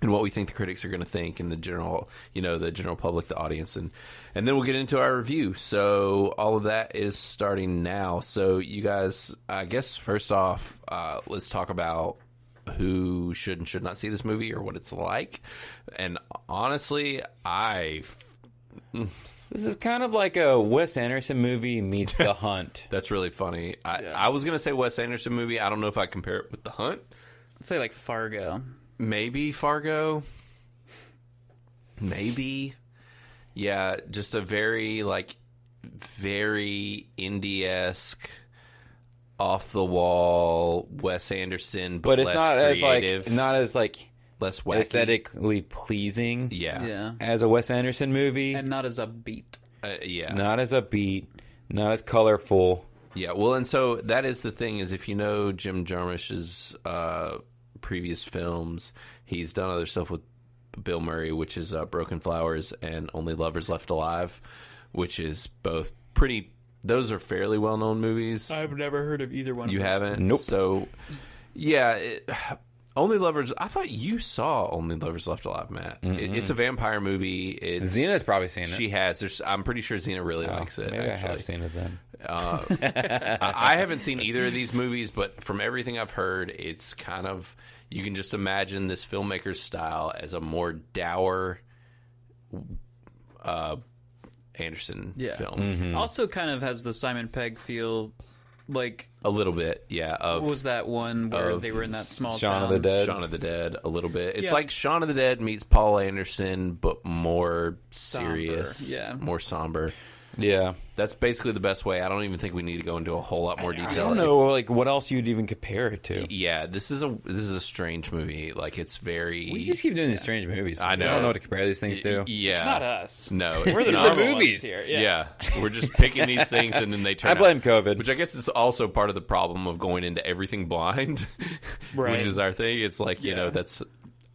Speaker 1: and what we think the critics are going to think and the general you know the general public the audience and and then we'll get into our review so all of that is starting now so you guys i guess first off uh, let's talk about who should and should not see this movie or what it's like and honestly i
Speaker 3: This is kind of like a Wes Anderson movie meets [laughs] The Hunt.
Speaker 1: that's really funny i, I was going to say wes anderson movie i don't know if i compare it with the hunt
Speaker 2: I'd say like Fargo.
Speaker 1: maybe Fargo. Maybe. Yeah, just a very like very indie esque off the wall Wes Anderson, but,
Speaker 3: but it's
Speaker 1: less
Speaker 3: not
Speaker 1: creative,
Speaker 3: as like not as like
Speaker 1: less wacky.
Speaker 3: aesthetically pleasing
Speaker 1: Yeah,
Speaker 4: Yeah.
Speaker 3: as a Wes Anderson movie.
Speaker 4: And not as upbeat.
Speaker 1: Uh, yeah.
Speaker 3: not as upbeat, not as colorful.
Speaker 1: Yeah, well, and so that is the thing is if you know Jim Jarmusch's uh, previous films, he's done other stuff with Bill Murray, which is uh, Broken Flowers and Only Lovers Left Alive, which is both pretty. Those are fairly well known movies.
Speaker 2: I've never heard of either one.
Speaker 1: You
Speaker 2: of
Speaker 1: haven't?
Speaker 3: Nope.
Speaker 1: So, yeah. It, Only Lovers. I thought you saw Only Lovers Left Alive, Matt. It, it's a vampire movie. It's,
Speaker 3: Xena's probably seen it.
Speaker 1: She has. There's, I'm pretty sure Xena really
Speaker 3: Oh,
Speaker 1: likes it.
Speaker 3: Maybe I
Speaker 1: actually.
Speaker 3: have seen it then.
Speaker 1: I I haven't seen either of these movies, but from everything I've heard, it's kind of you can just imagine this filmmaker's style as a more dour uh, Anderson
Speaker 4: Yeah.
Speaker 1: film,
Speaker 2: Mm.
Speaker 4: Also, kind of has the Simon Pegg feel. Like,
Speaker 1: a little bit, yeah, of
Speaker 4: what was that one where
Speaker 1: Of
Speaker 4: they were in that small town?
Speaker 3: Shaun of the Dead.
Speaker 1: Shaun of the Dead, a little bit. It's
Speaker 4: Yeah.
Speaker 1: like Shaun of the Dead meets Paul Anderson, but more serious,
Speaker 4: yeah.
Speaker 1: more somber.
Speaker 3: Yeah.
Speaker 1: That's basically the best way. I don't even think we need to go into a whole lot more detail.
Speaker 3: I don't know like what else you'd even compare it to.
Speaker 1: Yeah, this is a this is a strange movie. Like it's very.
Speaker 3: We just keep doing these strange movies. I
Speaker 1: know.
Speaker 3: I don't know what to compare these things to.
Speaker 1: Yeah,
Speaker 2: It's not us.
Speaker 1: No,
Speaker 3: [laughs]
Speaker 2: We're
Speaker 1: it's
Speaker 2: the
Speaker 1: not.
Speaker 2: normal ones
Speaker 3: movies.
Speaker 2: here.
Speaker 1: Yeah.
Speaker 2: Yeah.
Speaker 1: we're just picking these things and then they turn.
Speaker 3: I blame
Speaker 1: out.
Speaker 3: COVID.
Speaker 1: which I guess is also part of the problem of going into everything blind, [laughs]
Speaker 2: Right.
Speaker 1: which is our thing. It's like you know that's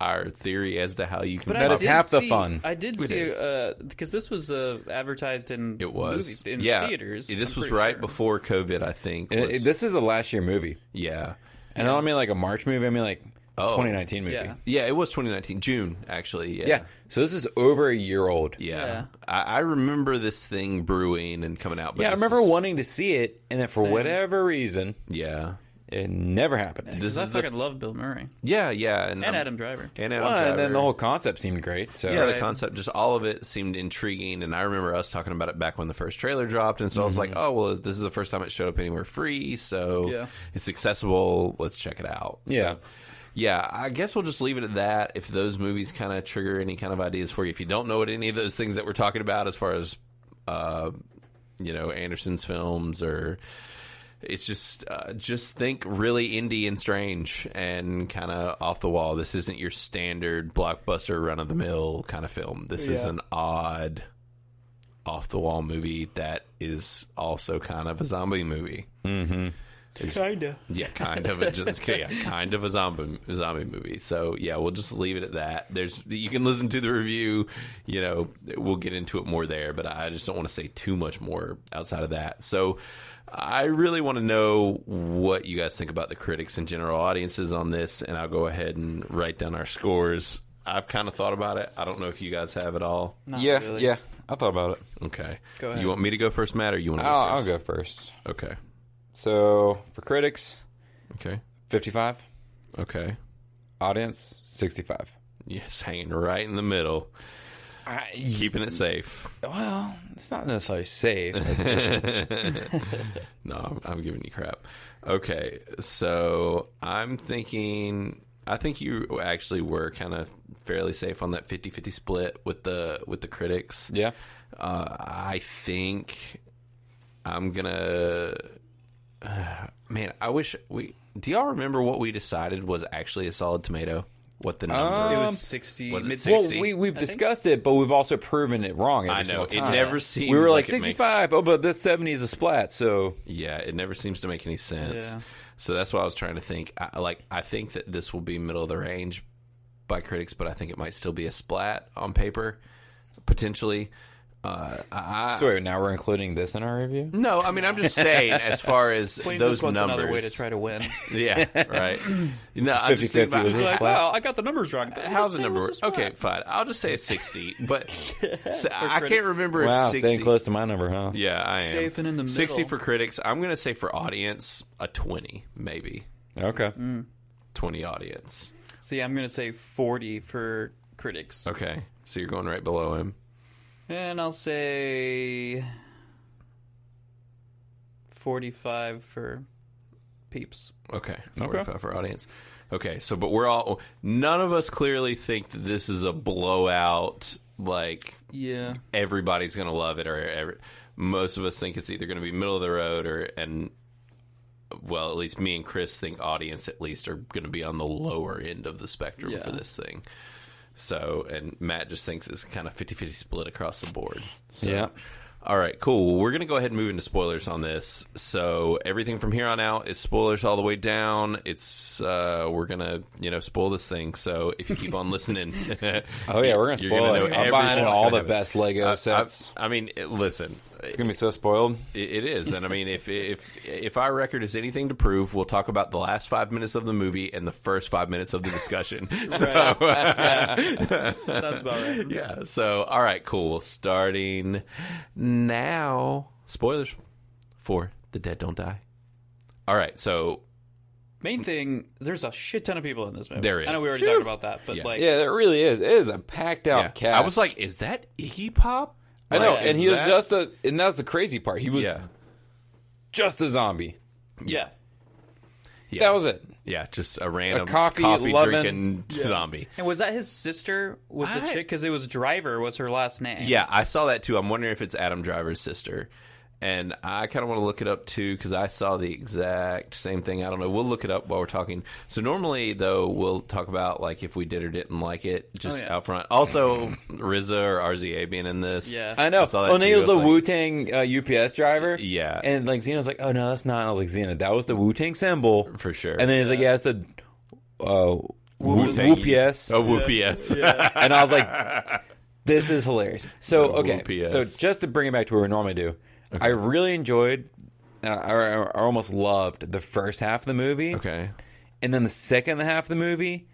Speaker 1: our theory as to how you can.
Speaker 3: That
Speaker 1: top
Speaker 3: is half the
Speaker 4: see-
Speaker 3: fun.
Speaker 4: I did
Speaker 1: It
Speaker 4: see
Speaker 1: is.
Speaker 4: because this was uh, advertised in
Speaker 1: It was
Speaker 4: movies, in
Speaker 1: yeah.
Speaker 4: theaters.
Speaker 1: This
Speaker 4: I'm
Speaker 1: was
Speaker 4: pretty
Speaker 1: right
Speaker 4: sure.
Speaker 1: before COVID, I think.
Speaker 3: It-
Speaker 1: was-
Speaker 3: it- this is a last year movie.
Speaker 1: yeah,
Speaker 3: And I don't mean like a March movie, I mean like
Speaker 1: Oh.
Speaker 3: 2019 movie.
Speaker 4: Yeah.
Speaker 3: Yeah.
Speaker 1: yeah, it was 2019 June actually. Yeah.
Speaker 3: So this is over a year old.
Speaker 1: Yeah.
Speaker 4: Yeah.
Speaker 1: I, I remember this thing brewing and coming out. But
Speaker 3: Yeah, I
Speaker 1: this
Speaker 3: remember
Speaker 1: is-
Speaker 3: wanting to see it, and then for whatever reason,
Speaker 1: Yeah,
Speaker 3: it never happened.
Speaker 1: this
Speaker 4: I
Speaker 1: is the Um,
Speaker 4: fucking love Bill Murray
Speaker 1: yeah, yeah,
Speaker 4: and
Speaker 1: I'm-
Speaker 4: Adam Driver.
Speaker 1: and Adam
Speaker 3: Well, and then
Speaker 1: Driver.
Speaker 3: the whole concept seemed great. So
Speaker 1: Yeah, the
Speaker 4: Right.
Speaker 1: concept, just all of it seemed intriguing. And I remember us talking about it back when the first trailer dropped. And so I was like, oh, well, this is the first time it showed up anywhere free. So
Speaker 4: Yeah.
Speaker 1: it's accessible. Let's check it out. So,
Speaker 3: Yeah.
Speaker 1: yeah, I guess we'll just leave it at that. If those movies kind of trigger any kind of ideas for you, if you don't know what any of those things that we're talking about as far as, uh, you know, Anderson's films or. It's just, uh, just think really indie and strange and kind of off the wall. This isn't your standard blockbuster run of the mill kind of film. This is an odd, off the wall movie that is also kind of a zombie movie.
Speaker 2: Kinda.
Speaker 1: Yeah, kind of a just, yeah, kind of a zombie zombie movie. So yeah, we'll just leave it at that. There's you can listen to the review. You know, we'll get into it more there, but I just don't want to say too much more outside of that. So I really want to know what you guys think about the critics and general audiences on this, and I'll go ahead and write down our scores. I've kind of thought about it. I don't know if you guys have at all.
Speaker 3: yeah, yeah. I thought about it.
Speaker 1: Okay, go ahead. You want me to go first, Matt, or you want to go
Speaker 3: Oh, I'll, I'll
Speaker 1: first?
Speaker 3: go first.
Speaker 1: Okay,
Speaker 3: So for critics,
Speaker 1: okay,
Speaker 3: 55.
Speaker 1: okay.
Speaker 3: Audience, 65.
Speaker 1: Yes, hanging right in the middle.
Speaker 3: I,
Speaker 1: keeping it safe.
Speaker 3: well, it's not necessarily safe. It's just-
Speaker 1: No, I'm, I'm giving you crap. Okay, so I'm thinking. I think you actually were kind of fairly safe on that 50-50 split with the with the critics.
Speaker 3: [laughs] yeah.
Speaker 1: Uh, I think I'm gonna. [sighs] man, I wish we. Do y'all remember what we decided was actually a solid tomato? What the number?
Speaker 4: It
Speaker 3: Um,
Speaker 4: was sixty.
Speaker 1: was it
Speaker 4: mid-
Speaker 1: 60?
Speaker 3: Well, we, we've discussed it, but we've also proven it wrong. Every
Speaker 1: I know
Speaker 3: single
Speaker 1: it
Speaker 3: time.
Speaker 1: never seems.
Speaker 3: We were like,
Speaker 1: it makes-
Speaker 3: 65. Oh, but this 70 is a splat. So
Speaker 1: Yeah, it never seems to make any sense.
Speaker 4: Yeah.
Speaker 1: So that's why I was trying to think. I, like, I think that this will be middle of the range by critics, but I think it might still be a splat on paper, potentially. Uh, I,
Speaker 3: So wait, now we're including this in our review?
Speaker 1: no, I mean, I'm just saying as far as
Speaker 2: [laughs] Planes
Speaker 1: those
Speaker 2: just wants
Speaker 1: numbers.
Speaker 2: another way to try
Speaker 1: [laughs]
Speaker 2: to win.
Speaker 1: Yeah,
Speaker 2: [laughs]
Speaker 1: right. You know, I'm just thinking
Speaker 3: 50-50,
Speaker 1: about
Speaker 3: was it
Speaker 1: like,
Speaker 3: splat?
Speaker 1: well,
Speaker 2: Wow, I got the numbers wrong. but it
Speaker 1: how
Speaker 2: would
Speaker 1: the
Speaker 2: say it
Speaker 1: number
Speaker 2: was a
Speaker 1: works.
Speaker 2: splat.
Speaker 1: Okay, fine. I'll just say it's 60,
Speaker 2: [laughs]
Speaker 1: but so I can't
Speaker 2: critics.
Speaker 1: remember if
Speaker 3: Wow,
Speaker 1: 60.
Speaker 3: staying close to my number, huh?
Speaker 1: Yeah, I am.
Speaker 2: Safe and in the
Speaker 1: 60
Speaker 2: middle.
Speaker 1: for critics. I'm going to say for audience, a 20, maybe.
Speaker 3: Okay.
Speaker 1: 20 audience.
Speaker 2: See, I'm gonna say 40 for critics,
Speaker 1: Okay. So you're going right below him.
Speaker 2: and I'll say 45 for peeps.
Speaker 1: Okay. 45 for audience. Okay. So, but we're all, none of us clearly think that this is a blowout, like
Speaker 2: Yeah,
Speaker 1: everybody's going to love it, or every, most of us think it's either going to be middle of the road or, and, well, at least me and Chris think audience at least are going to be on the lower end of the spectrum for this thing. So, and Matt just thinks it's kind of 50 50 split across the board. So,
Speaker 3: Yeah.
Speaker 1: All right, cool. Well, we're going to go ahead and move into spoilers on this. So everything from here on out is spoilers all the way down. It's uh, we're going to you know spoil this thing. So if you keep on [laughs] listening,
Speaker 3: Oh yeah, we're gonna
Speaker 1: you're
Speaker 3: spoil
Speaker 1: know
Speaker 3: it. I'm
Speaker 1: everything
Speaker 3: buying
Speaker 1: that's
Speaker 3: all
Speaker 1: gonna
Speaker 3: the
Speaker 1: happen.
Speaker 3: best Lego
Speaker 1: I- I-
Speaker 3: sets.
Speaker 1: I, mean, it- listen,
Speaker 3: it's gonna be so spoiled.
Speaker 1: it, it is, and I mean, if if if our record is anything to prove, we'll talk about the last five minutes of the movie and the first five minutes of the discussion. [laughs] So, [laughs]
Speaker 2: Sounds about right.
Speaker 1: yeah. So, all right, cool. Starting now, spoilers for The Dead Don't Die. All right, so
Speaker 2: Main thing, there's a shit ton of people in this movie.
Speaker 1: There
Speaker 2: I know
Speaker 1: is.
Speaker 2: we already talked about that, but
Speaker 1: Yeah.
Speaker 2: like,
Speaker 3: Yeah, that really is. It is a packed out
Speaker 1: yeah,
Speaker 3: cast.
Speaker 1: I was like, is that E Iggy Pop?
Speaker 3: I know,
Speaker 1: Like, is
Speaker 3: and he was
Speaker 1: that-
Speaker 3: just a, and that's the crazy part. He was
Speaker 1: yeah,
Speaker 3: just a zombie.
Speaker 2: yeah.
Speaker 1: yeah,
Speaker 3: That was it.
Speaker 1: yeah, just a random
Speaker 3: coffee
Speaker 1: coffee,
Speaker 3: loving-
Speaker 1: drinking zombie.
Speaker 2: And was that his sister? Was the
Speaker 1: I-
Speaker 2: chick? Because it was Driver was her last name.
Speaker 1: Yeah, I saw that too. I'm wondering if it's Adam Driver's sister. And I kind of want to look it up too because I saw the exact same thing. I don't know. We'll look it up while we're talking. So normally, though, we'll talk about like if we did or didn't like it just
Speaker 2: Oh, yeah.
Speaker 1: out front. Also, RZA or RZA being in this.
Speaker 2: Yeah.
Speaker 3: I know.
Speaker 1: I saw that
Speaker 3: O'Neill's
Speaker 1: too. I was
Speaker 3: the
Speaker 1: like-
Speaker 3: Wu Tang uh, UPS driver.
Speaker 1: Yeah.
Speaker 3: and like Xeno's like, oh no, that's not. I was like, Xeno, that was the Wu Tang symbol
Speaker 1: for sure.
Speaker 3: And then he's like, yeah, it's the uh, Wu
Speaker 1: Wu-Tang.
Speaker 3: PS.
Speaker 1: oh, Whoop yes.
Speaker 3: and I was like,
Speaker 1: [laughs]
Speaker 3: "This is hilarious." So
Speaker 1: Oh,
Speaker 3: okay,
Speaker 1: PS.
Speaker 3: so just to bring it back to where we normally do, I really enjoyed, and I, I, I almost loved the first half of the movie,
Speaker 1: [laughs] okay.
Speaker 3: and then the second half of the movie,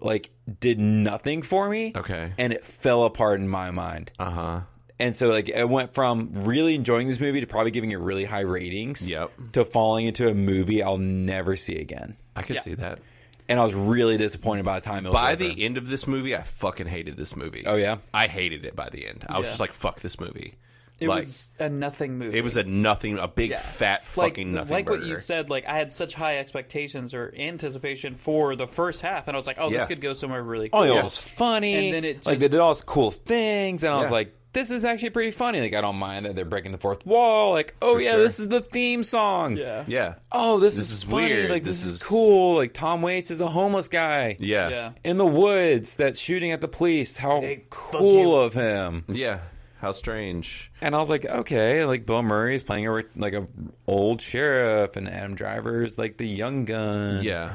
Speaker 3: like, did nothing for me,
Speaker 1: Okay.
Speaker 3: and it fell apart in my mind.
Speaker 1: Uh huh.
Speaker 3: And so, like, I went from really enjoying this movie to probably giving it really high ratings,
Speaker 1: Yep.
Speaker 3: to falling into a movie I'll never see again.
Speaker 1: I could
Speaker 2: Yeah.
Speaker 1: see that.
Speaker 3: And I was really disappointed by the time it was
Speaker 1: By
Speaker 3: over.
Speaker 1: the end of this movie, I fucking hated this movie.
Speaker 3: oh yeah,
Speaker 1: I hated it by the end. I was
Speaker 2: Yeah.
Speaker 1: just like, fuck this movie.
Speaker 2: it
Speaker 1: like,
Speaker 2: was a nothing movie.
Speaker 1: It was a nothing, a big
Speaker 2: Yeah.
Speaker 1: fat
Speaker 2: like,
Speaker 1: fucking nothing
Speaker 2: like
Speaker 1: burger.
Speaker 2: what you said. Like I had such high expectations or anticipation for the first half, and I was like, oh,
Speaker 1: Yeah.
Speaker 2: this could go somewhere really.
Speaker 3: Oh,
Speaker 2: cool.
Speaker 3: it was funny.
Speaker 2: And then it
Speaker 3: like
Speaker 2: just-
Speaker 3: they did all these cool things, and I was
Speaker 1: Yeah.
Speaker 3: like, "This is actually pretty funny." Like I don't mind that they're breaking the fourth wall. Like, oh yeah,
Speaker 1: sure.
Speaker 3: this is the theme song.
Speaker 2: Yeah.
Speaker 1: Yeah.
Speaker 3: Oh, this,
Speaker 1: This
Speaker 3: is,
Speaker 1: is
Speaker 3: funny.
Speaker 1: weird.
Speaker 3: Like this,
Speaker 1: This
Speaker 3: is,
Speaker 1: is-
Speaker 3: cool. Like Tom Waits is a homeless guy
Speaker 1: Yeah.
Speaker 2: Yeah.
Speaker 3: in the woods that's shooting at the police. How cool of him!
Speaker 1: Yeah. How strange.
Speaker 3: And I was like, okay, like Bill Murray is playing a re- like a old sheriff, and Adam Driver is like the young gun.
Speaker 1: Yeah.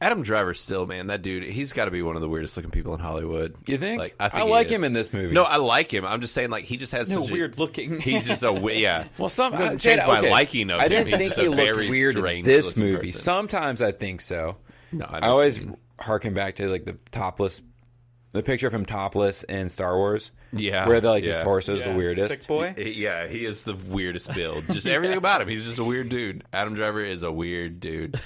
Speaker 1: Adam Driver still, man, that dude, he's got to be one of the weirdest looking people in Hollywood.
Speaker 3: You think?
Speaker 1: Like, I, think
Speaker 3: I
Speaker 1: he
Speaker 3: like
Speaker 1: is.
Speaker 3: him in this movie.
Speaker 1: No, I like him. I'm just saying, like, he just has
Speaker 2: No,
Speaker 1: such
Speaker 2: weird
Speaker 1: A, [laughs]
Speaker 2: looking. [laughs]
Speaker 1: he's just a we- yeah.
Speaker 3: [laughs] Well, some
Speaker 1: It doesn't
Speaker 3: I- Jada,
Speaker 1: change my
Speaker 3: okay.
Speaker 1: liking of
Speaker 3: I
Speaker 1: him.
Speaker 3: didn't
Speaker 1: He's
Speaker 3: think
Speaker 1: just a
Speaker 3: he looked
Speaker 1: very
Speaker 3: weird in
Speaker 1: strange
Speaker 3: this
Speaker 1: looking
Speaker 3: movie.
Speaker 1: person.
Speaker 3: Sometimes I think so.
Speaker 1: No, I,
Speaker 3: I always harken back to like the topless, the picture of him topless in Star Wars.
Speaker 1: Yeah,
Speaker 3: where the, like his
Speaker 1: yeah.
Speaker 3: torso is the
Speaker 2: Yeah.
Speaker 3: weirdest.
Speaker 2: Thick boy.
Speaker 1: Yeah, he is the weirdest build. Just everything about him. He's just a weird dude. Adam Driver is a weird
Speaker 3: [laughs]
Speaker 1: dude.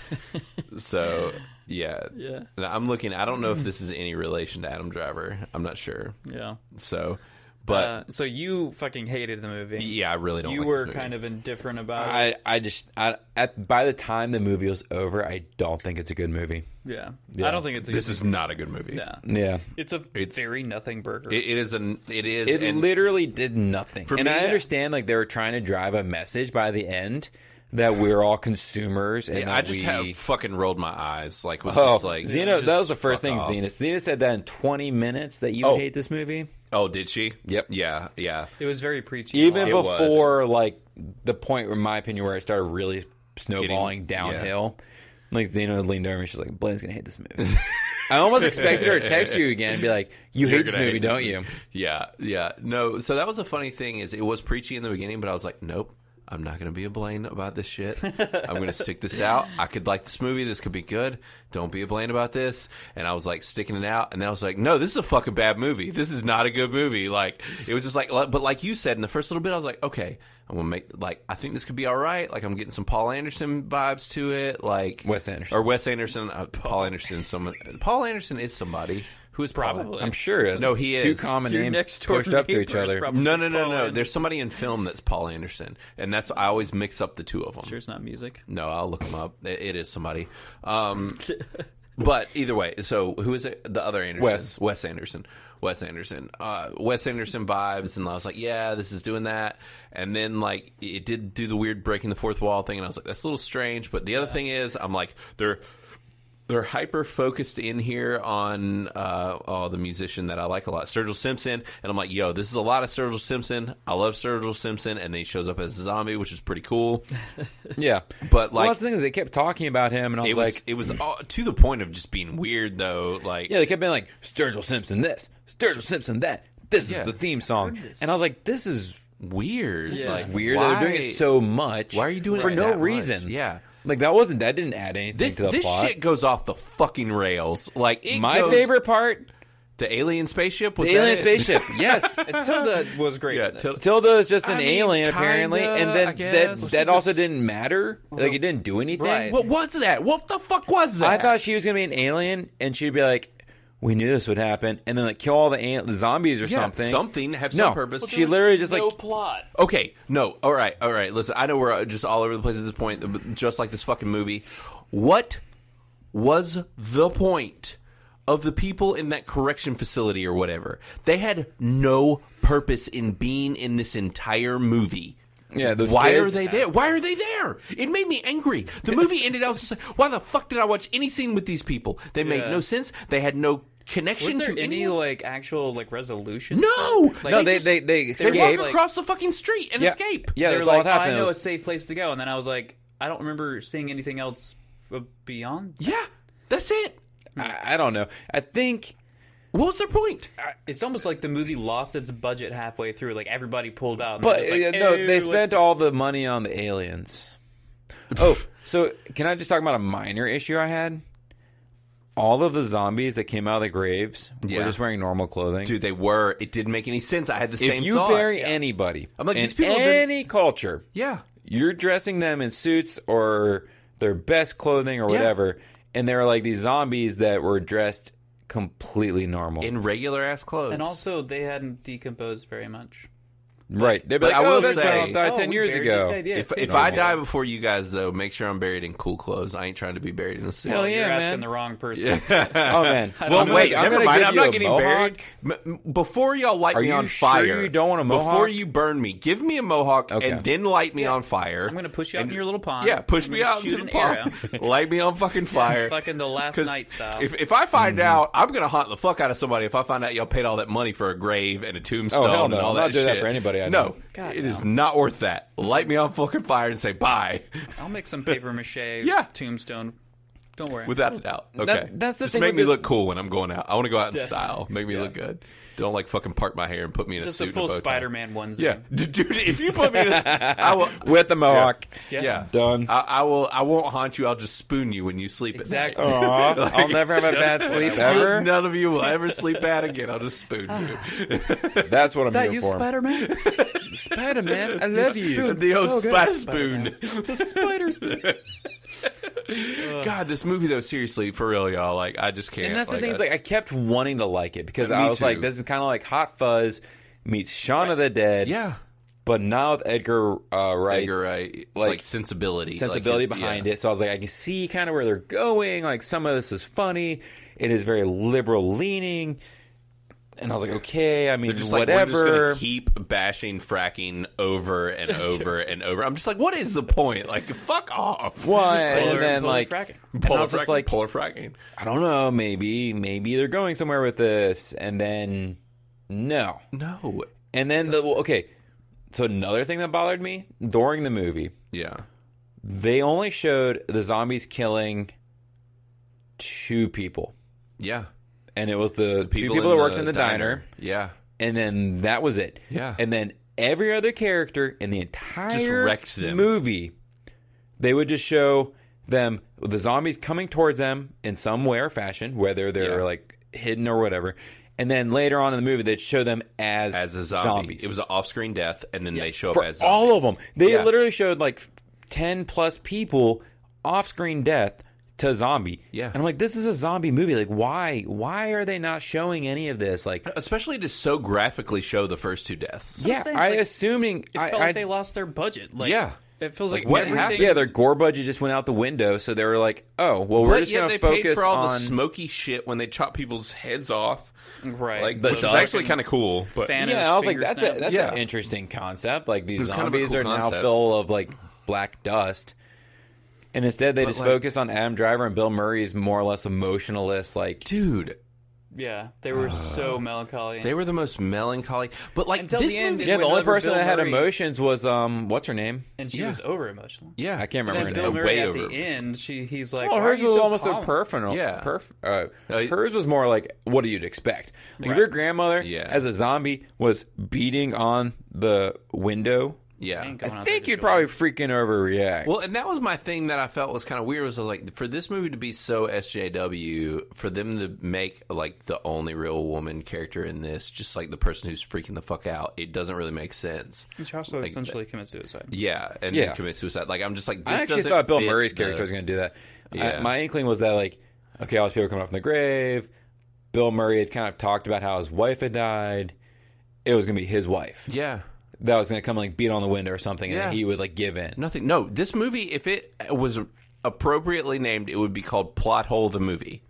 Speaker 1: So yeah,
Speaker 2: Yeah.
Speaker 1: And I'm looking. I don't know if this is any relation to Adam Driver. I'm not sure.
Speaker 2: Yeah.
Speaker 1: So, but
Speaker 2: uh, so you fucking hated the movie.
Speaker 1: yeah, I really don't.
Speaker 2: You
Speaker 1: like
Speaker 2: were kind of indifferent about it.
Speaker 3: I, I just I, at by the time the movie was over, I don't think it's a good movie.
Speaker 2: Yeah. I don't think it's a
Speaker 1: This
Speaker 2: good-
Speaker 1: is not a good movie.
Speaker 2: Yeah.
Speaker 3: Yeah,
Speaker 2: It's a
Speaker 1: It's-
Speaker 2: very nothing burger.
Speaker 1: It, it is an. It is.
Speaker 3: it
Speaker 1: and
Speaker 3: literally did nothing.
Speaker 1: For
Speaker 3: and
Speaker 1: me,
Speaker 3: I
Speaker 1: yeah.
Speaker 3: understand like they were trying to drive a message by the end that we're all consumers and
Speaker 1: I
Speaker 3: that
Speaker 1: just
Speaker 3: we
Speaker 1: have fucking rolled my eyes. Like was
Speaker 3: Oh,
Speaker 1: just like
Speaker 3: Xena,
Speaker 1: just
Speaker 3: that was the first
Speaker 1: fuck
Speaker 3: thing
Speaker 1: off.
Speaker 3: Xena. Xena said that in 20 minutes that you
Speaker 1: Oh.
Speaker 3: hate this movie.
Speaker 1: Oh, did she?
Speaker 3: Yep.
Speaker 1: Yeah. Yeah.
Speaker 2: It was very preachy.
Speaker 3: Even
Speaker 1: It was.
Speaker 3: before, like, the point, in my opinion, where it started really snowballing
Speaker 1: Getting-
Speaker 3: downhill. Like, Xena leaned over and she's like, Blaine's going to hate this [laughs] movie. I almost expected her to text you again and be like, you hate this
Speaker 1: gonna
Speaker 3: movie,
Speaker 1: hate
Speaker 3: don't
Speaker 1: this
Speaker 3: you?
Speaker 1: [laughs] Yeah. Yeah. No. So that was the funny thing is it was preachy in the beginning, but I was like, nope. I'm not going to be a Blaine about this shit. I'm going to stick this out. I could like this movie. This could be good. Don't be a Blaine about this. And I was like sticking it out. And then I was like, no, this is a fucking bad movie. This is not a good movie. Like, it was just like, but like you said in the first little bit, I was like, okay, I'm going to make, like, I think this could be all right. Like, I'm getting some Paul Anderson vibes to it. Like,
Speaker 3: Wes Anderson.
Speaker 1: Or Wes Anderson. Uh, Paul Anderson. Someone. Paul Anderson is somebody who is probably.
Speaker 3: I'm sure it's
Speaker 1: No, he
Speaker 3: two
Speaker 1: is.
Speaker 3: common
Speaker 2: Your
Speaker 3: names
Speaker 2: next-door
Speaker 3: pushed up to each
Speaker 2: neighbor is
Speaker 3: other.
Speaker 2: probably-
Speaker 1: No, no, no,
Speaker 2: Paul
Speaker 1: no.
Speaker 2: Anderson.
Speaker 1: There's somebody in film that's Paul Anderson, and that's I always mix up the two of them.
Speaker 2: Sure, it's not music.
Speaker 1: No, I'll look him up. It, it is somebody. Um, but either way, so who is it? The other Anderson,
Speaker 3: Wes.
Speaker 1: Wes Anderson, Wes Anderson, uh, Wes Anderson vibes, and I was like, yeah, this is doing that. And then like it did do the weird breaking the fourth wall thing, and I was like, that's a little strange. But the other thing is, I'm like, they're They're hyper focused in here on uh, oh, the musician that I like a lot, Sturgill Simpson, and I'm like, yo, this is a lot of Sturgill Simpson. I love Sturgill Simpson, and then he shows up as a zombie, which is pretty cool.
Speaker 3: Yeah,
Speaker 1: But
Speaker 3: well,
Speaker 1: like,
Speaker 3: that's the thing is they kept talking about him, and I was,
Speaker 1: it was
Speaker 3: like,
Speaker 1: it was all, to the point of just being weird though. Like,
Speaker 3: yeah, they kept being like Sturgill Simpson this, Sturgill Simpson that. This
Speaker 1: Yeah.
Speaker 3: is the theme song, and I was like, this is
Speaker 1: weird. Like,
Speaker 3: weird.
Speaker 1: Why,
Speaker 3: that They're doing it so much.
Speaker 1: Why are you doing
Speaker 3: for
Speaker 1: it
Speaker 3: no
Speaker 1: that much?
Speaker 3: reason?
Speaker 1: Yeah.
Speaker 3: like that wasn't that didn't add anything
Speaker 1: This
Speaker 3: to the
Speaker 1: this
Speaker 3: plot.
Speaker 1: shit goes off the fucking rails. Like it
Speaker 3: My
Speaker 1: goes-
Speaker 3: favorite part,
Speaker 1: the alien spaceship
Speaker 3: the
Speaker 1: was that
Speaker 3: alien
Speaker 1: it? [laughs]
Speaker 3: spaceship. yes,
Speaker 4: Tilda was great.
Speaker 1: Yeah,
Speaker 4: in this.
Speaker 1: till-
Speaker 3: Tilda is just an
Speaker 1: mean,
Speaker 3: alien
Speaker 1: kinda,
Speaker 3: apparently, and
Speaker 1: I
Speaker 3: then that
Speaker 1: guess.
Speaker 3: that also didn't matter. Like it didn't do anything.
Speaker 4: Right.
Speaker 1: What was that? What the fuck was that?
Speaker 3: I thought she was gonna be an alien, and she'd be like, "We knew this would happen," and then like kill all the, an- the zombies or
Speaker 1: Yeah,
Speaker 3: something.
Speaker 1: Something have
Speaker 3: No,
Speaker 1: some purpose.
Speaker 3: she literally just
Speaker 2: no
Speaker 3: like
Speaker 2: plot.
Speaker 1: okay, no, all right, all right. Listen, I know we're uh, just all over the place at this point, but just like this fucking movie. What was the point of the people in that correction facility or whatever? They had no purpose in being in this entire movie.
Speaker 3: yeah. Those
Speaker 1: Why
Speaker 3: kids.
Speaker 1: are they there? Why are they there? It made me angry. The movie ended out just like, why the fuck did I watch any scene with these people? They made
Speaker 2: Yeah.
Speaker 1: no sense. They had no connection
Speaker 4: Was there
Speaker 1: to
Speaker 4: any
Speaker 1: anyone.
Speaker 4: like actual like resolution?
Speaker 1: No!
Speaker 4: Like,
Speaker 3: No, they they
Speaker 1: They
Speaker 3: they
Speaker 1: walked
Speaker 3: escape.
Speaker 4: walk like-
Speaker 1: across the fucking street and
Speaker 3: yeah.
Speaker 1: escape.
Speaker 3: Yeah,
Speaker 4: they
Speaker 3: that's
Speaker 4: were
Speaker 3: all
Speaker 4: like,
Speaker 3: that happened.
Speaker 4: I
Speaker 3: It
Speaker 4: know
Speaker 3: was-
Speaker 4: it's a safe place to go, and then I was like, I don't remember seeing anything else uh, beyond.
Speaker 1: Yeah, that's it.
Speaker 3: I, I don't know. I think
Speaker 1: What was their point?
Speaker 4: It's almost like the movie lost its budget halfway through. Like everybody pulled out. and
Speaker 3: But
Speaker 4: they're just
Speaker 3: uh,
Speaker 4: like,
Speaker 3: no,
Speaker 4: "Ew,
Speaker 3: they
Speaker 4: let's
Speaker 3: spent all the money on the
Speaker 1: [laughs]
Speaker 3: aliens. oh, so can I just talk about a minor issue I had? All of the zombies that came out of the graves
Speaker 1: Yeah.
Speaker 3: were just wearing normal clothing.
Speaker 1: Dude, they were. It didn't make any sense. I had the
Speaker 3: if
Speaker 1: same
Speaker 3: you
Speaker 1: thought.
Speaker 3: bury anybody
Speaker 1: I'm like,
Speaker 3: in
Speaker 1: these people have been-
Speaker 3: any culture,
Speaker 1: yeah.
Speaker 3: you're dressing them in suits or their best clothing or whatever, and they're like these zombies that were dressed completely normal.
Speaker 1: In regular ass clothes.
Speaker 4: And also, they hadn't decomposed very much.
Speaker 3: right. They're like,
Speaker 1: I
Speaker 3: oh,
Speaker 1: will
Speaker 3: that
Speaker 1: say-
Speaker 3: child died
Speaker 4: Oh,
Speaker 3: 10
Speaker 4: we
Speaker 3: years
Speaker 4: buried
Speaker 3: ago.
Speaker 4: this idea.
Speaker 1: if,
Speaker 4: It's
Speaker 1: if I die before you guys, though, make sure I'm buried in cool clothes. I ain't trying to be buried in a suit.
Speaker 3: Hell Oh, yeah,
Speaker 4: you're
Speaker 3: man.
Speaker 4: asking the wrong person.
Speaker 1: [laughs]
Speaker 3: Oh, man.
Speaker 1: Well,
Speaker 3: I'm
Speaker 1: wait.
Speaker 3: gonna- I'm
Speaker 1: never
Speaker 3: gonna
Speaker 1: mind.
Speaker 3: give
Speaker 1: I'm
Speaker 3: you
Speaker 1: not
Speaker 3: a
Speaker 1: getting
Speaker 3: mohawk.
Speaker 1: buried. M- m- before y'all light
Speaker 3: Are
Speaker 1: me
Speaker 3: you
Speaker 1: on
Speaker 3: sure
Speaker 1: fire,
Speaker 3: you don't want a
Speaker 1: Before
Speaker 3: mohawk?
Speaker 1: you burn me, give me a mohawk
Speaker 3: Okay.
Speaker 1: and then light me on fire.
Speaker 4: I'm gonna push you out in your little pond.
Speaker 1: yeah, push
Speaker 4: I'm
Speaker 1: me
Speaker 4: gonna
Speaker 1: out
Speaker 4: shoot
Speaker 1: into the
Speaker 4: an arrow.
Speaker 1: pond. [laughs] light me on
Speaker 3: [laughs]
Speaker 1: fucking fire.
Speaker 4: Fucking the last
Speaker 1: 'Cause
Speaker 4: night style.
Speaker 1: If, if I find
Speaker 3: Mm-hmm.
Speaker 1: out, I'm gonna haunt the fuck out of somebody. If I find out y'all paid all that money for a grave and a tombstone
Speaker 3: Oh, hell
Speaker 1: and
Speaker 3: no.
Speaker 1: all
Speaker 3: I'm
Speaker 1: that
Speaker 3: not doing that
Speaker 1: shit.
Speaker 3: for anybody I
Speaker 1: no,
Speaker 3: know.
Speaker 1: it is not worth that. Light me on fucking fire and say bye, [laughs]
Speaker 4: I'll make some paper mache
Speaker 1: Yeah.
Speaker 4: tombstone. Don't worry.
Speaker 1: without a doubt. Okay,
Speaker 3: that's the
Speaker 1: just
Speaker 3: thing
Speaker 1: make
Speaker 3: with
Speaker 1: me
Speaker 3: this-
Speaker 1: look cool when I'm going out. I want to go out in style. Make me look good. Don't like fucking part my hair and put me in
Speaker 4: just
Speaker 1: a
Speaker 4: a
Speaker 1: suit
Speaker 4: full
Speaker 1: and a bow tie.
Speaker 4: Spider-Man onesie.
Speaker 1: Yeah, [laughs] dude. If you put me in, a, I will.
Speaker 3: With the mohawk.
Speaker 1: Yeah,
Speaker 3: Done.
Speaker 1: I, I will. I won't haunt you. I'll just spoon you when you sleep at
Speaker 4: Exactly.
Speaker 1: night.
Speaker 3: Aw, [laughs] I'll never have a bad
Speaker 1: [laughs]
Speaker 3: sleep ever.
Speaker 1: None of you will ever sleep bad again. I'll just spoon you. [laughs]
Speaker 3: That's what I'm
Speaker 4: That
Speaker 3: here
Speaker 4: you,
Speaker 2: [laughs]
Speaker 3: for. [laughs]
Speaker 4: Spider-Man?
Speaker 3: Spider Man, I love you.
Speaker 1: the old
Speaker 4: so good.
Speaker 1: spy spoon.
Speaker 4: the spider spoon.
Speaker 1: [laughs] God, this movie though, seriously, for real, y'all. Like, I just can't.
Speaker 3: And that's the thing.
Speaker 1: I-
Speaker 3: It's like I kept wanting to like it because
Speaker 1: Me
Speaker 3: I was like,
Speaker 1: too.
Speaker 3: this is kind of like Hot Fuzz meets Shaun of the Dead.
Speaker 1: yeah,
Speaker 3: But now with Edgar uh, Wright's
Speaker 1: you're right. Like,
Speaker 3: like,
Speaker 1: sensibility,
Speaker 3: sensibility behind it, so I was like, I can see kind of where they're going. Like some of this is funny. It is very liberal leaning. And I was like, okay, I mean,
Speaker 1: Just like,
Speaker 3: whatever.
Speaker 1: we're just gonna keep bashing fracking over
Speaker 3: [laughs]
Speaker 1: and over and over. I'm just like, what is the point? Like, fuck
Speaker 3: [laughs]
Speaker 1: off.
Speaker 3: Why?
Speaker 1: Polar-
Speaker 3: And then
Speaker 1: polar-
Speaker 3: like,
Speaker 4: fracking.
Speaker 1: polar
Speaker 3: and I was just
Speaker 1: fracking,
Speaker 3: like-
Speaker 1: polar fracking.
Speaker 3: I don't know, maybe, maybe they're going somewhere with this, and then no.
Speaker 1: No.
Speaker 3: And then the well, okay. So another thing that bothered me during the movie,
Speaker 1: Yeah.
Speaker 3: they only showed the zombies killing two people,
Speaker 1: Yeah.
Speaker 3: and it was the, two people that worked in the diner.
Speaker 1: Yeah.
Speaker 3: and then that was it.
Speaker 1: Yeah.
Speaker 3: and then every other character in the entire
Speaker 1: wrecked them.
Speaker 3: movie, they would just show them the zombies coming towards them in some way or fashion, whether they're
Speaker 1: Yeah.
Speaker 3: like hidden or whatever. And then later on in the movie, they'd show them as
Speaker 1: As a zombie.
Speaker 3: zombies.
Speaker 1: It was an off screen death, and then they show
Speaker 3: for
Speaker 1: up as zombies.
Speaker 3: all of them. They
Speaker 1: Yeah.
Speaker 3: literally showed like ten plus people off screen death to zombie.
Speaker 1: Yeah.
Speaker 3: and I'm like, this is a zombie movie. Like, why? Why are they not showing any of this? Like,
Speaker 1: Especially to so graphically show the first two deaths.
Speaker 3: yeah,
Speaker 4: saying,
Speaker 3: I
Speaker 4: like,
Speaker 3: assuming
Speaker 4: It
Speaker 3: I,
Speaker 4: felt
Speaker 3: I-
Speaker 4: like they lost their budget. Like,
Speaker 1: Yeah.
Speaker 4: It feels like,
Speaker 1: what
Speaker 4: everything-
Speaker 1: happened?
Speaker 3: Yeah, their gore budget just went out the window, so they were like, "Oh, well, we're
Speaker 1: But
Speaker 3: just
Speaker 1: yeah,
Speaker 3: going
Speaker 1: they
Speaker 3: to
Speaker 1: paid
Speaker 3: focus
Speaker 1: for all the
Speaker 3: on."
Speaker 1: smoky shit when they chop people's heads off.
Speaker 4: Right.
Speaker 1: Like,
Speaker 3: The
Speaker 1: which is
Speaker 3: duck.
Speaker 1: actually kind of cool. But
Speaker 4: Thanos
Speaker 3: yeah, I was like,
Speaker 4: finger
Speaker 3: "That's
Speaker 4: snap.
Speaker 3: a that's
Speaker 1: Yeah.
Speaker 3: an interesting concept." Like these
Speaker 1: was kind of a
Speaker 3: zombies
Speaker 1: cool
Speaker 3: are now
Speaker 1: concept.
Speaker 3: full of like black dust, And instead, they
Speaker 1: But,
Speaker 3: just
Speaker 1: like-
Speaker 3: focus on Adam Driver and Bill Murray's more or less emotionless. Like,
Speaker 1: dude.
Speaker 2: Yeah, they were so melancholy.
Speaker 1: Uh, They were the most melancholy. But like
Speaker 2: Until
Speaker 1: this
Speaker 2: the end,
Speaker 1: movie,
Speaker 2: it-
Speaker 3: yeah, the
Speaker 2: Whenever
Speaker 3: only person
Speaker 2: Bill
Speaker 3: that had
Speaker 2: Murray-
Speaker 3: emotions was um, what's her name?
Speaker 2: and she
Speaker 1: Yeah.
Speaker 2: was over emotional.
Speaker 1: yeah,
Speaker 3: I can't
Speaker 2: And
Speaker 3: remember
Speaker 2: then Bill
Speaker 3: her name.
Speaker 2: Murray
Speaker 1: way
Speaker 2: at
Speaker 1: over.
Speaker 2: the end, she he's like,
Speaker 3: Well,
Speaker 2: "Why are
Speaker 3: hers
Speaker 2: you
Speaker 3: was
Speaker 2: so
Speaker 3: almost
Speaker 2: calm?"
Speaker 3: a personal.
Speaker 1: Yeah.
Speaker 3: Perf, uh,
Speaker 1: Uh,
Speaker 3: hers was more like what you'd expect. Like if your grandmother,
Speaker 1: Yeah.
Speaker 3: as a zombie, was beating on the window.
Speaker 1: yeah.
Speaker 2: Ain't going
Speaker 3: I
Speaker 2: out
Speaker 3: think
Speaker 2: there
Speaker 3: you'd
Speaker 2: to
Speaker 3: probably freaking overreact.
Speaker 1: Well, and that was my thing that I felt was kind of weird was I was like, for this movie to be so SJW, for them to make like the only real woman character in this, just like the person who's freaking the fuck out, it doesn't really make sense.
Speaker 2: chill. She also essentially commits suicide.
Speaker 1: Yeah, and
Speaker 3: Yeah.
Speaker 1: then commit suicide. Like I'm just like, this
Speaker 3: I actually
Speaker 1: doesn't
Speaker 3: thought Bill
Speaker 1: fit
Speaker 3: Murray's
Speaker 1: the-
Speaker 3: character was going to do that. I-
Speaker 1: Yeah.
Speaker 3: my inkling was that like, okay, all these people are coming up from the grave. Bill Murray had kind of talked about how his wife had died. It was going to be his wife
Speaker 1: Yeah,
Speaker 3: that was going to come like beat on the window or something, and
Speaker 1: Yeah.
Speaker 3: then he would like give in. [laughs]
Speaker 1: nothing. No, this movie, if it was appropriately named, it would be called Plot Hole the Movie.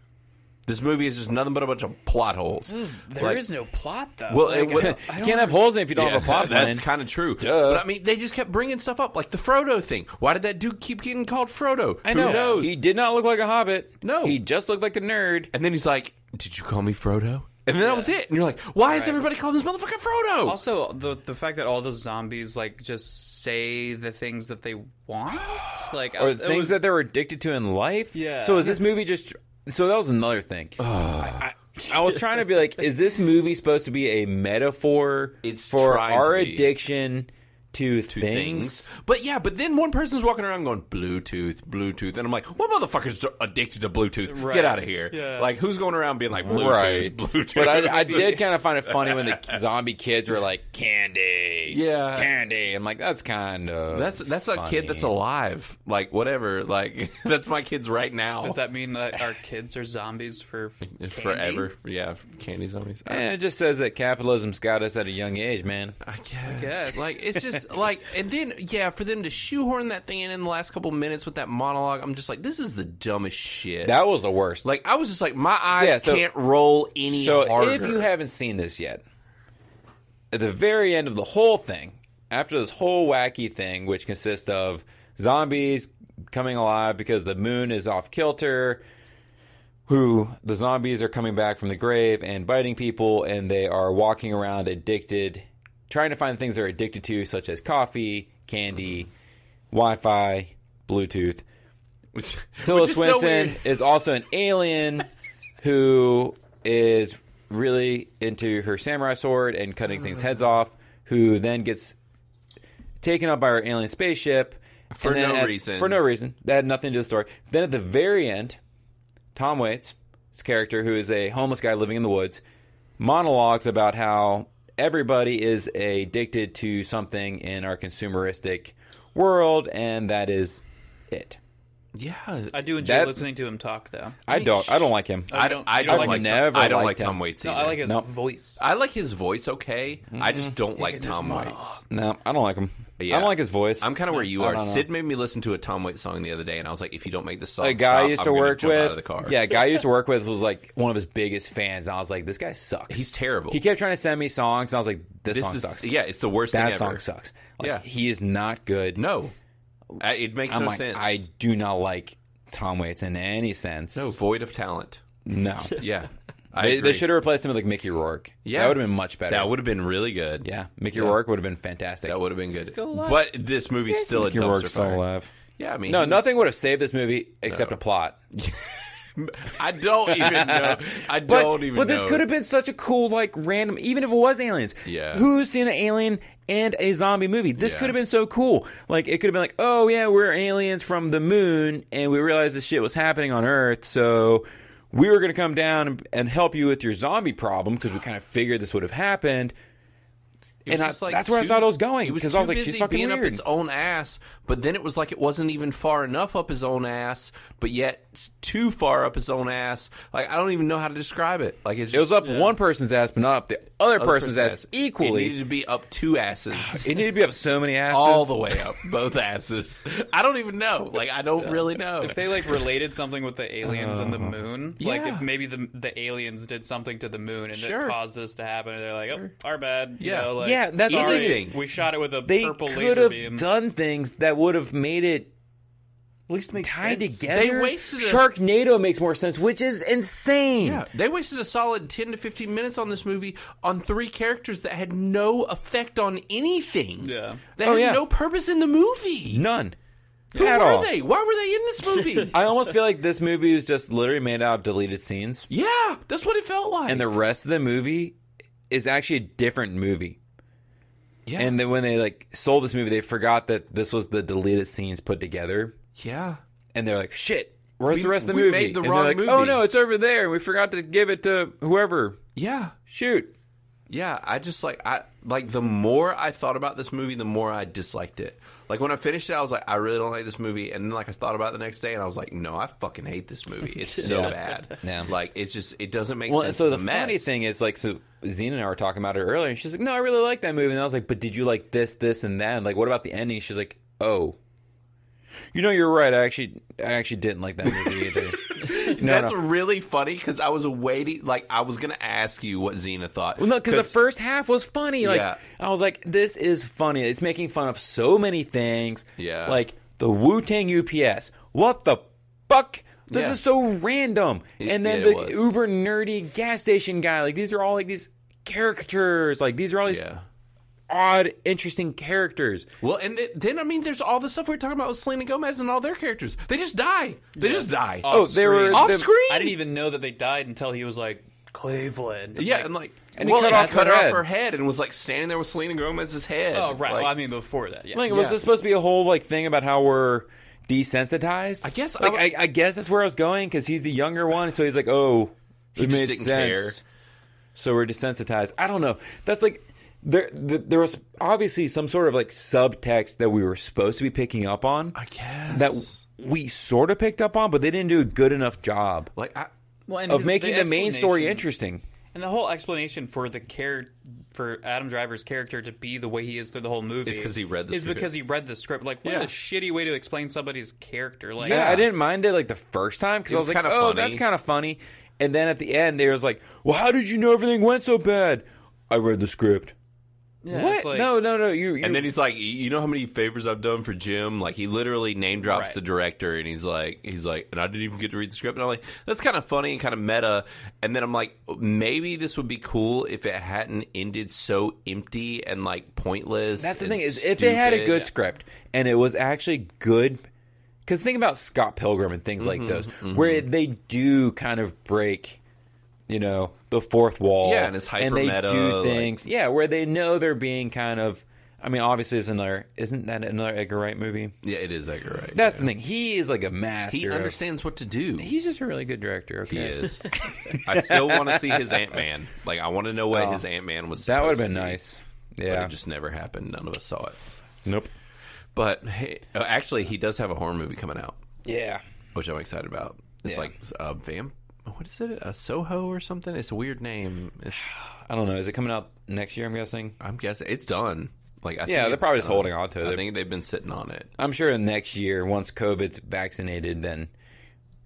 Speaker 1: This movie is just nothing but a bunch of plot holes.
Speaker 2: There is
Speaker 1: Like-
Speaker 2: no plot though.
Speaker 1: Well, it
Speaker 2: [laughs]
Speaker 3: you
Speaker 1: was-
Speaker 3: can't have holes in it if you don't have a plot line.
Speaker 1: [laughs] That's kind of true.
Speaker 3: Duh.
Speaker 1: But I mean, they just kept bringing stuff up, like the Frodo thing. Why did that dude keep getting called Frodo?
Speaker 3: I
Speaker 1: Who
Speaker 3: know.
Speaker 1: knows?
Speaker 3: He did not look like a hobbit.
Speaker 1: No.
Speaker 3: he just looked like a nerd.
Speaker 1: And then he's like, "Did you call me Frodo?" And then that was it. And you're like, "Why is everybody calling this motherfucker Frodo?"
Speaker 4: Also, the the fact that all the zombies like just say the things that they
Speaker 1: [gasps]
Speaker 4: want, like I-
Speaker 3: Or
Speaker 4: it
Speaker 3: things
Speaker 4: was-
Speaker 3: that they were addicted to in life.
Speaker 2: Yeah.
Speaker 3: So is this movie just? So that was another thing. [sighs] I, I, I was trying to be like, is this movie supposed to be a metaphor
Speaker 1: It's
Speaker 3: for
Speaker 1: trying
Speaker 3: our
Speaker 1: to be.
Speaker 3: addiction to,
Speaker 1: Two
Speaker 3: things?
Speaker 1: But yeah, but then one person's walking around going Bluetooth, Bluetooth, and I'm like, "What motherfucker's addicted to Bluetooth? Get out of here!"
Speaker 2: Yeah.
Speaker 1: Like, who's going around being like Bluetooth,
Speaker 3: [laughs]
Speaker 1: [laughs]
Speaker 3: Right,
Speaker 1: Bluetooth?
Speaker 3: but I, I did kind of find it funny when [laughs] the zombie kids were like candy,
Speaker 1: Yeah.
Speaker 3: candy. I'm like, that's kind
Speaker 1: [laughs]
Speaker 3: of
Speaker 1: that's that's a
Speaker 3: funny.
Speaker 1: kid that's alive. Like, whatever. Like, [laughs] that's my kids right now.
Speaker 2: does that mean that our kids are zombies for candy?
Speaker 1: forever. Yeah, candy zombies. I-
Speaker 3: Eh, it just says that capitalism's got us at a young age, man.
Speaker 1: I guess.
Speaker 2: guess.
Speaker 1: Like it's
Speaker 3: [laughs]
Speaker 1: just like, and then yeah, for them to shoehorn that thing in in the last couple minutes with that monologue, I'm just like, this is the dumbest shit.
Speaker 3: That was the worst.
Speaker 1: like I was just like, my eyes
Speaker 3: Yeah, so-
Speaker 1: can't roll any
Speaker 3: so
Speaker 1: harder.
Speaker 3: if you haven't seen this yet at the very end of the whole thing after this whole wacky thing which consists of zombies coming alive because the moon is off kilter who the zombies are coming back from the grave and biting people and they are walking around addicted trying to find things they're addicted to such as coffee candy wi-fi bluetooth
Speaker 1: which,
Speaker 3: Tilda
Speaker 1: which is so
Speaker 3: Swinton
Speaker 1: weird.
Speaker 3: is also an alien who is really into her samurai sword and cutting things
Speaker 1: Mm.
Speaker 3: heads off, who then gets taken up by her alien spaceship.
Speaker 1: For
Speaker 3: and then
Speaker 1: no
Speaker 3: at-
Speaker 1: reason.
Speaker 3: For no reason. That had nothing to do with the story. Then at the very end, Tom Waits, his character, who is a homeless guy living in the woods, monologues about how everybody is addicted to something in our consumeristic world, and that is it.
Speaker 1: yeah.
Speaker 2: I do enjoy
Speaker 3: That-
Speaker 2: listening to him talk though.
Speaker 3: I don't. I don't like him.
Speaker 1: I
Speaker 2: don't-
Speaker 1: don't. I
Speaker 2: you
Speaker 1: don't
Speaker 2: don't
Speaker 1: like.
Speaker 2: like
Speaker 1: Tom-
Speaker 3: never
Speaker 1: I don't like
Speaker 3: liked him.
Speaker 1: Tom Waits.
Speaker 2: No,
Speaker 1: either.
Speaker 2: I like his
Speaker 3: Nope.
Speaker 2: voice.
Speaker 1: I like his voice. Okay, I
Speaker 3: Mm-hmm.
Speaker 1: just don't like Tom Waits.
Speaker 3: No, I don't like him.
Speaker 1: Yeah.
Speaker 3: I don't like his voice.
Speaker 1: I'm kind of where you
Speaker 3: I
Speaker 1: are.
Speaker 3: don't know.
Speaker 1: Sid made me listen to a Tom Waits song the other day, and I was like, if you don't make this song,
Speaker 3: a guy I
Speaker 1: stop,
Speaker 3: used
Speaker 1: I'm
Speaker 3: to
Speaker 1: gonna
Speaker 3: work
Speaker 1: jump
Speaker 3: with.
Speaker 1: out of the car.
Speaker 3: Yeah, a guy I
Speaker 1: [laughs]
Speaker 3: used to work with was like one of his biggest fans. And I was like, this guy sucks.
Speaker 1: he's terrible.
Speaker 3: He kept trying to send me songs, and I was like, this,
Speaker 1: this
Speaker 3: song
Speaker 1: is
Speaker 3: sucks.
Speaker 1: yeah, it's the worst
Speaker 3: that
Speaker 1: thing ever.
Speaker 3: song sucks. Like,
Speaker 1: Yeah.
Speaker 3: he is not good.
Speaker 1: No, I, it makes
Speaker 3: I'm
Speaker 1: no
Speaker 3: like,
Speaker 1: sense.
Speaker 3: I do not like Tom Waits in any sense.
Speaker 1: no void of talent.
Speaker 3: no.
Speaker 1: Yeah, [laughs]
Speaker 3: [laughs]
Speaker 1: I
Speaker 3: they,
Speaker 1: agree.
Speaker 3: they should have replaced him with like Mickey Rourke.
Speaker 1: Yeah.
Speaker 3: that would have been much better.
Speaker 1: That would have been really good.
Speaker 3: yeah, Mickey Rourke would have been fantastic.
Speaker 1: that would have been good.
Speaker 4: still alive.
Speaker 1: But this movie's still
Speaker 3: Mickey
Speaker 1: a dumpster
Speaker 3: Rourke's still
Speaker 1: fire.
Speaker 3: alive.
Speaker 1: Yeah, I mean,
Speaker 3: No,
Speaker 1: he was-
Speaker 3: nothing would have saved this movie except a plot.
Speaker 1: I
Speaker 3: [laughs]
Speaker 1: don't even know. I
Speaker 3: But,
Speaker 1: don't even.
Speaker 3: but this
Speaker 1: know.
Speaker 3: could have been such a cool, like, random, even if it was aliens.
Speaker 1: Yeah.
Speaker 3: Who's seen an alien and a zombie movie? This
Speaker 1: Yeah.
Speaker 3: could have been so cool. Like, it could have been like, oh, yeah, we're aliens from the moon, and we realized this shit was happening on Earth, so we were going to come down and, and help you with your zombie problem because we kind of figured this would have happened.
Speaker 1: It was
Speaker 3: and I-
Speaker 1: just, like,
Speaker 3: that's where I
Speaker 1: too-
Speaker 3: thought it was going,
Speaker 1: It was
Speaker 3: 'cause
Speaker 1: too
Speaker 3: I was like, she's
Speaker 1: busy
Speaker 3: fucking
Speaker 1: being up
Speaker 3: weird.
Speaker 1: its own ass, but then it was like it wasn't even far enough up his own ass, but yet it's too far up his own ass. Like I don't even know how to describe it. Like it's just,
Speaker 3: It was up one person's ass, but not up the other,
Speaker 1: other
Speaker 3: person's, ass equally.
Speaker 1: It needed to be up two asses.
Speaker 3: [sighs] It needed to be up so many
Speaker 1: [laughs]
Speaker 3: asses.
Speaker 1: all the way up, both asses. [laughs] I don't even know. Like I don't really know.
Speaker 2: if they like related something with the aliens and the
Speaker 3: Oh.
Speaker 2: moon, like
Speaker 1: Yeah.
Speaker 2: if maybe the the aliens did something to the moon and
Speaker 1: Sure.
Speaker 2: it caused this to happen, and they're like, "Oh, our bad." You
Speaker 1: Yeah.
Speaker 2: know, like,
Speaker 3: Yeah, that's the
Speaker 2: sorry,
Speaker 3: thing.
Speaker 2: We shot it with a
Speaker 3: they
Speaker 2: purple
Speaker 3: could
Speaker 2: laser
Speaker 3: have
Speaker 2: beam.
Speaker 3: done things that would have made it
Speaker 2: At least make
Speaker 3: tied
Speaker 2: sense.
Speaker 3: together.
Speaker 1: wasted a-
Speaker 3: Sharknado makes more sense, which is insane.
Speaker 1: Yeah, they wasted a solid 10 to 15 minutes on this movie on three characters that had no effect on anything.
Speaker 2: Yeah.
Speaker 1: That
Speaker 3: Oh,
Speaker 1: had
Speaker 3: yeah.
Speaker 1: no purpose in the movie.
Speaker 3: None.
Speaker 1: Who
Speaker 3: At
Speaker 1: were
Speaker 3: all.
Speaker 1: they? Why were they in this movie?
Speaker 3: [laughs] I almost feel like this movie was just literally made out of deleted scenes,
Speaker 1: yeah, that's what it felt like.
Speaker 3: and the rest of the movie is actually a different movie.
Speaker 1: yeah.
Speaker 3: And then when they like sold this movie, they forgot that this was the deleted scenes put together,
Speaker 1: yeah.
Speaker 3: and they're like, "Shit, where's
Speaker 1: We-
Speaker 3: the rest of the
Speaker 1: we
Speaker 3: movie?"
Speaker 1: made the
Speaker 3: and
Speaker 1: wrong
Speaker 3: they're like,
Speaker 1: movie.
Speaker 3: "Oh no, it's over there. We forgot to give it to whoever."
Speaker 1: Yeah.
Speaker 3: Shoot.
Speaker 1: Yeah, I just like I like the more I thought about this movie, the more I disliked it. Like when I finished it, I was like, I really don't like this movie, and then like I thought about it the next day, and I was like, No, I fucking hate this movie.
Speaker 3: [laughs]
Speaker 1: It's so
Speaker 3: Yeah.
Speaker 1: bad.
Speaker 3: Yeah.
Speaker 1: Like it's just it doesn't make
Speaker 3: Well, and
Speaker 1: sense.
Speaker 3: so
Speaker 1: It's
Speaker 3: the
Speaker 1: a mess.
Speaker 3: funny thing is, like, so Zena and I were talking about it earlier, and she's like, "No, I really like that movie." And I was like, "But did you like this, this, and that? And, Like, what about the ending?" She's like, "Oh, you know, you're right. I actually, I actually didn't like that movie either."
Speaker 1: [laughs]
Speaker 3: no,
Speaker 1: That's
Speaker 3: no.
Speaker 1: really funny because I was waiting. Like I was gonna ask you what Xena thought.
Speaker 3: Well, no, because the first half was funny. Like,
Speaker 1: Yeah.
Speaker 3: I was like, "This is funny. It's making fun of so many things."
Speaker 1: Yeah.
Speaker 3: like the Wu Tang UPS. What the fuck? This
Speaker 1: Yeah.
Speaker 3: is so random. and then
Speaker 1: yeah, it
Speaker 3: the
Speaker 1: was.
Speaker 3: uber nerdy gas station guy. Like, these are all like these caricatures. Like, these are all these
Speaker 1: yeah.
Speaker 3: odd, interesting characters.
Speaker 1: Well, and th- then I mean, there's all the stuff we were talking about with Selena Gomez and all their characters. They just die. They just die
Speaker 3: Oh, they were
Speaker 1: off
Speaker 3: the-
Speaker 1: screen.
Speaker 2: I didn't even know that they died until he was like Cleveland.
Speaker 1: Yeah,
Speaker 2: Like,
Speaker 1: and like,
Speaker 3: And he
Speaker 1: well,
Speaker 3: cut
Speaker 1: and
Speaker 3: off
Speaker 1: I cut
Speaker 3: her
Speaker 1: off
Speaker 3: head.
Speaker 1: her head and was like standing there with Selena Gomez's head.
Speaker 2: oh right.
Speaker 1: Like,
Speaker 2: well, I mean before that. Yeah.
Speaker 3: Like, was
Speaker 1: Yeah.
Speaker 3: this supposed to be a whole like thing about how we're desensitized?
Speaker 1: I guess I
Speaker 3: Like, I,
Speaker 1: w-
Speaker 3: I guess that's where I was going because he's the younger one, so he's like, oh, it
Speaker 1: just
Speaker 3: made
Speaker 1: didn't
Speaker 3: sense.
Speaker 1: care.
Speaker 3: So we're desensitized. I don't know. That's like there. th there was obviously some sort of like subtext that we were supposed to be picking up on
Speaker 1: I guess
Speaker 3: that we sort of picked up on, but they didn't do a good enough job
Speaker 1: like I,
Speaker 2: Well, and
Speaker 3: of
Speaker 2: his-
Speaker 3: making the main story
Speaker 2: explanation-
Speaker 3: interesting.
Speaker 2: And the whole explanation for the care for Adam Driver's character to be the way he is through the whole movie
Speaker 1: It's 'cause he read the
Speaker 2: is
Speaker 1: script.
Speaker 2: because he read the script. Like, what
Speaker 1: Yeah.
Speaker 2: a shitty way to explain somebody's character. Like,
Speaker 3: Yeah, I didn't mind it like the first time because I
Speaker 1: was
Speaker 3: was, like,
Speaker 1: kinda
Speaker 3: "Oh,
Speaker 1: funny."
Speaker 3: that's kind of funny." And then at the end, they was like, "Well, how did you know everything went so bad?" I read the script.
Speaker 2: yeah,
Speaker 3: what?
Speaker 2: it's like-
Speaker 3: no, no, no. You, you
Speaker 1: and then he's like, you know how many favors I've done for Jim? Like he literally name drops
Speaker 2: Right.
Speaker 1: the director, and he's like, he's like, and I didn't even get to read the script. And I'm like, that's kind of funny and kind of meta. And then I'm like, maybe this would be cool if it hadn't ended so empty and like pointless.
Speaker 3: that's the
Speaker 1: and
Speaker 3: thing is if they had a
Speaker 1: stupid.
Speaker 3: good script and it was actually good. Because think about Scott Pilgrim and things
Speaker 1: Mm-hmm,
Speaker 3: like those, where they do kind of break, you know, the fourth wall.
Speaker 1: Yeah, and it's
Speaker 3: they
Speaker 1: hyper-meta,
Speaker 3: do
Speaker 1: like-
Speaker 3: things, yeah, where they know they're being kind of. I mean, obviously, it's another. Isn't that another Edgar Wright movie?
Speaker 1: yeah, it is Edgar Wright.
Speaker 3: That's the thing. He is like a master.
Speaker 1: he
Speaker 3: of-
Speaker 1: understands what to do.
Speaker 3: He's just a really good director. [laughs] Okay.
Speaker 1: He is. I still want to see his Ant Man. Like I want to know what
Speaker 3: Oh,
Speaker 1: his Ant Man was.
Speaker 3: That would have
Speaker 1: supposed
Speaker 3: been
Speaker 1: to be,
Speaker 3: nice.
Speaker 1: But
Speaker 3: Yeah.
Speaker 1: it just never happened. None of us saw it.
Speaker 3: nope.
Speaker 1: But hey, oh, actually, he does have a horror movie coming out,
Speaker 3: Yeah.
Speaker 1: which I'm excited about. It's
Speaker 3: Yeah.
Speaker 1: like uh, Vamp. What is it? A Soho or something? It's a weird name. It's,
Speaker 3: I don't know. Is it coming out next year? I'm guessing.
Speaker 1: I'm guessing it's done. Like I think
Speaker 3: Yeah, they're
Speaker 1: it's
Speaker 3: probably just
Speaker 1: done.
Speaker 3: holding on to it.
Speaker 1: I think they've been sitting on it.
Speaker 3: I'm sure next year, once COVID's vaccinated, then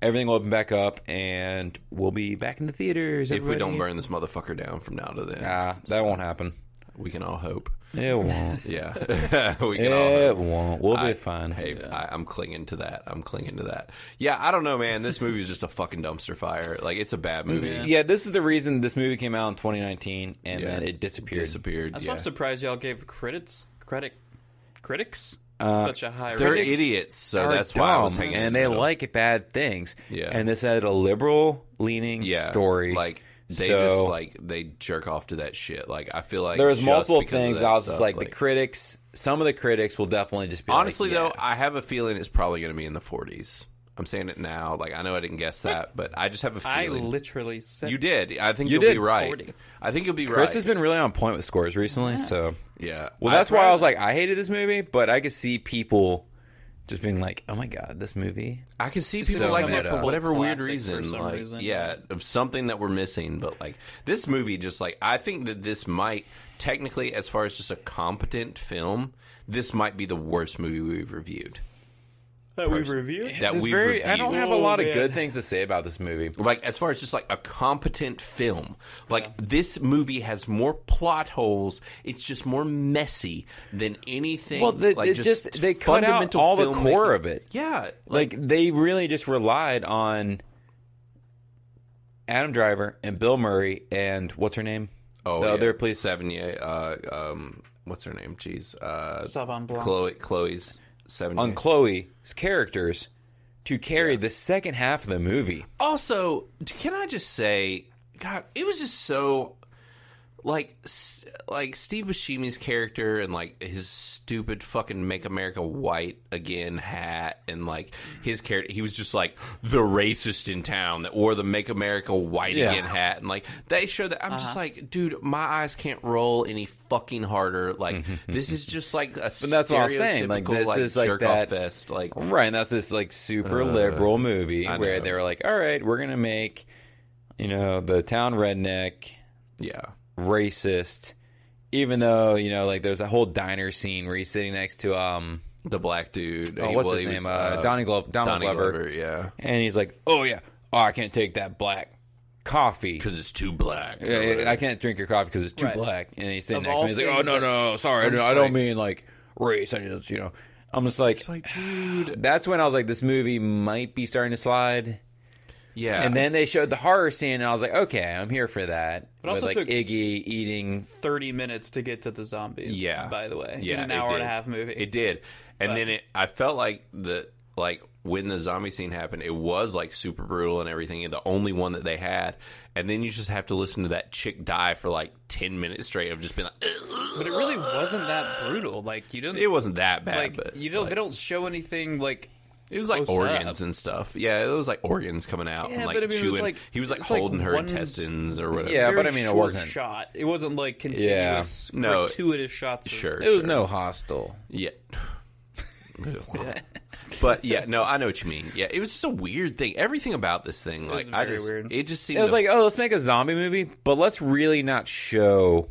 Speaker 3: everything will open back up, and we'll be back in the theaters.
Speaker 1: If we don't burn this motherfucker down from now to then,
Speaker 3: ah, that won't happen.
Speaker 1: we can all hope.
Speaker 3: It won't. [laughs]
Speaker 1: Yeah, [laughs] we can all hope.
Speaker 3: it won't. We'll be
Speaker 1: I-
Speaker 3: fine.
Speaker 1: Hey, I, I'm clinging to that. I'm clinging to that. Yeah, I don't know, man. This movie is just a fucking dumpster fire. Like, it's a bad movie.
Speaker 3: Yeah, this is the reason this movie came out in 2019, and then it disappeared.
Speaker 1: Disappeared.
Speaker 2: That's
Speaker 1: yeah.
Speaker 2: why I'm surprised y'all gave credits credit critics
Speaker 3: Uh,
Speaker 2: such a high
Speaker 1: They're
Speaker 2: rating.
Speaker 1: idiots, so
Speaker 3: are
Speaker 1: that's why I was
Speaker 3: dumb,
Speaker 1: hanging. in
Speaker 3: and
Speaker 1: the
Speaker 3: they
Speaker 1: middle.
Speaker 3: like bad things.
Speaker 1: Yeah.
Speaker 3: and this had a liberal leaning
Speaker 1: yeah,
Speaker 3: story.
Speaker 1: Like they
Speaker 3: So-
Speaker 1: just like they jerk off to that shit. Like I feel like
Speaker 3: there was
Speaker 1: just
Speaker 3: multiple
Speaker 1: because of
Speaker 3: things.
Speaker 1: that
Speaker 3: I was
Speaker 1: stuff,
Speaker 3: just like, the critics. Some of the critics will definitely just be
Speaker 1: honestly
Speaker 3: like, yeah.
Speaker 1: though, I have a feeling it's probably going to be in the 40s. I'm saying it now. Like I know I didn't guess that, but I just have a
Speaker 2: I
Speaker 1: feeling.
Speaker 2: literally said
Speaker 1: you did. I think
Speaker 3: You
Speaker 1: will be
Speaker 3: did.
Speaker 1: right.
Speaker 2: 40.
Speaker 1: I think you'll be
Speaker 3: Chris
Speaker 1: right.
Speaker 3: has been really on point with scores recently. So
Speaker 1: yeah.
Speaker 3: well, that's why I was like, I hated this movie, but I could see people just being like, oh my god, this movie.
Speaker 1: I can see
Speaker 3: It's
Speaker 1: people
Speaker 3: so
Speaker 1: like that
Speaker 3: meta.
Speaker 1: for whatever weird
Speaker 2: Classic for
Speaker 1: reason,
Speaker 2: some
Speaker 1: like
Speaker 2: reason.
Speaker 1: yeah, of something that we're missing. But like this movie, just like I think that this might technically, as far as just a competent film, this might be the worst movie we've reviewed.
Speaker 2: that we've reviewed.
Speaker 1: that
Speaker 3: It's
Speaker 1: we
Speaker 3: very-
Speaker 1: reviewed.
Speaker 3: I don't have a lot of
Speaker 2: Oh, man.
Speaker 3: good things to say about this movie.
Speaker 1: like as far as just like a competent film like this movie has more plot holes it's just more messy than anything
Speaker 3: Well, they,
Speaker 1: like
Speaker 3: they just, they cut out
Speaker 1: fundamental
Speaker 3: all the
Speaker 1: filmmaking.
Speaker 3: core of it.
Speaker 1: yeah
Speaker 3: Like they really just relied on Adam Driver and Bill Murray and what's her name?
Speaker 1: oh
Speaker 3: the
Speaker 1: yeah.
Speaker 3: other police.
Speaker 1: seven yeah uh um what's her name jeez uh
Speaker 2: Savon Blanc.
Speaker 1: chloe chloe's seven
Speaker 3: on Chloe's characters to carry the second half of the movie.
Speaker 1: also can i just say god it was just so like s- like steve buscemi's character and like his stupid fucking make america white again hat and like his character he was just like the racist in town that wore the make america white
Speaker 3: Yeah.
Speaker 1: again hat and like they show that i'm just like dude my eyes can't roll any fucking harder
Speaker 3: [laughs]
Speaker 1: like this is just like a but
Speaker 3: that's what I was saying, like, this is, like, that-
Speaker 1: fest like
Speaker 3: Right, and that's this like super liberal movie
Speaker 1: I
Speaker 3: where
Speaker 1: know.
Speaker 3: they were like, "All right, we're gonna make, you know, the town redneck
Speaker 1: yeah
Speaker 3: racist," even though you know, like, there's a whole diner scene where he's sitting next to um,
Speaker 1: the black dude
Speaker 3: oh,
Speaker 1: He-
Speaker 3: what's
Speaker 1: well, he
Speaker 3: his name,
Speaker 1: was,
Speaker 3: uh, Donnie Glover, Donald
Speaker 1: Donnie
Speaker 3: Glover.
Speaker 1: Glover, yeah
Speaker 3: and he's like, "Oh yeah, oh I can't take that black coffee."
Speaker 1: because it's too black.
Speaker 3: Yeah, yeah, I can't drink your coffee because it's too
Speaker 2: Right.
Speaker 3: black. And he's sitting
Speaker 2: Of
Speaker 3: next to
Speaker 2: all
Speaker 3: me. He's like, "Oh
Speaker 2: things
Speaker 3: no,
Speaker 2: that-
Speaker 3: no, sorry, no,
Speaker 1: just
Speaker 3: I don't
Speaker 1: like-
Speaker 3: mean like race. I just, you know." I'm just like,
Speaker 1: like, dude.
Speaker 3: that's when I was like, this movie might be starting to slide.
Speaker 1: Yeah,
Speaker 3: And then they showed the horror scene, and I was like, okay, I'm here for that.
Speaker 2: But also
Speaker 3: With like
Speaker 2: took-
Speaker 3: Iggy eating.
Speaker 2: Thirty minutes to get to the zombies.
Speaker 1: yeah,
Speaker 2: By the way,
Speaker 1: yeah,
Speaker 2: in an
Speaker 1: it
Speaker 2: hour and a
Speaker 1: did.
Speaker 2: half movie.
Speaker 1: it did. And then it, I felt like the like when the zombie scene happened, it was like super brutal and everything, and the only one that they had. And then you just have to listen to that chick die for like ten minutes straight of just being like,
Speaker 2: but it really wasn't that brutal. Like you didn't.
Speaker 1: it wasn't that bad,
Speaker 2: like
Speaker 1: but
Speaker 2: you don't.
Speaker 1: like,
Speaker 2: they don't show anything like.
Speaker 1: it was like
Speaker 2: close
Speaker 1: organs
Speaker 2: up.
Speaker 1: and stuff. Yeah, it was like organs coming out
Speaker 2: Yeah,
Speaker 1: and like
Speaker 2: but I mean, it
Speaker 1: chewing.
Speaker 2: was like-
Speaker 1: he was like
Speaker 2: it was like
Speaker 1: holding her
Speaker 2: one-
Speaker 1: intestins or whatever.
Speaker 3: Yeah, but
Speaker 2: very
Speaker 3: I mean, it
Speaker 2: short
Speaker 3: wasn't-
Speaker 2: shot. It wasn't like continuous,
Speaker 1: No.
Speaker 2: gratuitous shots. of-
Speaker 1: sure,
Speaker 3: It was
Speaker 1: sure.
Speaker 3: no hostile. [laughs]
Speaker 1: Yeah. [laughs] but yeah, no, I know what you mean. Yeah, it was just a weird thing. Everything about this thing, like
Speaker 2: was
Speaker 1: I
Speaker 2: very
Speaker 1: just,
Speaker 2: weird.
Speaker 1: it just seemed
Speaker 3: It was
Speaker 1: to-
Speaker 3: like, oh, let's make a zombie movie, but let's really not show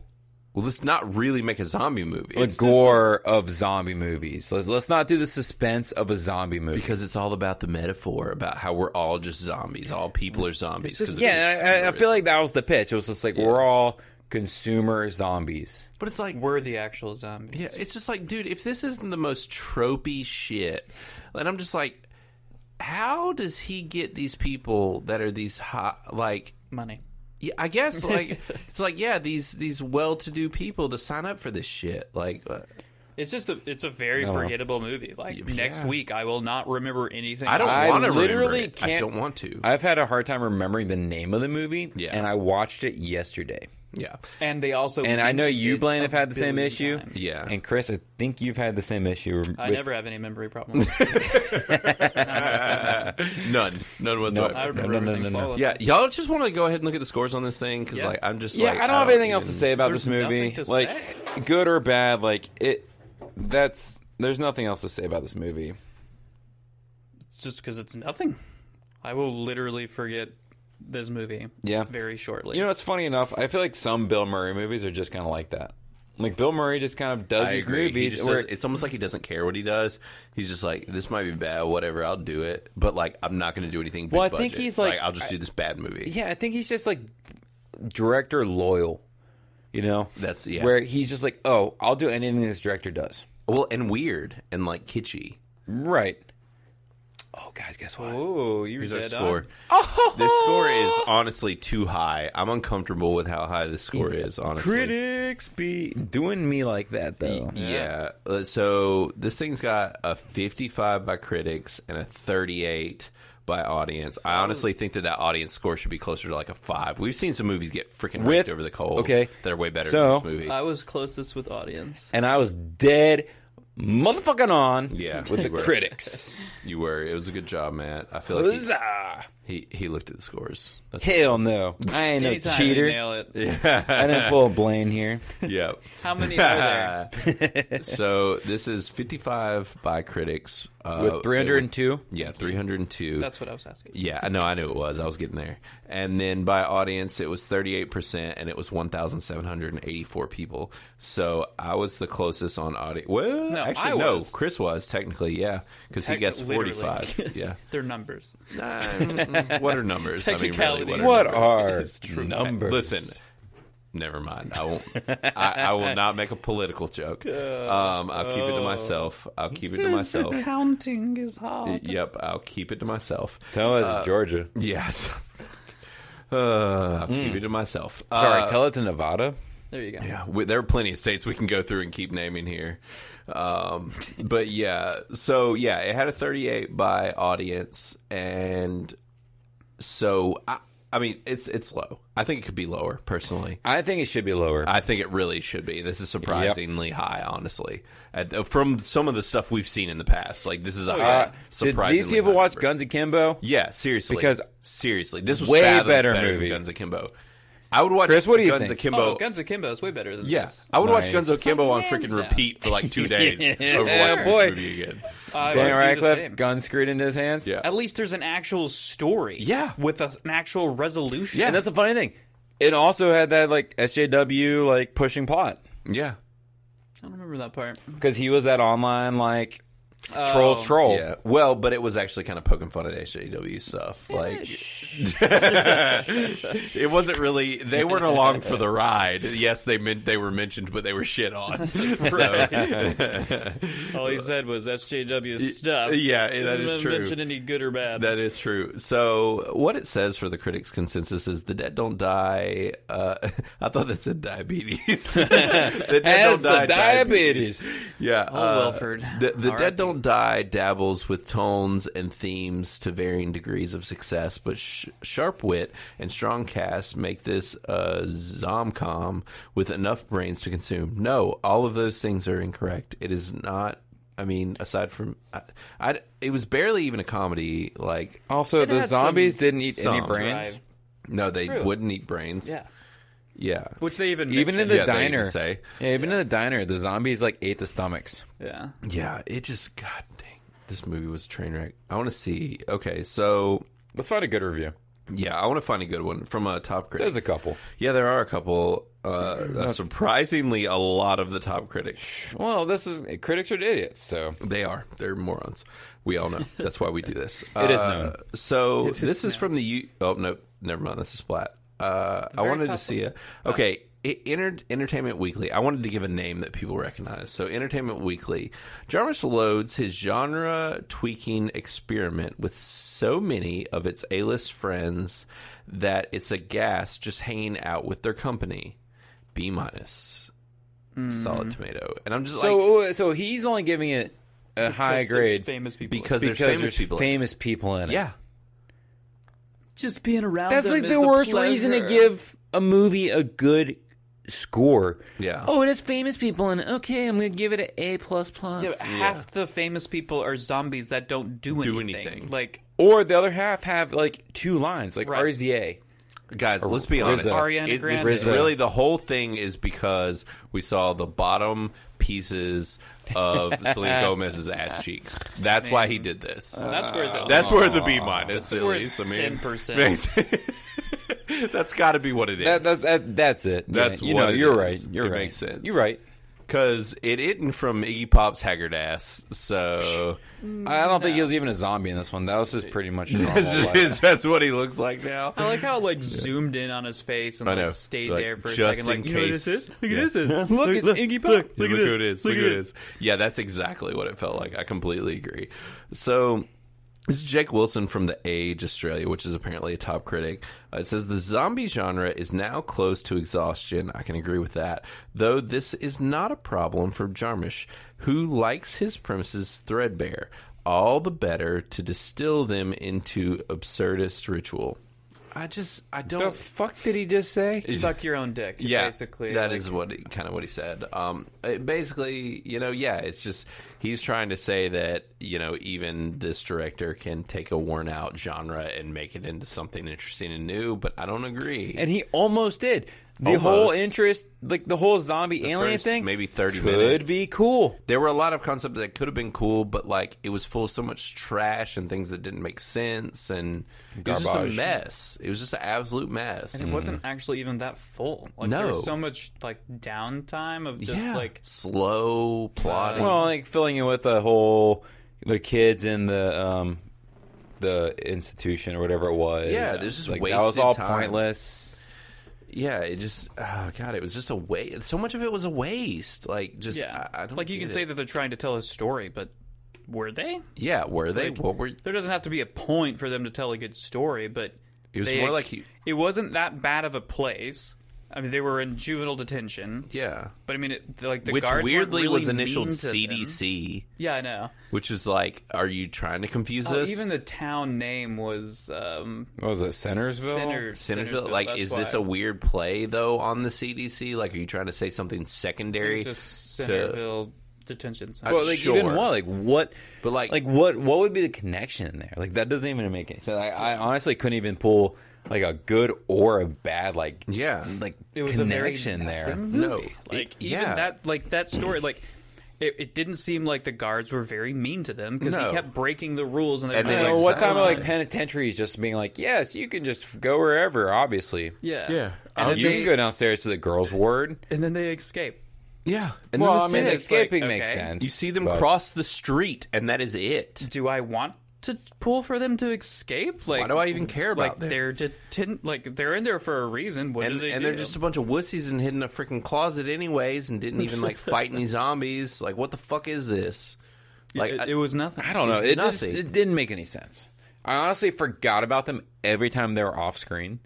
Speaker 1: well, let's not really make a zombie movie
Speaker 3: the
Speaker 1: It's just-
Speaker 3: gore of zombie movies. Let's let's not do the suspense of a zombie movie.
Speaker 1: because it's all about the metaphor about how we're all just zombies. All people are zombies. 'cause of
Speaker 3: yeah,
Speaker 1: this
Speaker 3: and I, I, I feel
Speaker 1: consumerism.
Speaker 3: like that was the pitch. It was just like we're all consumer zombies.
Speaker 1: but it's like
Speaker 2: Were the actual zombies?
Speaker 1: Yeah, it's just like, dude, if this isn't the most tropey shit, and I'm just like, how does he get these people that are these hot, like,
Speaker 2: Money.
Speaker 1: Yeah, I [laughs] guess like it's like yeah, these these well-to-do people to sign up for this shit. Like, uh,
Speaker 2: It's just a. It's a very forgettable movie. Like next
Speaker 1: yeah.
Speaker 2: week, I will not remember anything.
Speaker 1: I don't
Speaker 3: I
Speaker 1: want to
Speaker 3: literally
Speaker 1: literally. It. I
Speaker 3: can't-
Speaker 1: don't want to.
Speaker 3: I've had a hard time remembering the name of the movie,
Speaker 1: Yeah.
Speaker 3: and I watched it yesterday.
Speaker 1: yeah,
Speaker 2: And they also.
Speaker 3: And I know
Speaker 2: binged
Speaker 3: you,
Speaker 2: it
Speaker 3: Blaine,
Speaker 2: a
Speaker 3: have had the same
Speaker 2: billion
Speaker 3: issue.
Speaker 2: times.
Speaker 1: yeah.
Speaker 3: And Chris, I think you've had the same issue.
Speaker 2: I
Speaker 3: with-
Speaker 2: never have any memory problems.
Speaker 1: None, none whatsoever.
Speaker 2: I remember
Speaker 3: No, no, no,
Speaker 2: everything.
Speaker 3: no, no.
Speaker 2: flawlessly.
Speaker 1: yeah, y'all just want to go ahead and look at the scores on this thing because
Speaker 2: Yeah.
Speaker 1: like I'm just
Speaker 3: Yeah,
Speaker 1: like,
Speaker 3: I don't have anything else to
Speaker 1: even-
Speaker 3: say about
Speaker 2: There's
Speaker 3: this movie.
Speaker 2: nothing to
Speaker 3: Like,
Speaker 2: say.
Speaker 3: good or bad, like it. That's there's nothing else to say about this movie.
Speaker 2: It's just because it's nothing. I will literally forget this movie.
Speaker 3: Yeah.
Speaker 2: Very shortly.
Speaker 3: You know, it's funny enough. I feel like some Bill Murray movies are just kind of like that. Like Bill Murray just kind of does
Speaker 1: I
Speaker 3: these
Speaker 1: agree. He
Speaker 3: movies
Speaker 1: just
Speaker 3: where
Speaker 1: does- it's almost like he doesn't care what he does. He's just like, this might be bad, whatever. I'll do it, but like I'm not going to do anything. Big
Speaker 3: Well, I think
Speaker 1: budget.
Speaker 3: he's like-
Speaker 1: I'll just do this bad movie.
Speaker 3: yeah, I think he's just like director loyal. You know,
Speaker 1: That's yeah.
Speaker 3: where he's just like, oh, I'll do anything this director does.
Speaker 1: well, and weird and like kitschy.
Speaker 3: Right. Oh, guys, guess what?
Speaker 2: Oh, you're
Speaker 1: Here's our
Speaker 2: dead
Speaker 1: score.
Speaker 2: on.
Speaker 1: This score is honestly too high. I'm uncomfortable with how high this score is, honestly.
Speaker 3: Critics be doing me like that though.
Speaker 1: Yeah. Uh, So this thing's got a 55 by critics and a 38 by audience. I honestly think that that audience score should be closer to like a five. We've seen some movies get freaking raked
Speaker 3: With-
Speaker 1: over the coals
Speaker 3: okay.
Speaker 1: that are way better
Speaker 3: So- uh,
Speaker 1: than this movie.
Speaker 2: I was closest with audience.
Speaker 3: And I was dead motherfucking on
Speaker 1: Yeah,
Speaker 3: with the
Speaker 1: you were.
Speaker 3: critics.
Speaker 1: you were. It was a good job, Matt. I
Speaker 3: Oh,
Speaker 1: feel like he
Speaker 3: Huzzah!
Speaker 1: he, he looked at the
Speaker 3: [laughs]
Speaker 1: scores. That's
Speaker 3: Hell no. I ain't no
Speaker 2: Anytime
Speaker 3: cheater.
Speaker 2: You nail it.
Speaker 3: I didn't pull a Blaine here.
Speaker 1: yeah. [laughs]
Speaker 2: How many are there?
Speaker 1: so this is 55 by critics, Uh,
Speaker 3: with 302.
Speaker 1: Yeah, 302.
Speaker 2: That's what I was asking.
Speaker 1: Yeah, I know, I knew it was. I was getting there. And then by audience, it was 38%, and it was 1,784 people. So I was the closest on audience. Well,
Speaker 2: No,
Speaker 1: actually,
Speaker 2: I
Speaker 1: no,
Speaker 2: was.
Speaker 1: Chris was, technically, yeah, because he
Speaker 2: Techni-
Speaker 1: guessed
Speaker 2: literally. [laughs]
Speaker 1: 45. yeah.
Speaker 2: Their numbers.
Speaker 1: Nah, mm-mm. what are numbers? I mean, really, what
Speaker 2: Technicalities.
Speaker 1: are
Speaker 3: What
Speaker 1: numbers?
Speaker 2: [laughs]
Speaker 3: are
Speaker 2: It's true.
Speaker 3: numbers?
Speaker 1: Listen, never mind. I won't. I, I will not make a political
Speaker 2: [laughs]
Speaker 1: joke. Um, I'll keep it
Speaker 2: Oh.
Speaker 1: to myself. I'll keep it to myself.
Speaker 2: [laughs] Counting is hard.
Speaker 1: yep, I'll keep it to myself.
Speaker 3: Tell it to Georgia.
Speaker 1: Yes. [laughs] Uh, I'll keep it to myself.
Speaker 3: Hmm. Sorry,
Speaker 1: Uh,
Speaker 3: tell it to Nevada.
Speaker 2: There you go.
Speaker 1: yeah, we, there are plenty of states we can go through and keep naming here. Um, but yeah, so yeah, it had a 38 by audience, and so I, I mean, it's it's low. I think it could be lower personally.
Speaker 3: I think it should be lower.
Speaker 1: I think it really should be. This is surprisingly high, honestly, At, uh, from some of the stuff we've seen in the past. Like this is a high,
Speaker 3: Uh, did
Speaker 1: surprisingly
Speaker 3: these people
Speaker 1: high
Speaker 3: watch
Speaker 1: number.
Speaker 3: Guns Akimbo?
Speaker 1: Yeah, seriously.
Speaker 3: Because-
Speaker 1: seriously, this was
Speaker 3: Way
Speaker 1: fathoms
Speaker 3: better
Speaker 1: than
Speaker 3: movie.
Speaker 1: Guns Akimbo. I would watch
Speaker 3: Chris, what do you
Speaker 1: Guns
Speaker 3: think?
Speaker 1: Akimbo.
Speaker 2: Oh, Guns Akimbo is way better than
Speaker 1: yeah,
Speaker 2: this.
Speaker 1: I would watch
Speaker 3: Nice.
Speaker 1: Guns Akimbo on
Speaker 2: Hands
Speaker 1: freaking
Speaker 2: down.
Speaker 1: repeat for like
Speaker 3: [laughs]
Speaker 1: two days over
Speaker 3: Yeah,
Speaker 1: watching
Speaker 3: boy.
Speaker 1: this movie again.
Speaker 2: I
Speaker 3: Dan
Speaker 2: would do the
Speaker 3: Radcliffe,
Speaker 2: same.
Speaker 3: gun screwed into his hands.
Speaker 1: Yeah,
Speaker 2: At least there's an actual story.
Speaker 1: Yeah.
Speaker 2: With a, an actual resolution.
Speaker 1: Yeah.
Speaker 3: And that's the funny thing. It also had that like SJW like pushing plot
Speaker 1: yeah,
Speaker 2: I don't remember that part. Um,
Speaker 3: because he was that online like
Speaker 2: Oh,
Speaker 3: trolls troll.
Speaker 1: yeah. Well, but it was actually kind of poking fun at SJW stuff. Like, [laughs] it wasn't really. They weren't along for the ride. Yes, they meant they were mentioned, but they were shit
Speaker 3: [laughs]
Speaker 1: on. So,
Speaker 2: All he said was SJW
Speaker 1: [laughs]
Speaker 2: stuff.
Speaker 1: yeah, that
Speaker 2: Didn't
Speaker 1: is true.
Speaker 2: mention any good or bad.
Speaker 1: That is true. So, what it says for the critics' consensus is the dead don't die. Uh, [laughs] I thought that said diabetes. [laughs] the dead
Speaker 3: Has the diabetes.
Speaker 1: Yeah. Oh,
Speaker 2: Wilford.
Speaker 1: The, the
Speaker 2: R.I.P.
Speaker 1: Dead Don't Die dabbles with tones and themes to varying degrees of success, but sh- sharp wit and strong cast make this a zomcom with enough brains to consume. No, all of those things are incorrect. It is not. I mean, aside from, I, I- it was barely even a comedy. Like,
Speaker 3: Also, the
Speaker 2: had some
Speaker 3: zombies didn't eat any
Speaker 1: songs,
Speaker 3: brains.
Speaker 2: right?
Speaker 1: no, they wouldn't eat brains.
Speaker 2: Yeah.
Speaker 1: yeah,
Speaker 4: Which they even
Speaker 3: Even in
Speaker 4: mentioned.
Speaker 3: the
Speaker 1: Yeah, they even
Speaker 3: diner,
Speaker 1: say.
Speaker 3: yeah, even in the diner, the zombies like ate the stomachs.
Speaker 2: Yeah.
Speaker 1: yeah. It just, god dang, this movie was a train wreck. I want to see. Okay, so
Speaker 3: Let's find a good review.
Speaker 1: Yeah, I want to find a good one from a top critic.
Speaker 3: There's a couple.
Speaker 1: yeah, there are a couple. Uh, surprisingly, a lot of the top critics.
Speaker 3: Well, this is critics are idiots, so
Speaker 1: They are. They're morons. We all know. That's why we do this.
Speaker 3: [laughs] It is
Speaker 1: Uh,
Speaker 3: known.
Speaker 1: So this is from the. U- oh no, never mind. That's a splat. Uh, I wanted to
Speaker 2: top
Speaker 1: see a. Okay, it entered Entertainment Weekly. I wanted to give a name that people recognize. So Entertainment Weekly, Jarmusch loads his genre tweaking experiment with so many of its A-list friends that it's a gas just hanging out with their company. B minus. Solid tomato, and I'm just like,
Speaker 3: Mm. so so he's only giving it a high grade
Speaker 2: Famous people.
Speaker 1: because, there's
Speaker 3: because there's
Speaker 1: famous people. in it.
Speaker 3: famous people in it.
Speaker 1: yeah,
Speaker 2: just being around.
Speaker 3: that's
Speaker 2: them
Speaker 3: like
Speaker 2: is
Speaker 3: the
Speaker 2: a
Speaker 3: worst reason to
Speaker 2: pleasure.
Speaker 3: give a movie a good score.
Speaker 1: Yeah.
Speaker 3: Oh, it has famous people in it. Okay, I'm gonna give it an A plus
Speaker 2: Yeah,
Speaker 3: plus.
Speaker 2: but half the famous people are zombies that don't do anything.
Speaker 1: Do anything.
Speaker 2: Like
Speaker 3: Or the other half have like two lines, like
Speaker 2: Right.
Speaker 3: RZA.
Speaker 1: Guys, let's be honest.
Speaker 2: Ariana
Speaker 1: It- this
Speaker 2: Grande.
Speaker 1: is
Speaker 3: RZA.
Speaker 1: really the whole thing is because we saw the bottom pieces of Selena Gomez's ass cheeks. That's why he did this.
Speaker 2: Oh, that's where the
Speaker 1: Ah. That's where the B minus at
Speaker 2: worth
Speaker 1: least. I mean,
Speaker 2: 10%.
Speaker 1: basically- [laughs] that's got to be what it
Speaker 3: That, that,
Speaker 1: is.
Speaker 3: that, that's it. Yeah,
Speaker 1: That's
Speaker 3: you
Speaker 1: what
Speaker 3: know.
Speaker 1: it
Speaker 3: You're
Speaker 1: is.
Speaker 3: right. You're
Speaker 1: It
Speaker 3: right.
Speaker 1: makes sense.
Speaker 3: You're right.
Speaker 1: Because it isn't from Iggy Pop's haggard ass. So [laughs]
Speaker 3: I don't think he was even a zombie in this one. That was just pretty much normal.
Speaker 1: that's,
Speaker 3: life.
Speaker 1: just- that's what he looks like now.
Speaker 4: I like how it, like zoomed in on his face and
Speaker 1: I know.
Speaker 4: like, stayed
Speaker 1: Like,
Speaker 4: there for a
Speaker 1: just
Speaker 4: second. Like,
Speaker 1: in
Speaker 4: you know what this
Speaker 1: case.
Speaker 4: is? Look
Speaker 1: Yeah. [laughs]
Speaker 4: at this. Is.
Speaker 3: Look, it's Iggy Pop.
Speaker 4: Look,
Speaker 1: Look,
Speaker 4: look at
Speaker 1: who it
Speaker 4: this.
Speaker 1: is. Look, who it is. Yeah, that's exactly what it felt like. I completely agree. So. This is Jake Wilson from The Age Australia, which is apparently a top critic. Uh, it says the zombie genre is now close to exhaustion. I can agree with that. Though this is not a problem for Jarmusch, who likes his premises threadbare. All the better to distill them into absurdist ritual. I just, I don't.
Speaker 3: The fuck did he just say?
Speaker 4: Suck your own dick.
Speaker 1: yeah,
Speaker 4: basically.
Speaker 1: that
Speaker 4: like,
Speaker 1: is what kind of what he said. Um, it basically, you know, yeah, it's just he's trying to say that you know even this director can take a worn out genre and make it into something interesting and new. But I don't agree.
Speaker 3: and he almost did. The whole
Speaker 1: Almost.
Speaker 3: interest, like the whole zombie alien
Speaker 1: First,
Speaker 3: thing,
Speaker 1: maybe thirty
Speaker 3: could
Speaker 1: minutes.
Speaker 3: be cool.
Speaker 1: There were a lot of concepts that could have been cool, but like it was full of so much trash and things that didn't make sense, and it was just a
Speaker 3: Garbage.
Speaker 1: mess. It was just an absolute mess.
Speaker 4: And it wasn't actually even that full. Like there
Speaker 1: Mm. No.
Speaker 4: was so much like downtime of just like
Speaker 1: slow plotting.
Speaker 3: Well, like filling it with the whole the kids in the um the institution or whatever it was.
Speaker 1: Yeah, there's just
Speaker 3: like, that was
Speaker 1: wasted
Speaker 3: all
Speaker 1: time.
Speaker 3: pointless.
Speaker 1: yeah, it just oh god, it was just a waste. So much of it was a waste. Like just
Speaker 4: yeah.
Speaker 1: I, I don't
Speaker 4: like you
Speaker 1: get
Speaker 4: can
Speaker 1: it.
Speaker 4: say that they're trying to tell a story, but were they?
Speaker 1: yeah, were they?
Speaker 4: Like,
Speaker 1: what were?
Speaker 4: There doesn't have to be a point for them to tell a good story, but
Speaker 1: It was
Speaker 4: they-
Speaker 1: more like you-
Speaker 4: it wasn't that bad of a place. I mean, they were in juvenile detention,
Speaker 1: Yeah,
Speaker 4: but I mean, it, like the
Speaker 1: which
Speaker 4: guards weren't
Speaker 1: weirdly
Speaker 4: really
Speaker 1: was
Speaker 4: mean
Speaker 1: initialed
Speaker 4: to them.
Speaker 1: CDC,
Speaker 4: Yeah, I know.
Speaker 1: which is like, are you trying to confuse
Speaker 4: Oh,
Speaker 1: us?
Speaker 4: even the town name was um,
Speaker 3: What was it, Centersville?
Speaker 4: Center,
Speaker 1: Centersville, like,
Speaker 4: that's
Speaker 1: is this
Speaker 4: why.
Speaker 1: a weird play though on the CDC? Like, are you trying to say something secondary?
Speaker 4: It's just Centerville detention center.
Speaker 3: Well, like even
Speaker 1: Sure.
Speaker 3: what, like what,
Speaker 1: But, like-
Speaker 3: like what, what would be the connection there? Like that doesn't even make any sense. I, I honestly couldn't even pull like a good or a bad, like
Speaker 1: yeah,
Speaker 3: like
Speaker 4: it was
Speaker 3: connection
Speaker 4: a very
Speaker 3: there.
Speaker 4: nothing
Speaker 1: No.
Speaker 4: movie. like
Speaker 1: It-
Speaker 4: even
Speaker 1: yeah.
Speaker 4: that like that story like it, it didn't seem like the guards were very mean to them because
Speaker 1: No.
Speaker 4: he kept breaking the rules and,
Speaker 1: And
Speaker 3: You
Speaker 1: they,
Speaker 4: they
Speaker 3: know,
Speaker 1: like,
Speaker 3: what time
Speaker 1: sound
Speaker 3: like
Speaker 1: it.
Speaker 3: penitentiaries just being like, yes, you can just go wherever. Obviously,
Speaker 4: yeah
Speaker 3: And
Speaker 4: and then,
Speaker 3: you can
Speaker 4: they,
Speaker 3: go downstairs to the girls' ward.
Speaker 4: and then they escape
Speaker 1: yeah. And
Speaker 3: Well, I
Speaker 1: then that's
Speaker 3: mean,
Speaker 1: it.
Speaker 3: escaping
Speaker 4: like,
Speaker 3: makes
Speaker 4: okay.
Speaker 3: sense.
Speaker 1: You see them
Speaker 3: but-
Speaker 1: cross the street, and that is it.
Speaker 4: do I want to pull for them to escape like
Speaker 1: Why do I even care about
Speaker 4: like
Speaker 1: them?
Speaker 4: they're deten- like they're in there for a reason what
Speaker 1: and,
Speaker 4: do they
Speaker 1: and
Speaker 4: do?
Speaker 1: they're just a bunch of wussies and hid in a freaking closet anyways and
Speaker 4: [laughs]
Speaker 1: didn't even like fight any zombies like what the fuck is this like
Speaker 4: it,
Speaker 1: I-
Speaker 4: it was nothing
Speaker 3: I don't know.
Speaker 1: It's
Speaker 3: It, just-
Speaker 1: nothing.
Speaker 3: it didn't make any sense. I honestly forgot about them every time they were off screen,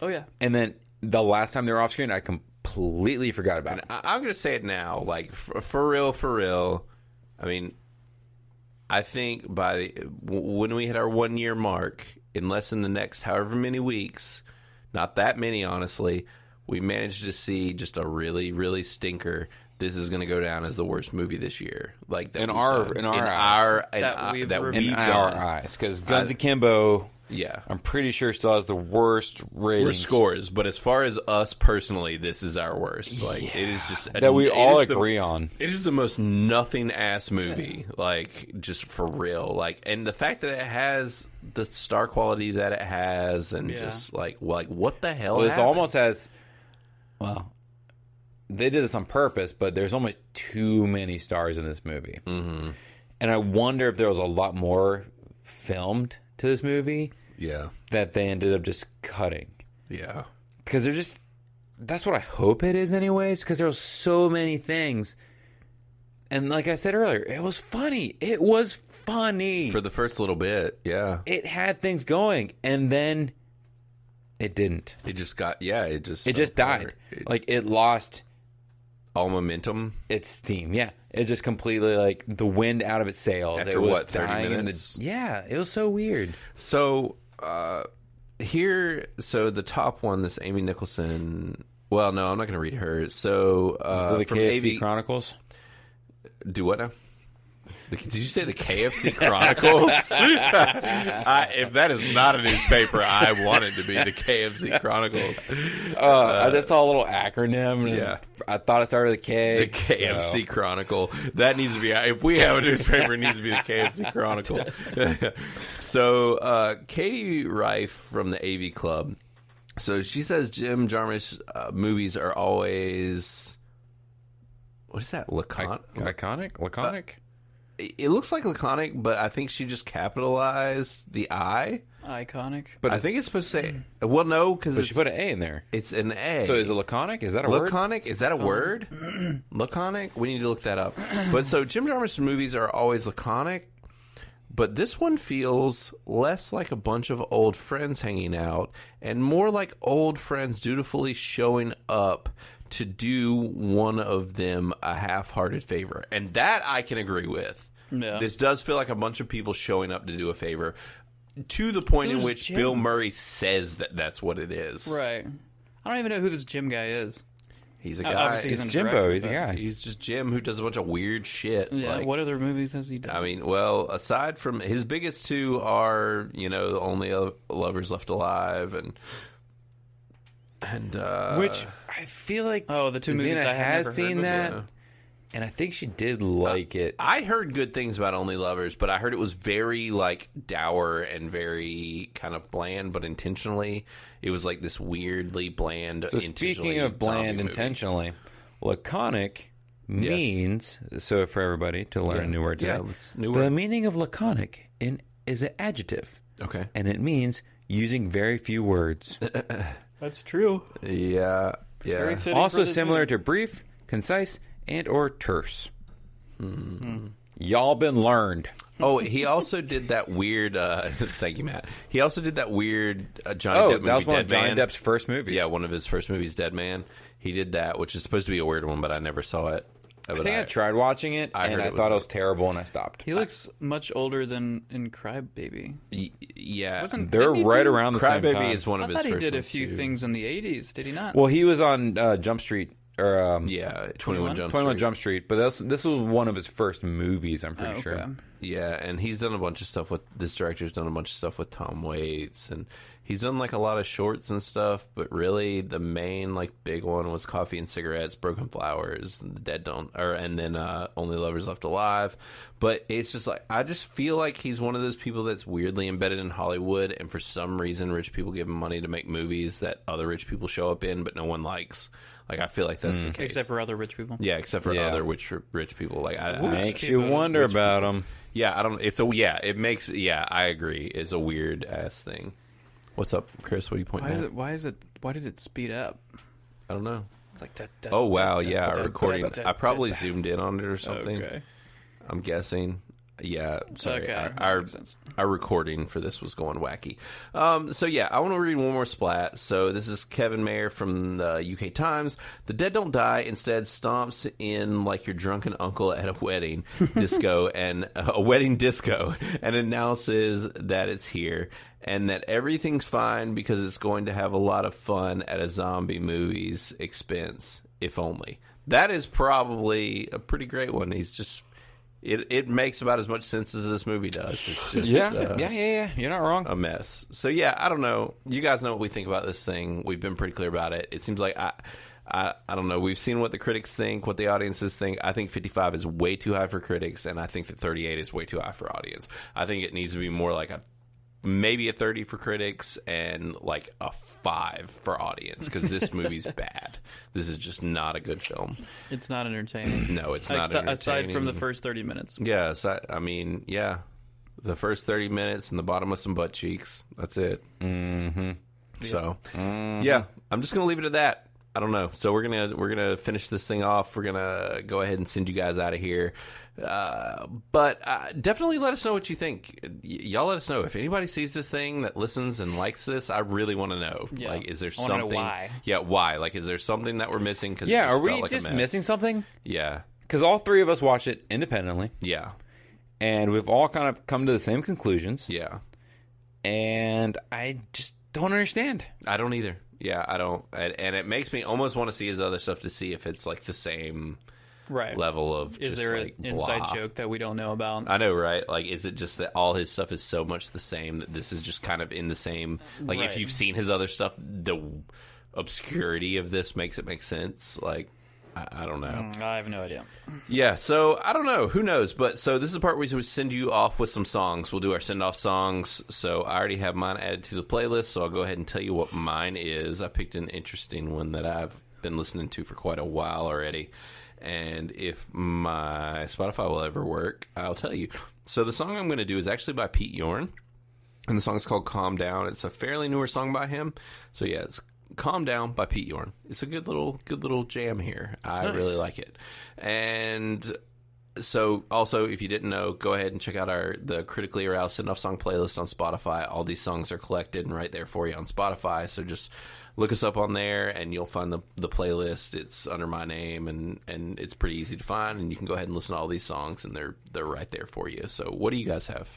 Speaker 4: oh yeah
Speaker 3: and then the last time they were off screen, I completely forgot about it.
Speaker 1: I, i'm gonna say it now like for, for real for real i mean i think by the, w- when we hit our one year mark in less than the next however many weeks not that many honestly we managed to see just a really really stinker this is going to go down as the worst movie this year like that
Speaker 3: In
Speaker 1: we've
Speaker 3: our-
Speaker 1: done.
Speaker 3: in our
Speaker 1: in
Speaker 3: eyes.
Speaker 1: our in
Speaker 4: That
Speaker 1: our-
Speaker 4: we've
Speaker 1: that
Speaker 4: reviewed.
Speaker 3: In
Speaker 1: we've
Speaker 3: our
Speaker 1: done.
Speaker 3: eyes, because Guns Akimbo,
Speaker 1: yeah
Speaker 3: I'm pretty sure still has the worst
Speaker 1: We're
Speaker 3: ratings
Speaker 1: scores, but as far as us personally, this is our worst. Like it is just
Speaker 3: that we
Speaker 1: it
Speaker 3: all
Speaker 1: is the-
Speaker 3: agree on.
Speaker 1: it is the most nothing ass movie, like just for real. Like, and the fact that it has the star quality that it has, and just like, like what the hell?
Speaker 3: Well, this
Speaker 1: happened?
Speaker 3: almost has. Well, they did this on purpose, but there's almost too many stars in this movie, mm-hmm. and I wonder if there was a lot more filmed to this movie
Speaker 1: yeah,
Speaker 3: that they ended up just cutting.
Speaker 1: yeah.
Speaker 3: because they're just that's what I hope it is anyways because there was so many things and like I said earlier it was funny it was funny
Speaker 1: For the first little bit, yeah,
Speaker 3: it had things going and then it didn't
Speaker 1: it just got yeah, it just
Speaker 3: it just
Speaker 1: fell apart.
Speaker 3: died
Speaker 1: It-
Speaker 3: like it lost
Speaker 1: all momentum.
Speaker 3: its steam yeah it just completely like the wind out of its sails
Speaker 1: After
Speaker 3: it was
Speaker 1: what, 30
Speaker 3: dying in the-
Speaker 1: minutes?
Speaker 3: yeah it was so weird
Speaker 1: So uh, here, so the top one, this Amy Nicholson. Well, no, I'm not going to read her. So, uh,
Speaker 3: so the
Speaker 1: from
Speaker 3: KFC
Speaker 1: AV
Speaker 3: Chronicles
Speaker 1: Do what now? The, did you say the [laughs] KFC Chronicles? I, if that is not a newspaper, I want it to be the KFC Chronicles.
Speaker 3: uh, I just saw a little acronym and
Speaker 1: yeah.
Speaker 3: I thought it started with a K
Speaker 1: The KFC Chronicle. That needs to be. If we have a newspaper, it needs to be the KFC Chronicle. [laughs] so, uh, Katie Reif from the AV Club. So she says Jim Jarmusch uh, movies are always. What Uh, is that? Lacon-
Speaker 3: so. iconic laconic
Speaker 1: it it looks like laconic, but I think she just capitalized the I.
Speaker 4: iconic
Speaker 1: But I think it's supposed to say. Well, no, because
Speaker 3: But she
Speaker 1: it's,
Speaker 3: put an A in there.
Speaker 1: it's an A.
Speaker 3: So is it laconic? Is that a word?
Speaker 1: laconic? Is that a word? laconic? We need to look that up. But so Jim Jarmusch's movies are always laconic, but this one feels less like a bunch of old friends hanging out and more like old friends dutifully showing up to do one of them a half-hearted favor, and that I can agree with.
Speaker 2: Yeah.
Speaker 1: This does feel like a bunch of people showing up to do a favor. To the point in
Speaker 4: Who's
Speaker 1: which
Speaker 4: Jim?
Speaker 1: Bill Murray says that that's what it is.
Speaker 4: right I don't even know who this gym guy is
Speaker 1: He's a
Speaker 2: Uh,
Speaker 1: guy.
Speaker 2: obviously
Speaker 1: He's,
Speaker 2: he's
Speaker 3: It's
Speaker 2: and
Speaker 3: Jimbo.
Speaker 2: directed
Speaker 3: He's a
Speaker 2: that.
Speaker 3: guy.
Speaker 1: just Jim who does a bunch of weird shit.
Speaker 2: Yeah,
Speaker 1: like- uh,
Speaker 2: what other movies has he done?
Speaker 1: I mean, well, aside from his biggest two are, you know, the only Lo- lovers left alive and and uh
Speaker 3: Which I feel like
Speaker 2: Oh, the two movies
Speaker 3: Xena
Speaker 2: I have never
Speaker 3: has
Speaker 2: heard
Speaker 3: seen
Speaker 2: of,
Speaker 3: that,
Speaker 1: yeah.
Speaker 3: and I think she did like it.
Speaker 1: I heard good things about Only Lovers, but I heard it was very like dour and very kind of bland, but intentionally, it was like this weirdly bland.
Speaker 3: So
Speaker 1: intentionally
Speaker 3: speaking of bland
Speaker 1: zombie movie.
Speaker 3: intentionally, laconic means so for everybody to learn a new word today.
Speaker 1: Yeah, let's- new
Speaker 3: The
Speaker 1: word.
Speaker 3: meaning of laconic in is an adjective,
Speaker 1: okay,
Speaker 3: and it means using very few words.
Speaker 2: That's true.
Speaker 1: yeah, yeah,
Speaker 3: also similar to brief, concise, and or terse.
Speaker 1: Hmm.
Speaker 3: Y'all been learned.
Speaker 1: Oh, he also did that weird. uh [laughs] Thank you, Matt. He also did that weird uh, Johnny
Speaker 3: Oh,
Speaker 1: Depp movie.
Speaker 3: that was one
Speaker 1: Dead
Speaker 3: of Johnny
Speaker 1: Man.
Speaker 3: Depp's first movies.
Speaker 1: Yeah, one of his first movies, Dead Man. He did that, which is supposed to be a weird one, but I never saw it.
Speaker 3: I think I, tried watching it,
Speaker 1: I
Speaker 3: and
Speaker 1: heard
Speaker 3: I
Speaker 1: it was
Speaker 3: thought it
Speaker 1: like-
Speaker 3: was terrible, and I stopped.
Speaker 2: He looks much older than in Crybaby.
Speaker 1: y- yeah,
Speaker 2: Wasn't
Speaker 3: They're
Speaker 2: didn't he
Speaker 3: right
Speaker 2: do-
Speaker 3: around the same time.
Speaker 1: Crybaby is one
Speaker 2: I
Speaker 1: of his
Speaker 2: thought he
Speaker 1: first
Speaker 2: did a
Speaker 1: ones,
Speaker 2: few
Speaker 1: too.
Speaker 2: things in the '80s. Did he not?
Speaker 3: well, he was on uh, Jump Street or um,
Speaker 1: Yeah, Twenty One Jump
Speaker 3: Twenty One
Speaker 1: Street.
Speaker 3: Jump Street, but that's this was one of his first movies. I'm pretty
Speaker 2: Oh,
Speaker 3: sure.
Speaker 2: okay.
Speaker 1: Yeah, and he's done a bunch of stuff with this director's done a bunch of stuff with Tom Waits, and he's done like a lot of shorts and stuff. But really, the main like big one was Coffee and Cigarettes, Broken Flowers, and The Dead Don't, or and then uh, Only Lovers Left Alive. But it's just like I just feel like he's one of those people that's weirdly embedded in Hollywood, and for some reason, rich people give him money to make movies that other rich people show up in, but no one likes. Like I feel like that's the case.
Speaker 2: Except for other rich people.
Speaker 1: yeah, except for
Speaker 3: Yeah.
Speaker 1: other rich rich people. Like I, I
Speaker 3: Makes you wonder about him.
Speaker 1: yeah, I don't. It's a yeah. It makes yeah. I agree. It's a weird ass thing. What's up, Chris? What are you
Speaker 2: Why
Speaker 1: pointing
Speaker 2: is
Speaker 1: at?
Speaker 2: it? Why is it? Why did it speed up?
Speaker 1: I don't know.
Speaker 2: It's like. da- da-
Speaker 1: Oh wow,
Speaker 2: da-
Speaker 1: yeah.
Speaker 2: da- da-
Speaker 1: Recording.
Speaker 2: da- da-
Speaker 1: I probably
Speaker 2: da- da-
Speaker 1: zoomed in on it or something.
Speaker 2: Okay.
Speaker 1: I'm guessing. Yeah, sorry.
Speaker 2: okay,
Speaker 1: Our
Speaker 2: that
Speaker 1: our,
Speaker 2: makes sense.
Speaker 1: our recording for this was going wacky. Um, so yeah, I want to read one more splat. So this is Kevin Mayer from the UK Times. The dead don't die. Instead, stomps in like your drunken uncle at a wedding
Speaker 2: [laughs]
Speaker 1: disco and uh, a wedding disco, and announces that it's here and that everything's fine because it's going to have a lot of fun at a zombie movie's expense, if only. That is probably a pretty great one. He's just it it makes about as much sense as this movie does.
Speaker 2: [laughs]
Speaker 1: It's just
Speaker 3: Yeah,
Speaker 1: uh,
Speaker 3: yeah, yeah, yeah. You're not wrong.
Speaker 1: a mess. So yeah, I don't know. You guys know what we think about this thing. We've been pretty clear about it. It seems like I. I, I don't know. We've seen what the critics think, what the audiences think. I think 55 is way too high for critics, and I think that 38 is way too high for audience. I think it needs to be more like a maybe a 30 for critics and like a 5 for audience because this
Speaker 2: [laughs]
Speaker 1: movie's bad. This is just not a good film.
Speaker 2: It's not entertaining.
Speaker 1: No, [clears throat] it's not.
Speaker 2: Exi- aside from the
Speaker 1: entertaining.
Speaker 2: first 30 minutes.
Speaker 1: Yeah, so I, I mean, yeah, the first thirty minutes and the bottom of some butt cheeks. That's it. Mm-hmm. So,
Speaker 3: Mm-hmm.
Speaker 1: yeah, I'm just gonna leave it at that. I don't know. So we're gonna we're gonna finish this thing off. We're gonna go ahead and send you guys out of here. Uh, but uh, definitely let us know what you think. Y- y'all let us know if anybody sees this thing that listens and likes this. I really want to know.
Speaker 2: Yeah.
Speaker 1: Like, is there
Speaker 2: I wanna know
Speaker 1: something?
Speaker 2: why.
Speaker 1: Yeah, why? Like, is there something that we're missing? Cause it
Speaker 3: Yeah,
Speaker 1: just
Speaker 3: are we
Speaker 1: felt like a
Speaker 3: just
Speaker 1: mess.
Speaker 3: missing something?
Speaker 1: Yeah,
Speaker 3: Because all three of us watched it independently,
Speaker 1: yeah,
Speaker 3: and we've all kind of come to the same conclusions.
Speaker 1: yeah.
Speaker 3: And I just don't understand.
Speaker 1: I don't either. Yeah, I don't. And, and it makes me almost want to see his other stuff to see if it's like the same
Speaker 2: Right.
Speaker 1: level of
Speaker 2: Is
Speaker 1: just,
Speaker 2: there
Speaker 1: like,
Speaker 2: an inside
Speaker 1: blah.
Speaker 2: joke that we don't know about?
Speaker 1: I know, right? Like, is it just that all his stuff is so much the same that this is just kind of in the same? Like, if
Speaker 2: Right.
Speaker 1: you've seen his other stuff, the obscurity of this makes it make sense. Like, I, I don't know.
Speaker 2: Mm, I have no idea.
Speaker 1: Yeah, so I don't know. Who knows? But so this is the part where we send you off with some songs. We'll do our send off songs. So I already have mine added to the playlist, so I'll go ahead and tell you what mine is. I picked an interesting one that I've been listening to for quite a while already. And if my Spotify will ever work, I'll tell you. So the song I'm going to do is actually by Pete Yorn. And the song's called Calm Down. It's a fairly newer song by him. So yeah, it's Calm Down by Pete Yorn. It's a good little good little jam here. I really like it. And so also if you didn't know, go ahead and check out our the critically aroused send off song playlist on Spotify. All these songs are collected and right there for you on Spotify. So just look us up on there and you'll find the the playlist. It's under my name and and it's pretty easy to find and you can go ahead and listen to all these songs and they're they're right there for you. So what do you guys have?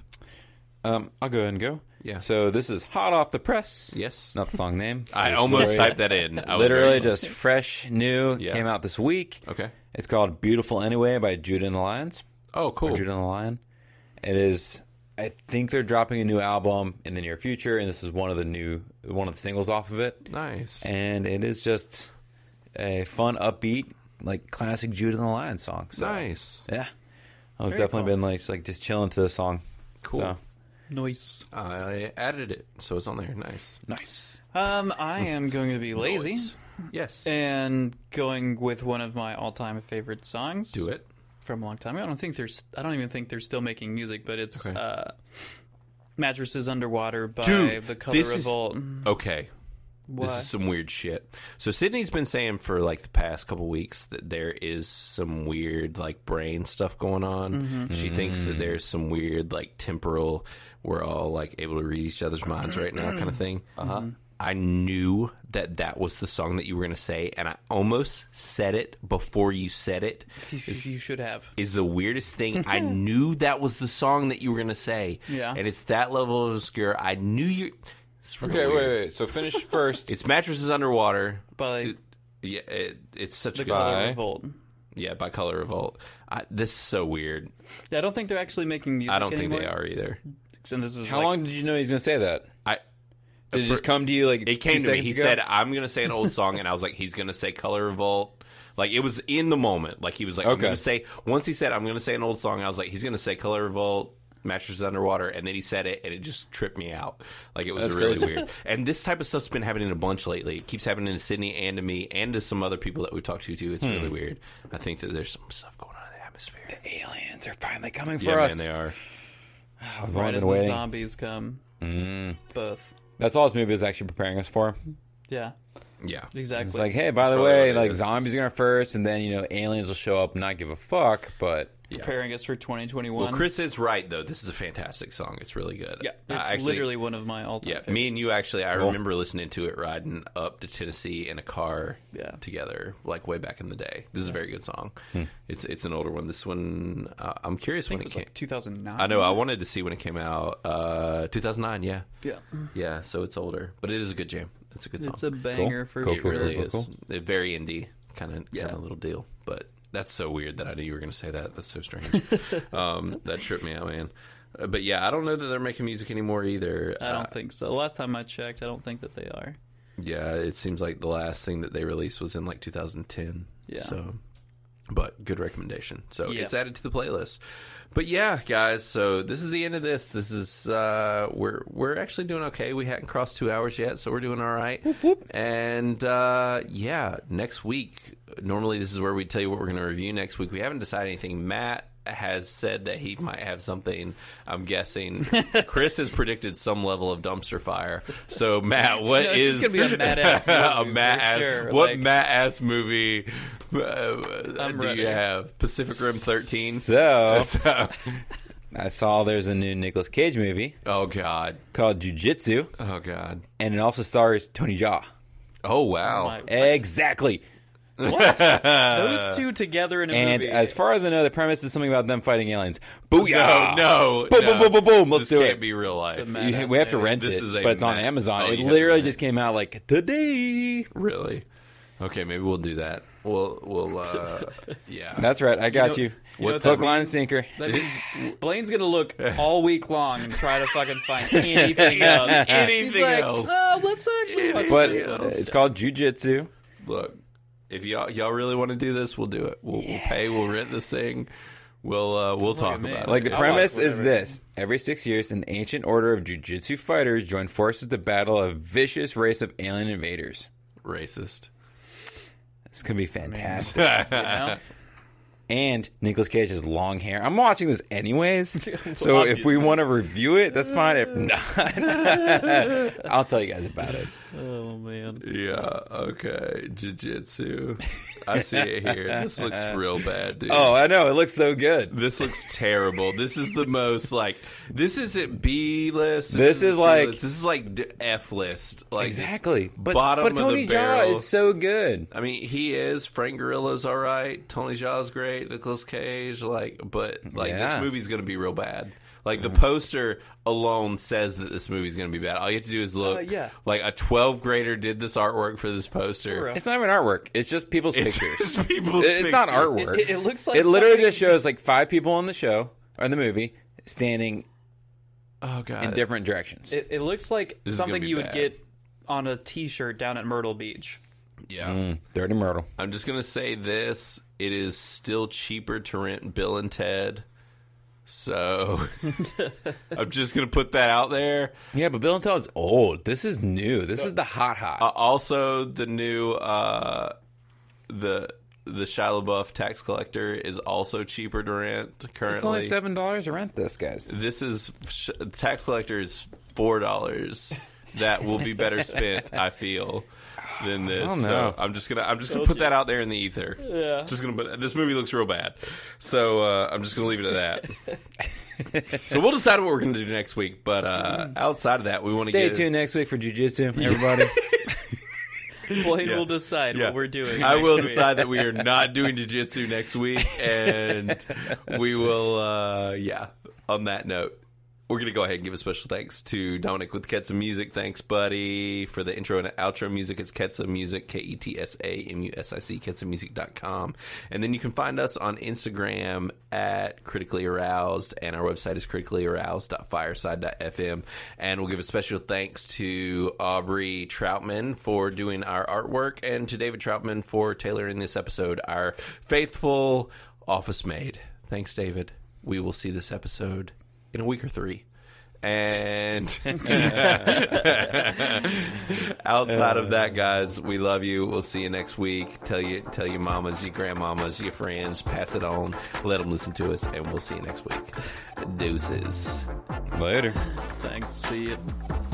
Speaker 3: Um, I'll go ahead and go.
Speaker 1: Yeah.
Speaker 3: So this is hot off the press.
Speaker 1: Yes.
Speaker 3: Not the
Speaker 1: [laughs]
Speaker 3: song name.
Speaker 5: I
Speaker 3: It's
Speaker 5: almost
Speaker 3: literally-
Speaker 5: typed that in. I was
Speaker 3: Literally
Speaker 5: very close.
Speaker 3: just fresh, new.
Speaker 5: Yeah.
Speaker 3: Came out this week.
Speaker 1: Okay.
Speaker 3: It's called "Beautiful Anyway" by Judah and the Lions.
Speaker 5: Oh, cool.
Speaker 3: Judah and the Lion. It is. I think they're dropping a new album in the near future, and this is one of the new one of the singles off of it.
Speaker 1: Nice.
Speaker 3: And it is just a fun, upbeat, like classic Judah and the Lion song. So
Speaker 1: nice.
Speaker 3: yeah, I've definitely
Speaker 2: cool.
Speaker 3: been like like just chilling to this song.
Speaker 1: Cool.
Speaker 3: So,
Speaker 2: Noise.
Speaker 1: I added it, so it's on there. Nice.
Speaker 3: nice.
Speaker 2: Um, I am going
Speaker 1: [laughs]
Speaker 2: to be lazy
Speaker 1: Nice. Yes.
Speaker 2: and going with one of my all-time favorite songs.
Speaker 1: Do it.
Speaker 2: from a long time ago. I don't think there's. I don't even think they're still making music, but it's
Speaker 1: Okay.
Speaker 2: uh, mattresses underwater by
Speaker 1: Dude,
Speaker 2: the Color
Speaker 1: this is-
Speaker 2: Revolt.
Speaker 1: Okay. This
Speaker 2: Why?
Speaker 1: is some weird shit. So Sydney's been saying for like the past couple weeks that there is some weird like brain stuff going on. She thinks that there's some weird like temporal we're all like able to read each other's minds right now kind of thing. Uh-huh. I knew that that was the song that you were going to say and I almost said it before you said it.
Speaker 2: You, sh- you should have.
Speaker 1: Is the weirdest thing. I knew that was the song that you were going to say.
Speaker 2: Yeah.
Speaker 1: And it's that level of obscure. I knew you it's real
Speaker 3: Okay,
Speaker 1: weird.
Speaker 3: wait, wait.
Speaker 1: [laughs]
Speaker 3: So finish first.
Speaker 1: It's mattresses underwater.
Speaker 2: By
Speaker 1: It- yeah, it, it's such a
Speaker 2: the
Speaker 1: good
Speaker 2: Color
Speaker 1: song.
Speaker 3: Bye.
Speaker 2: Revolt.
Speaker 1: Yeah, by Color Revolt. I, this is so weird.
Speaker 2: I don't think they're actually making music.
Speaker 1: I don't
Speaker 2: anymore.
Speaker 1: think they are either.
Speaker 2: And this is
Speaker 3: How
Speaker 2: like-
Speaker 3: long did you know he was gonna say that?
Speaker 1: I.
Speaker 3: Did it just come to you like
Speaker 1: It came
Speaker 3: two
Speaker 1: to me.
Speaker 3: seconds
Speaker 1: He
Speaker 3: ago?
Speaker 1: said, "I'm gonna say an old song," and I was like, "He's gonna say Color Revolt." Like it was in the moment. Like he was like, "I'm
Speaker 3: Okay.
Speaker 1: gonna say." Once he said, "I'm gonna say an old song," I was like, "He's gonna say Color Revolt." Mattresses underwater, and then he said it, and it just tripped me out. Like it was
Speaker 3: That's
Speaker 1: really [laughs]
Speaker 3: crazy.
Speaker 1: weird. And this type of stuff's been happening a bunch lately. It keeps happening to Sydney and to me, and to some other people that we talked to too. It's really weird. I think that there's some stuff going on in the atmosphere.
Speaker 3: aliens are finally coming for
Speaker 1: yeah,
Speaker 3: us.
Speaker 1: man, they are.
Speaker 3: I've
Speaker 2: right
Speaker 3: only
Speaker 2: as
Speaker 3: been
Speaker 2: the
Speaker 3: waiting.
Speaker 2: zombies come.
Speaker 1: Mm.
Speaker 2: Both.
Speaker 3: That's all this movie is actually preparing us for.
Speaker 2: Yeah.
Speaker 1: Yeah,
Speaker 2: Exactly.
Speaker 3: It's like, hey, by the
Speaker 1: probably what
Speaker 3: way,
Speaker 1: it
Speaker 3: like
Speaker 1: is.
Speaker 3: zombies are gonna first, and then you know aliens will show up and not give a fuck. But
Speaker 2: preparing us for 2021.
Speaker 1: Well, Chris is right though. This is a fantastic song. It's really good.
Speaker 2: Yeah, it's
Speaker 1: I actually-
Speaker 2: literally one of my all-time.
Speaker 1: Yeah,
Speaker 2: favorites.
Speaker 1: me and you actually. I remember listening to it riding up to Tennessee in a car.
Speaker 2: Yeah.
Speaker 1: together, like way back in the day. This is a very good song. It's it's an older one. This one, uh, I'm curious when
Speaker 2: It
Speaker 1: it
Speaker 2: was
Speaker 1: came.
Speaker 2: like 2009.
Speaker 1: I know. I wanted to see when it came out. Uh, 2009. Yeah,
Speaker 2: Yeah.
Speaker 1: yeah. So it's older, but it is a good jam. It's a good song.
Speaker 2: Mm. It's a banger for
Speaker 3: Cool,
Speaker 1: it
Speaker 3: cool,
Speaker 2: sure.
Speaker 1: really
Speaker 3: cool,
Speaker 1: is.
Speaker 3: cool.
Speaker 1: They're very indie kind of
Speaker 2: Yeah.
Speaker 1: kind of little deal. But that's so weird that I knew you were going to say that. That's so
Speaker 2: [laughs]
Speaker 1: strange. um, that tripped me out, man. Uh, But yeah, I don't know that they're making music anymore either.
Speaker 2: I
Speaker 1: Uh,
Speaker 2: don't think so. Last time I checked, I don't think that they are.
Speaker 1: yeah, it seems like the last thing that they released was in like 2010.
Speaker 2: Yeah.
Speaker 1: So, but good recommendation. So
Speaker 2: Yeah.
Speaker 1: it's added to the playlist. But yeah, guys. So this is the end of this. This is uh, we're we're actually doing okay. We hadn't crossed two hours yet, so we're doing all right. And uh, yeah, next week. Normally, this is where we tell you what we're going to review next week. We haven't decided anything. Matt has said that he might have something. I'm
Speaker 2: [laughs]
Speaker 1: guessing. Chris has predicted some level of dumpster fire. So Matt, what
Speaker 2: No,
Speaker 1: is
Speaker 2: it's just gonna be
Speaker 1: [laughs]
Speaker 2: a Matt-ass
Speaker 1: a
Speaker 2: movie
Speaker 1: Matt
Speaker 2: for
Speaker 1: ass-
Speaker 2: sure.
Speaker 1: What
Speaker 2: Like-
Speaker 1: Matt ass movie uh,
Speaker 2: I'm
Speaker 1: do
Speaker 2: ready.
Speaker 1: you have? Pacific Rim 13.
Speaker 3: so
Speaker 1: [laughs] So-
Speaker 3: I saw there's a new Nicolas Cage movie
Speaker 1: oh god.
Speaker 3: called Jujitsu,
Speaker 1: Oh god.
Speaker 3: and it also stars Tony Jaa.
Speaker 1: Oh wow. [laughs]
Speaker 2: My-
Speaker 3: Exactly.
Speaker 2: What? Those two together in a
Speaker 3: And
Speaker 2: movie.
Speaker 3: as far as I know, the premise is something about them fighting aliens. Booyah!
Speaker 1: No, no.
Speaker 3: Boom,
Speaker 1: no.
Speaker 3: boom, boom, boom, boom.
Speaker 1: this
Speaker 3: Let's do
Speaker 1: can't
Speaker 3: it.
Speaker 1: be real life.
Speaker 2: It's a mess.
Speaker 3: You- we have to rent
Speaker 1: This
Speaker 3: it,
Speaker 1: is a
Speaker 3: but it's on
Speaker 1: ma-
Speaker 3: Amazon.
Speaker 1: Oh,
Speaker 3: it
Speaker 1: you have to
Speaker 3: literally
Speaker 1: rent
Speaker 3: just came out like today.
Speaker 1: really. Okay, maybe we'll do that. We'll we'll
Speaker 3: [laughs]
Speaker 1: uh yeah.
Speaker 3: That's right. I got you.
Speaker 1: what's
Speaker 3: hook,
Speaker 1: that
Speaker 3: line, and sinker?
Speaker 2: That means Blaine's
Speaker 1: [laughs]
Speaker 2: gonna look all week long and try to fucking find anything else. He's
Speaker 1: [laughs] Anything
Speaker 2: like,
Speaker 1: else?
Speaker 2: "Uh, let's actually watch
Speaker 3: But
Speaker 2: this one."
Speaker 3: it's called Jujitsu.
Speaker 1: Look, if y'all y'all really want to do this, we'll do it. We'll, we'll pay. We'll rent this thing. We'll uh, we'll talk
Speaker 2: at me.
Speaker 1: about it.
Speaker 3: Like the
Speaker 2: I'll
Speaker 3: premise
Speaker 2: watch
Speaker 3: is
Speaker 2: whatever.
Speaker 3: this: every six years, an ancient order of jujitsu fighters join forces to battle a vicious race of alien invaders.
Speaker 1: racist.
Speaker 3: This could be fantastic.
Speaker 1: [laughs]
Speaker 2: No?
Speaker 3: And Nicolas Cage has long hair. I'm watching this anyways,
Speaker 1: [laughs]
Speaker 3: so if we want to review it, that's fine. If not, [laughs] I'll tell you guys about it.
Speaker 2: Oh man.
Speaker 1: Yeah. Okay. Jiu-jitsu. I see it here. This looks
Speaker 3: [laughs]
Speaker 1: real bad, dude.
Speaker 3: Oh, I know it looks so good.
Speaker 1: This looks terrible. This is the most like. This isn't B list.
Speaker 3: This is like-
Speaker 1: this is like d- F list. Like just
Speaker 3: Exactly, but
Speaker 1: bottom
Speaker 3: but
Speaker 1: of
Speaker 3: Tony
Speaker 1: the barrel.
Speaker 3: Jaa is so good.
Speaker 1: I mean, he is Frank Gorilla's all right. Tony Jaa's great. Nicolas Cage, like, but like
Speaker 3: Yeah. Mm-hmm.
Speaker 1: this movie's gonna be real bad. Like the poster alone says that this movie's going to be bad. All you have to do is look.
Speaker 2: Uh, yeah.
Speaker 1: Like a 12 grader did this artwork for this poster.
Speaker 2: Sure.
Speaker 3: It's not even artwork. It's just people's
Speaker 1: [laughs] It's
Speaker 3: pictures.
Speaker 1: just people's
Speaker 3: it's not
Speaker 1: pictures.
Speaker 3: artwork.
Speaker 2: It, it looks like
Speaker 3: it literally
Speaker 2: something-
Speaker 3: just shows like five people on the show or in the movie standing
Speaker 1: Oh god.
Speaker 3: in different directions.
Speaker 2: It, it looks like
Speaker 1: is gonna
Speaker 2: something
Speaker 1: be
Speaker 2: you would
Speaker 1: bad.
Speaker 2: get on a T-shirt down at Myrtle Beach. [laughs]
Speaker 1: yeah.
Speaker 3: Mm, Dirty Myrtle.
Speaker 1: I'm just gonna say this: it is still cheaper to rent Bill and Ted. So [laughs] I'm just gonna put that out there.
Speaker 3: Yeah, but Bill and Ted's old. This is new. This is the hot hot.
Speaker 1: Uh, also, the new uh, the the Shia LaBeouf tax collector is also cheaper to rent currently.
Speaker 3: it's only seven dollars to rent this, guys.
Speaker 1: This is sh- tax collector is four dollars. That will be
Speaker 3: [laughs]
Speaker 1: better spent, I feel, than this.
Speaker 3: don't
Speaker 1: So
Speaker 3: know.
Speaker 1: I'm just gonna I'm just gonna put that out there in the ether.
Speaker 2: Yeah.
Speaker 1: Just gonna put this movie looks real bad, so uh, I'm just gonna leave it at that.
Speaker 3: [laughs]
Speaker 1: so we'll decide what we're gonna do next week. But uh, outside of that, we want to
Speaker 3: Mm. Stay
Speaker 1: get
Speaker 3: tuned next week for jujitsu, everybody.
Speaker 2: Blade will decide
Speaker 1: Yeah.
Speaker 2: what we're doing.
Speaker 1: I will
Speaker 2: next week.
Speaker 1: decide that we are not doing jujitsu next week, and we will. Uh, yeah. On that note, we're gonna go ahead and give a special thanks to Dominic with Ketsa Music. Thanks, buddy, for the intro and outro music. It's Ketsa Music, K E T S A M U S I C, KetsaMusic.com, and then you can find us on Instagram at Critically Aroused, and our website is criticallyaroused.fireside.fm. And we'll give a special thanks to Aubrey Troutman for doing our artwork, and to David Troutman for tailoring this episode, our faithful office maid. Thanks, David. We will see this episode in a week or three. And [laughs] outside of that, guys, we love you. We'll see you next week. Tell you, tell your mamas, your grandmamas, your friends. Pass it on. Let them listen to us, and we'll see you next week. Deuces.
Speaker 3: [laughs] Later.
Speaker 2: Thanks. See you.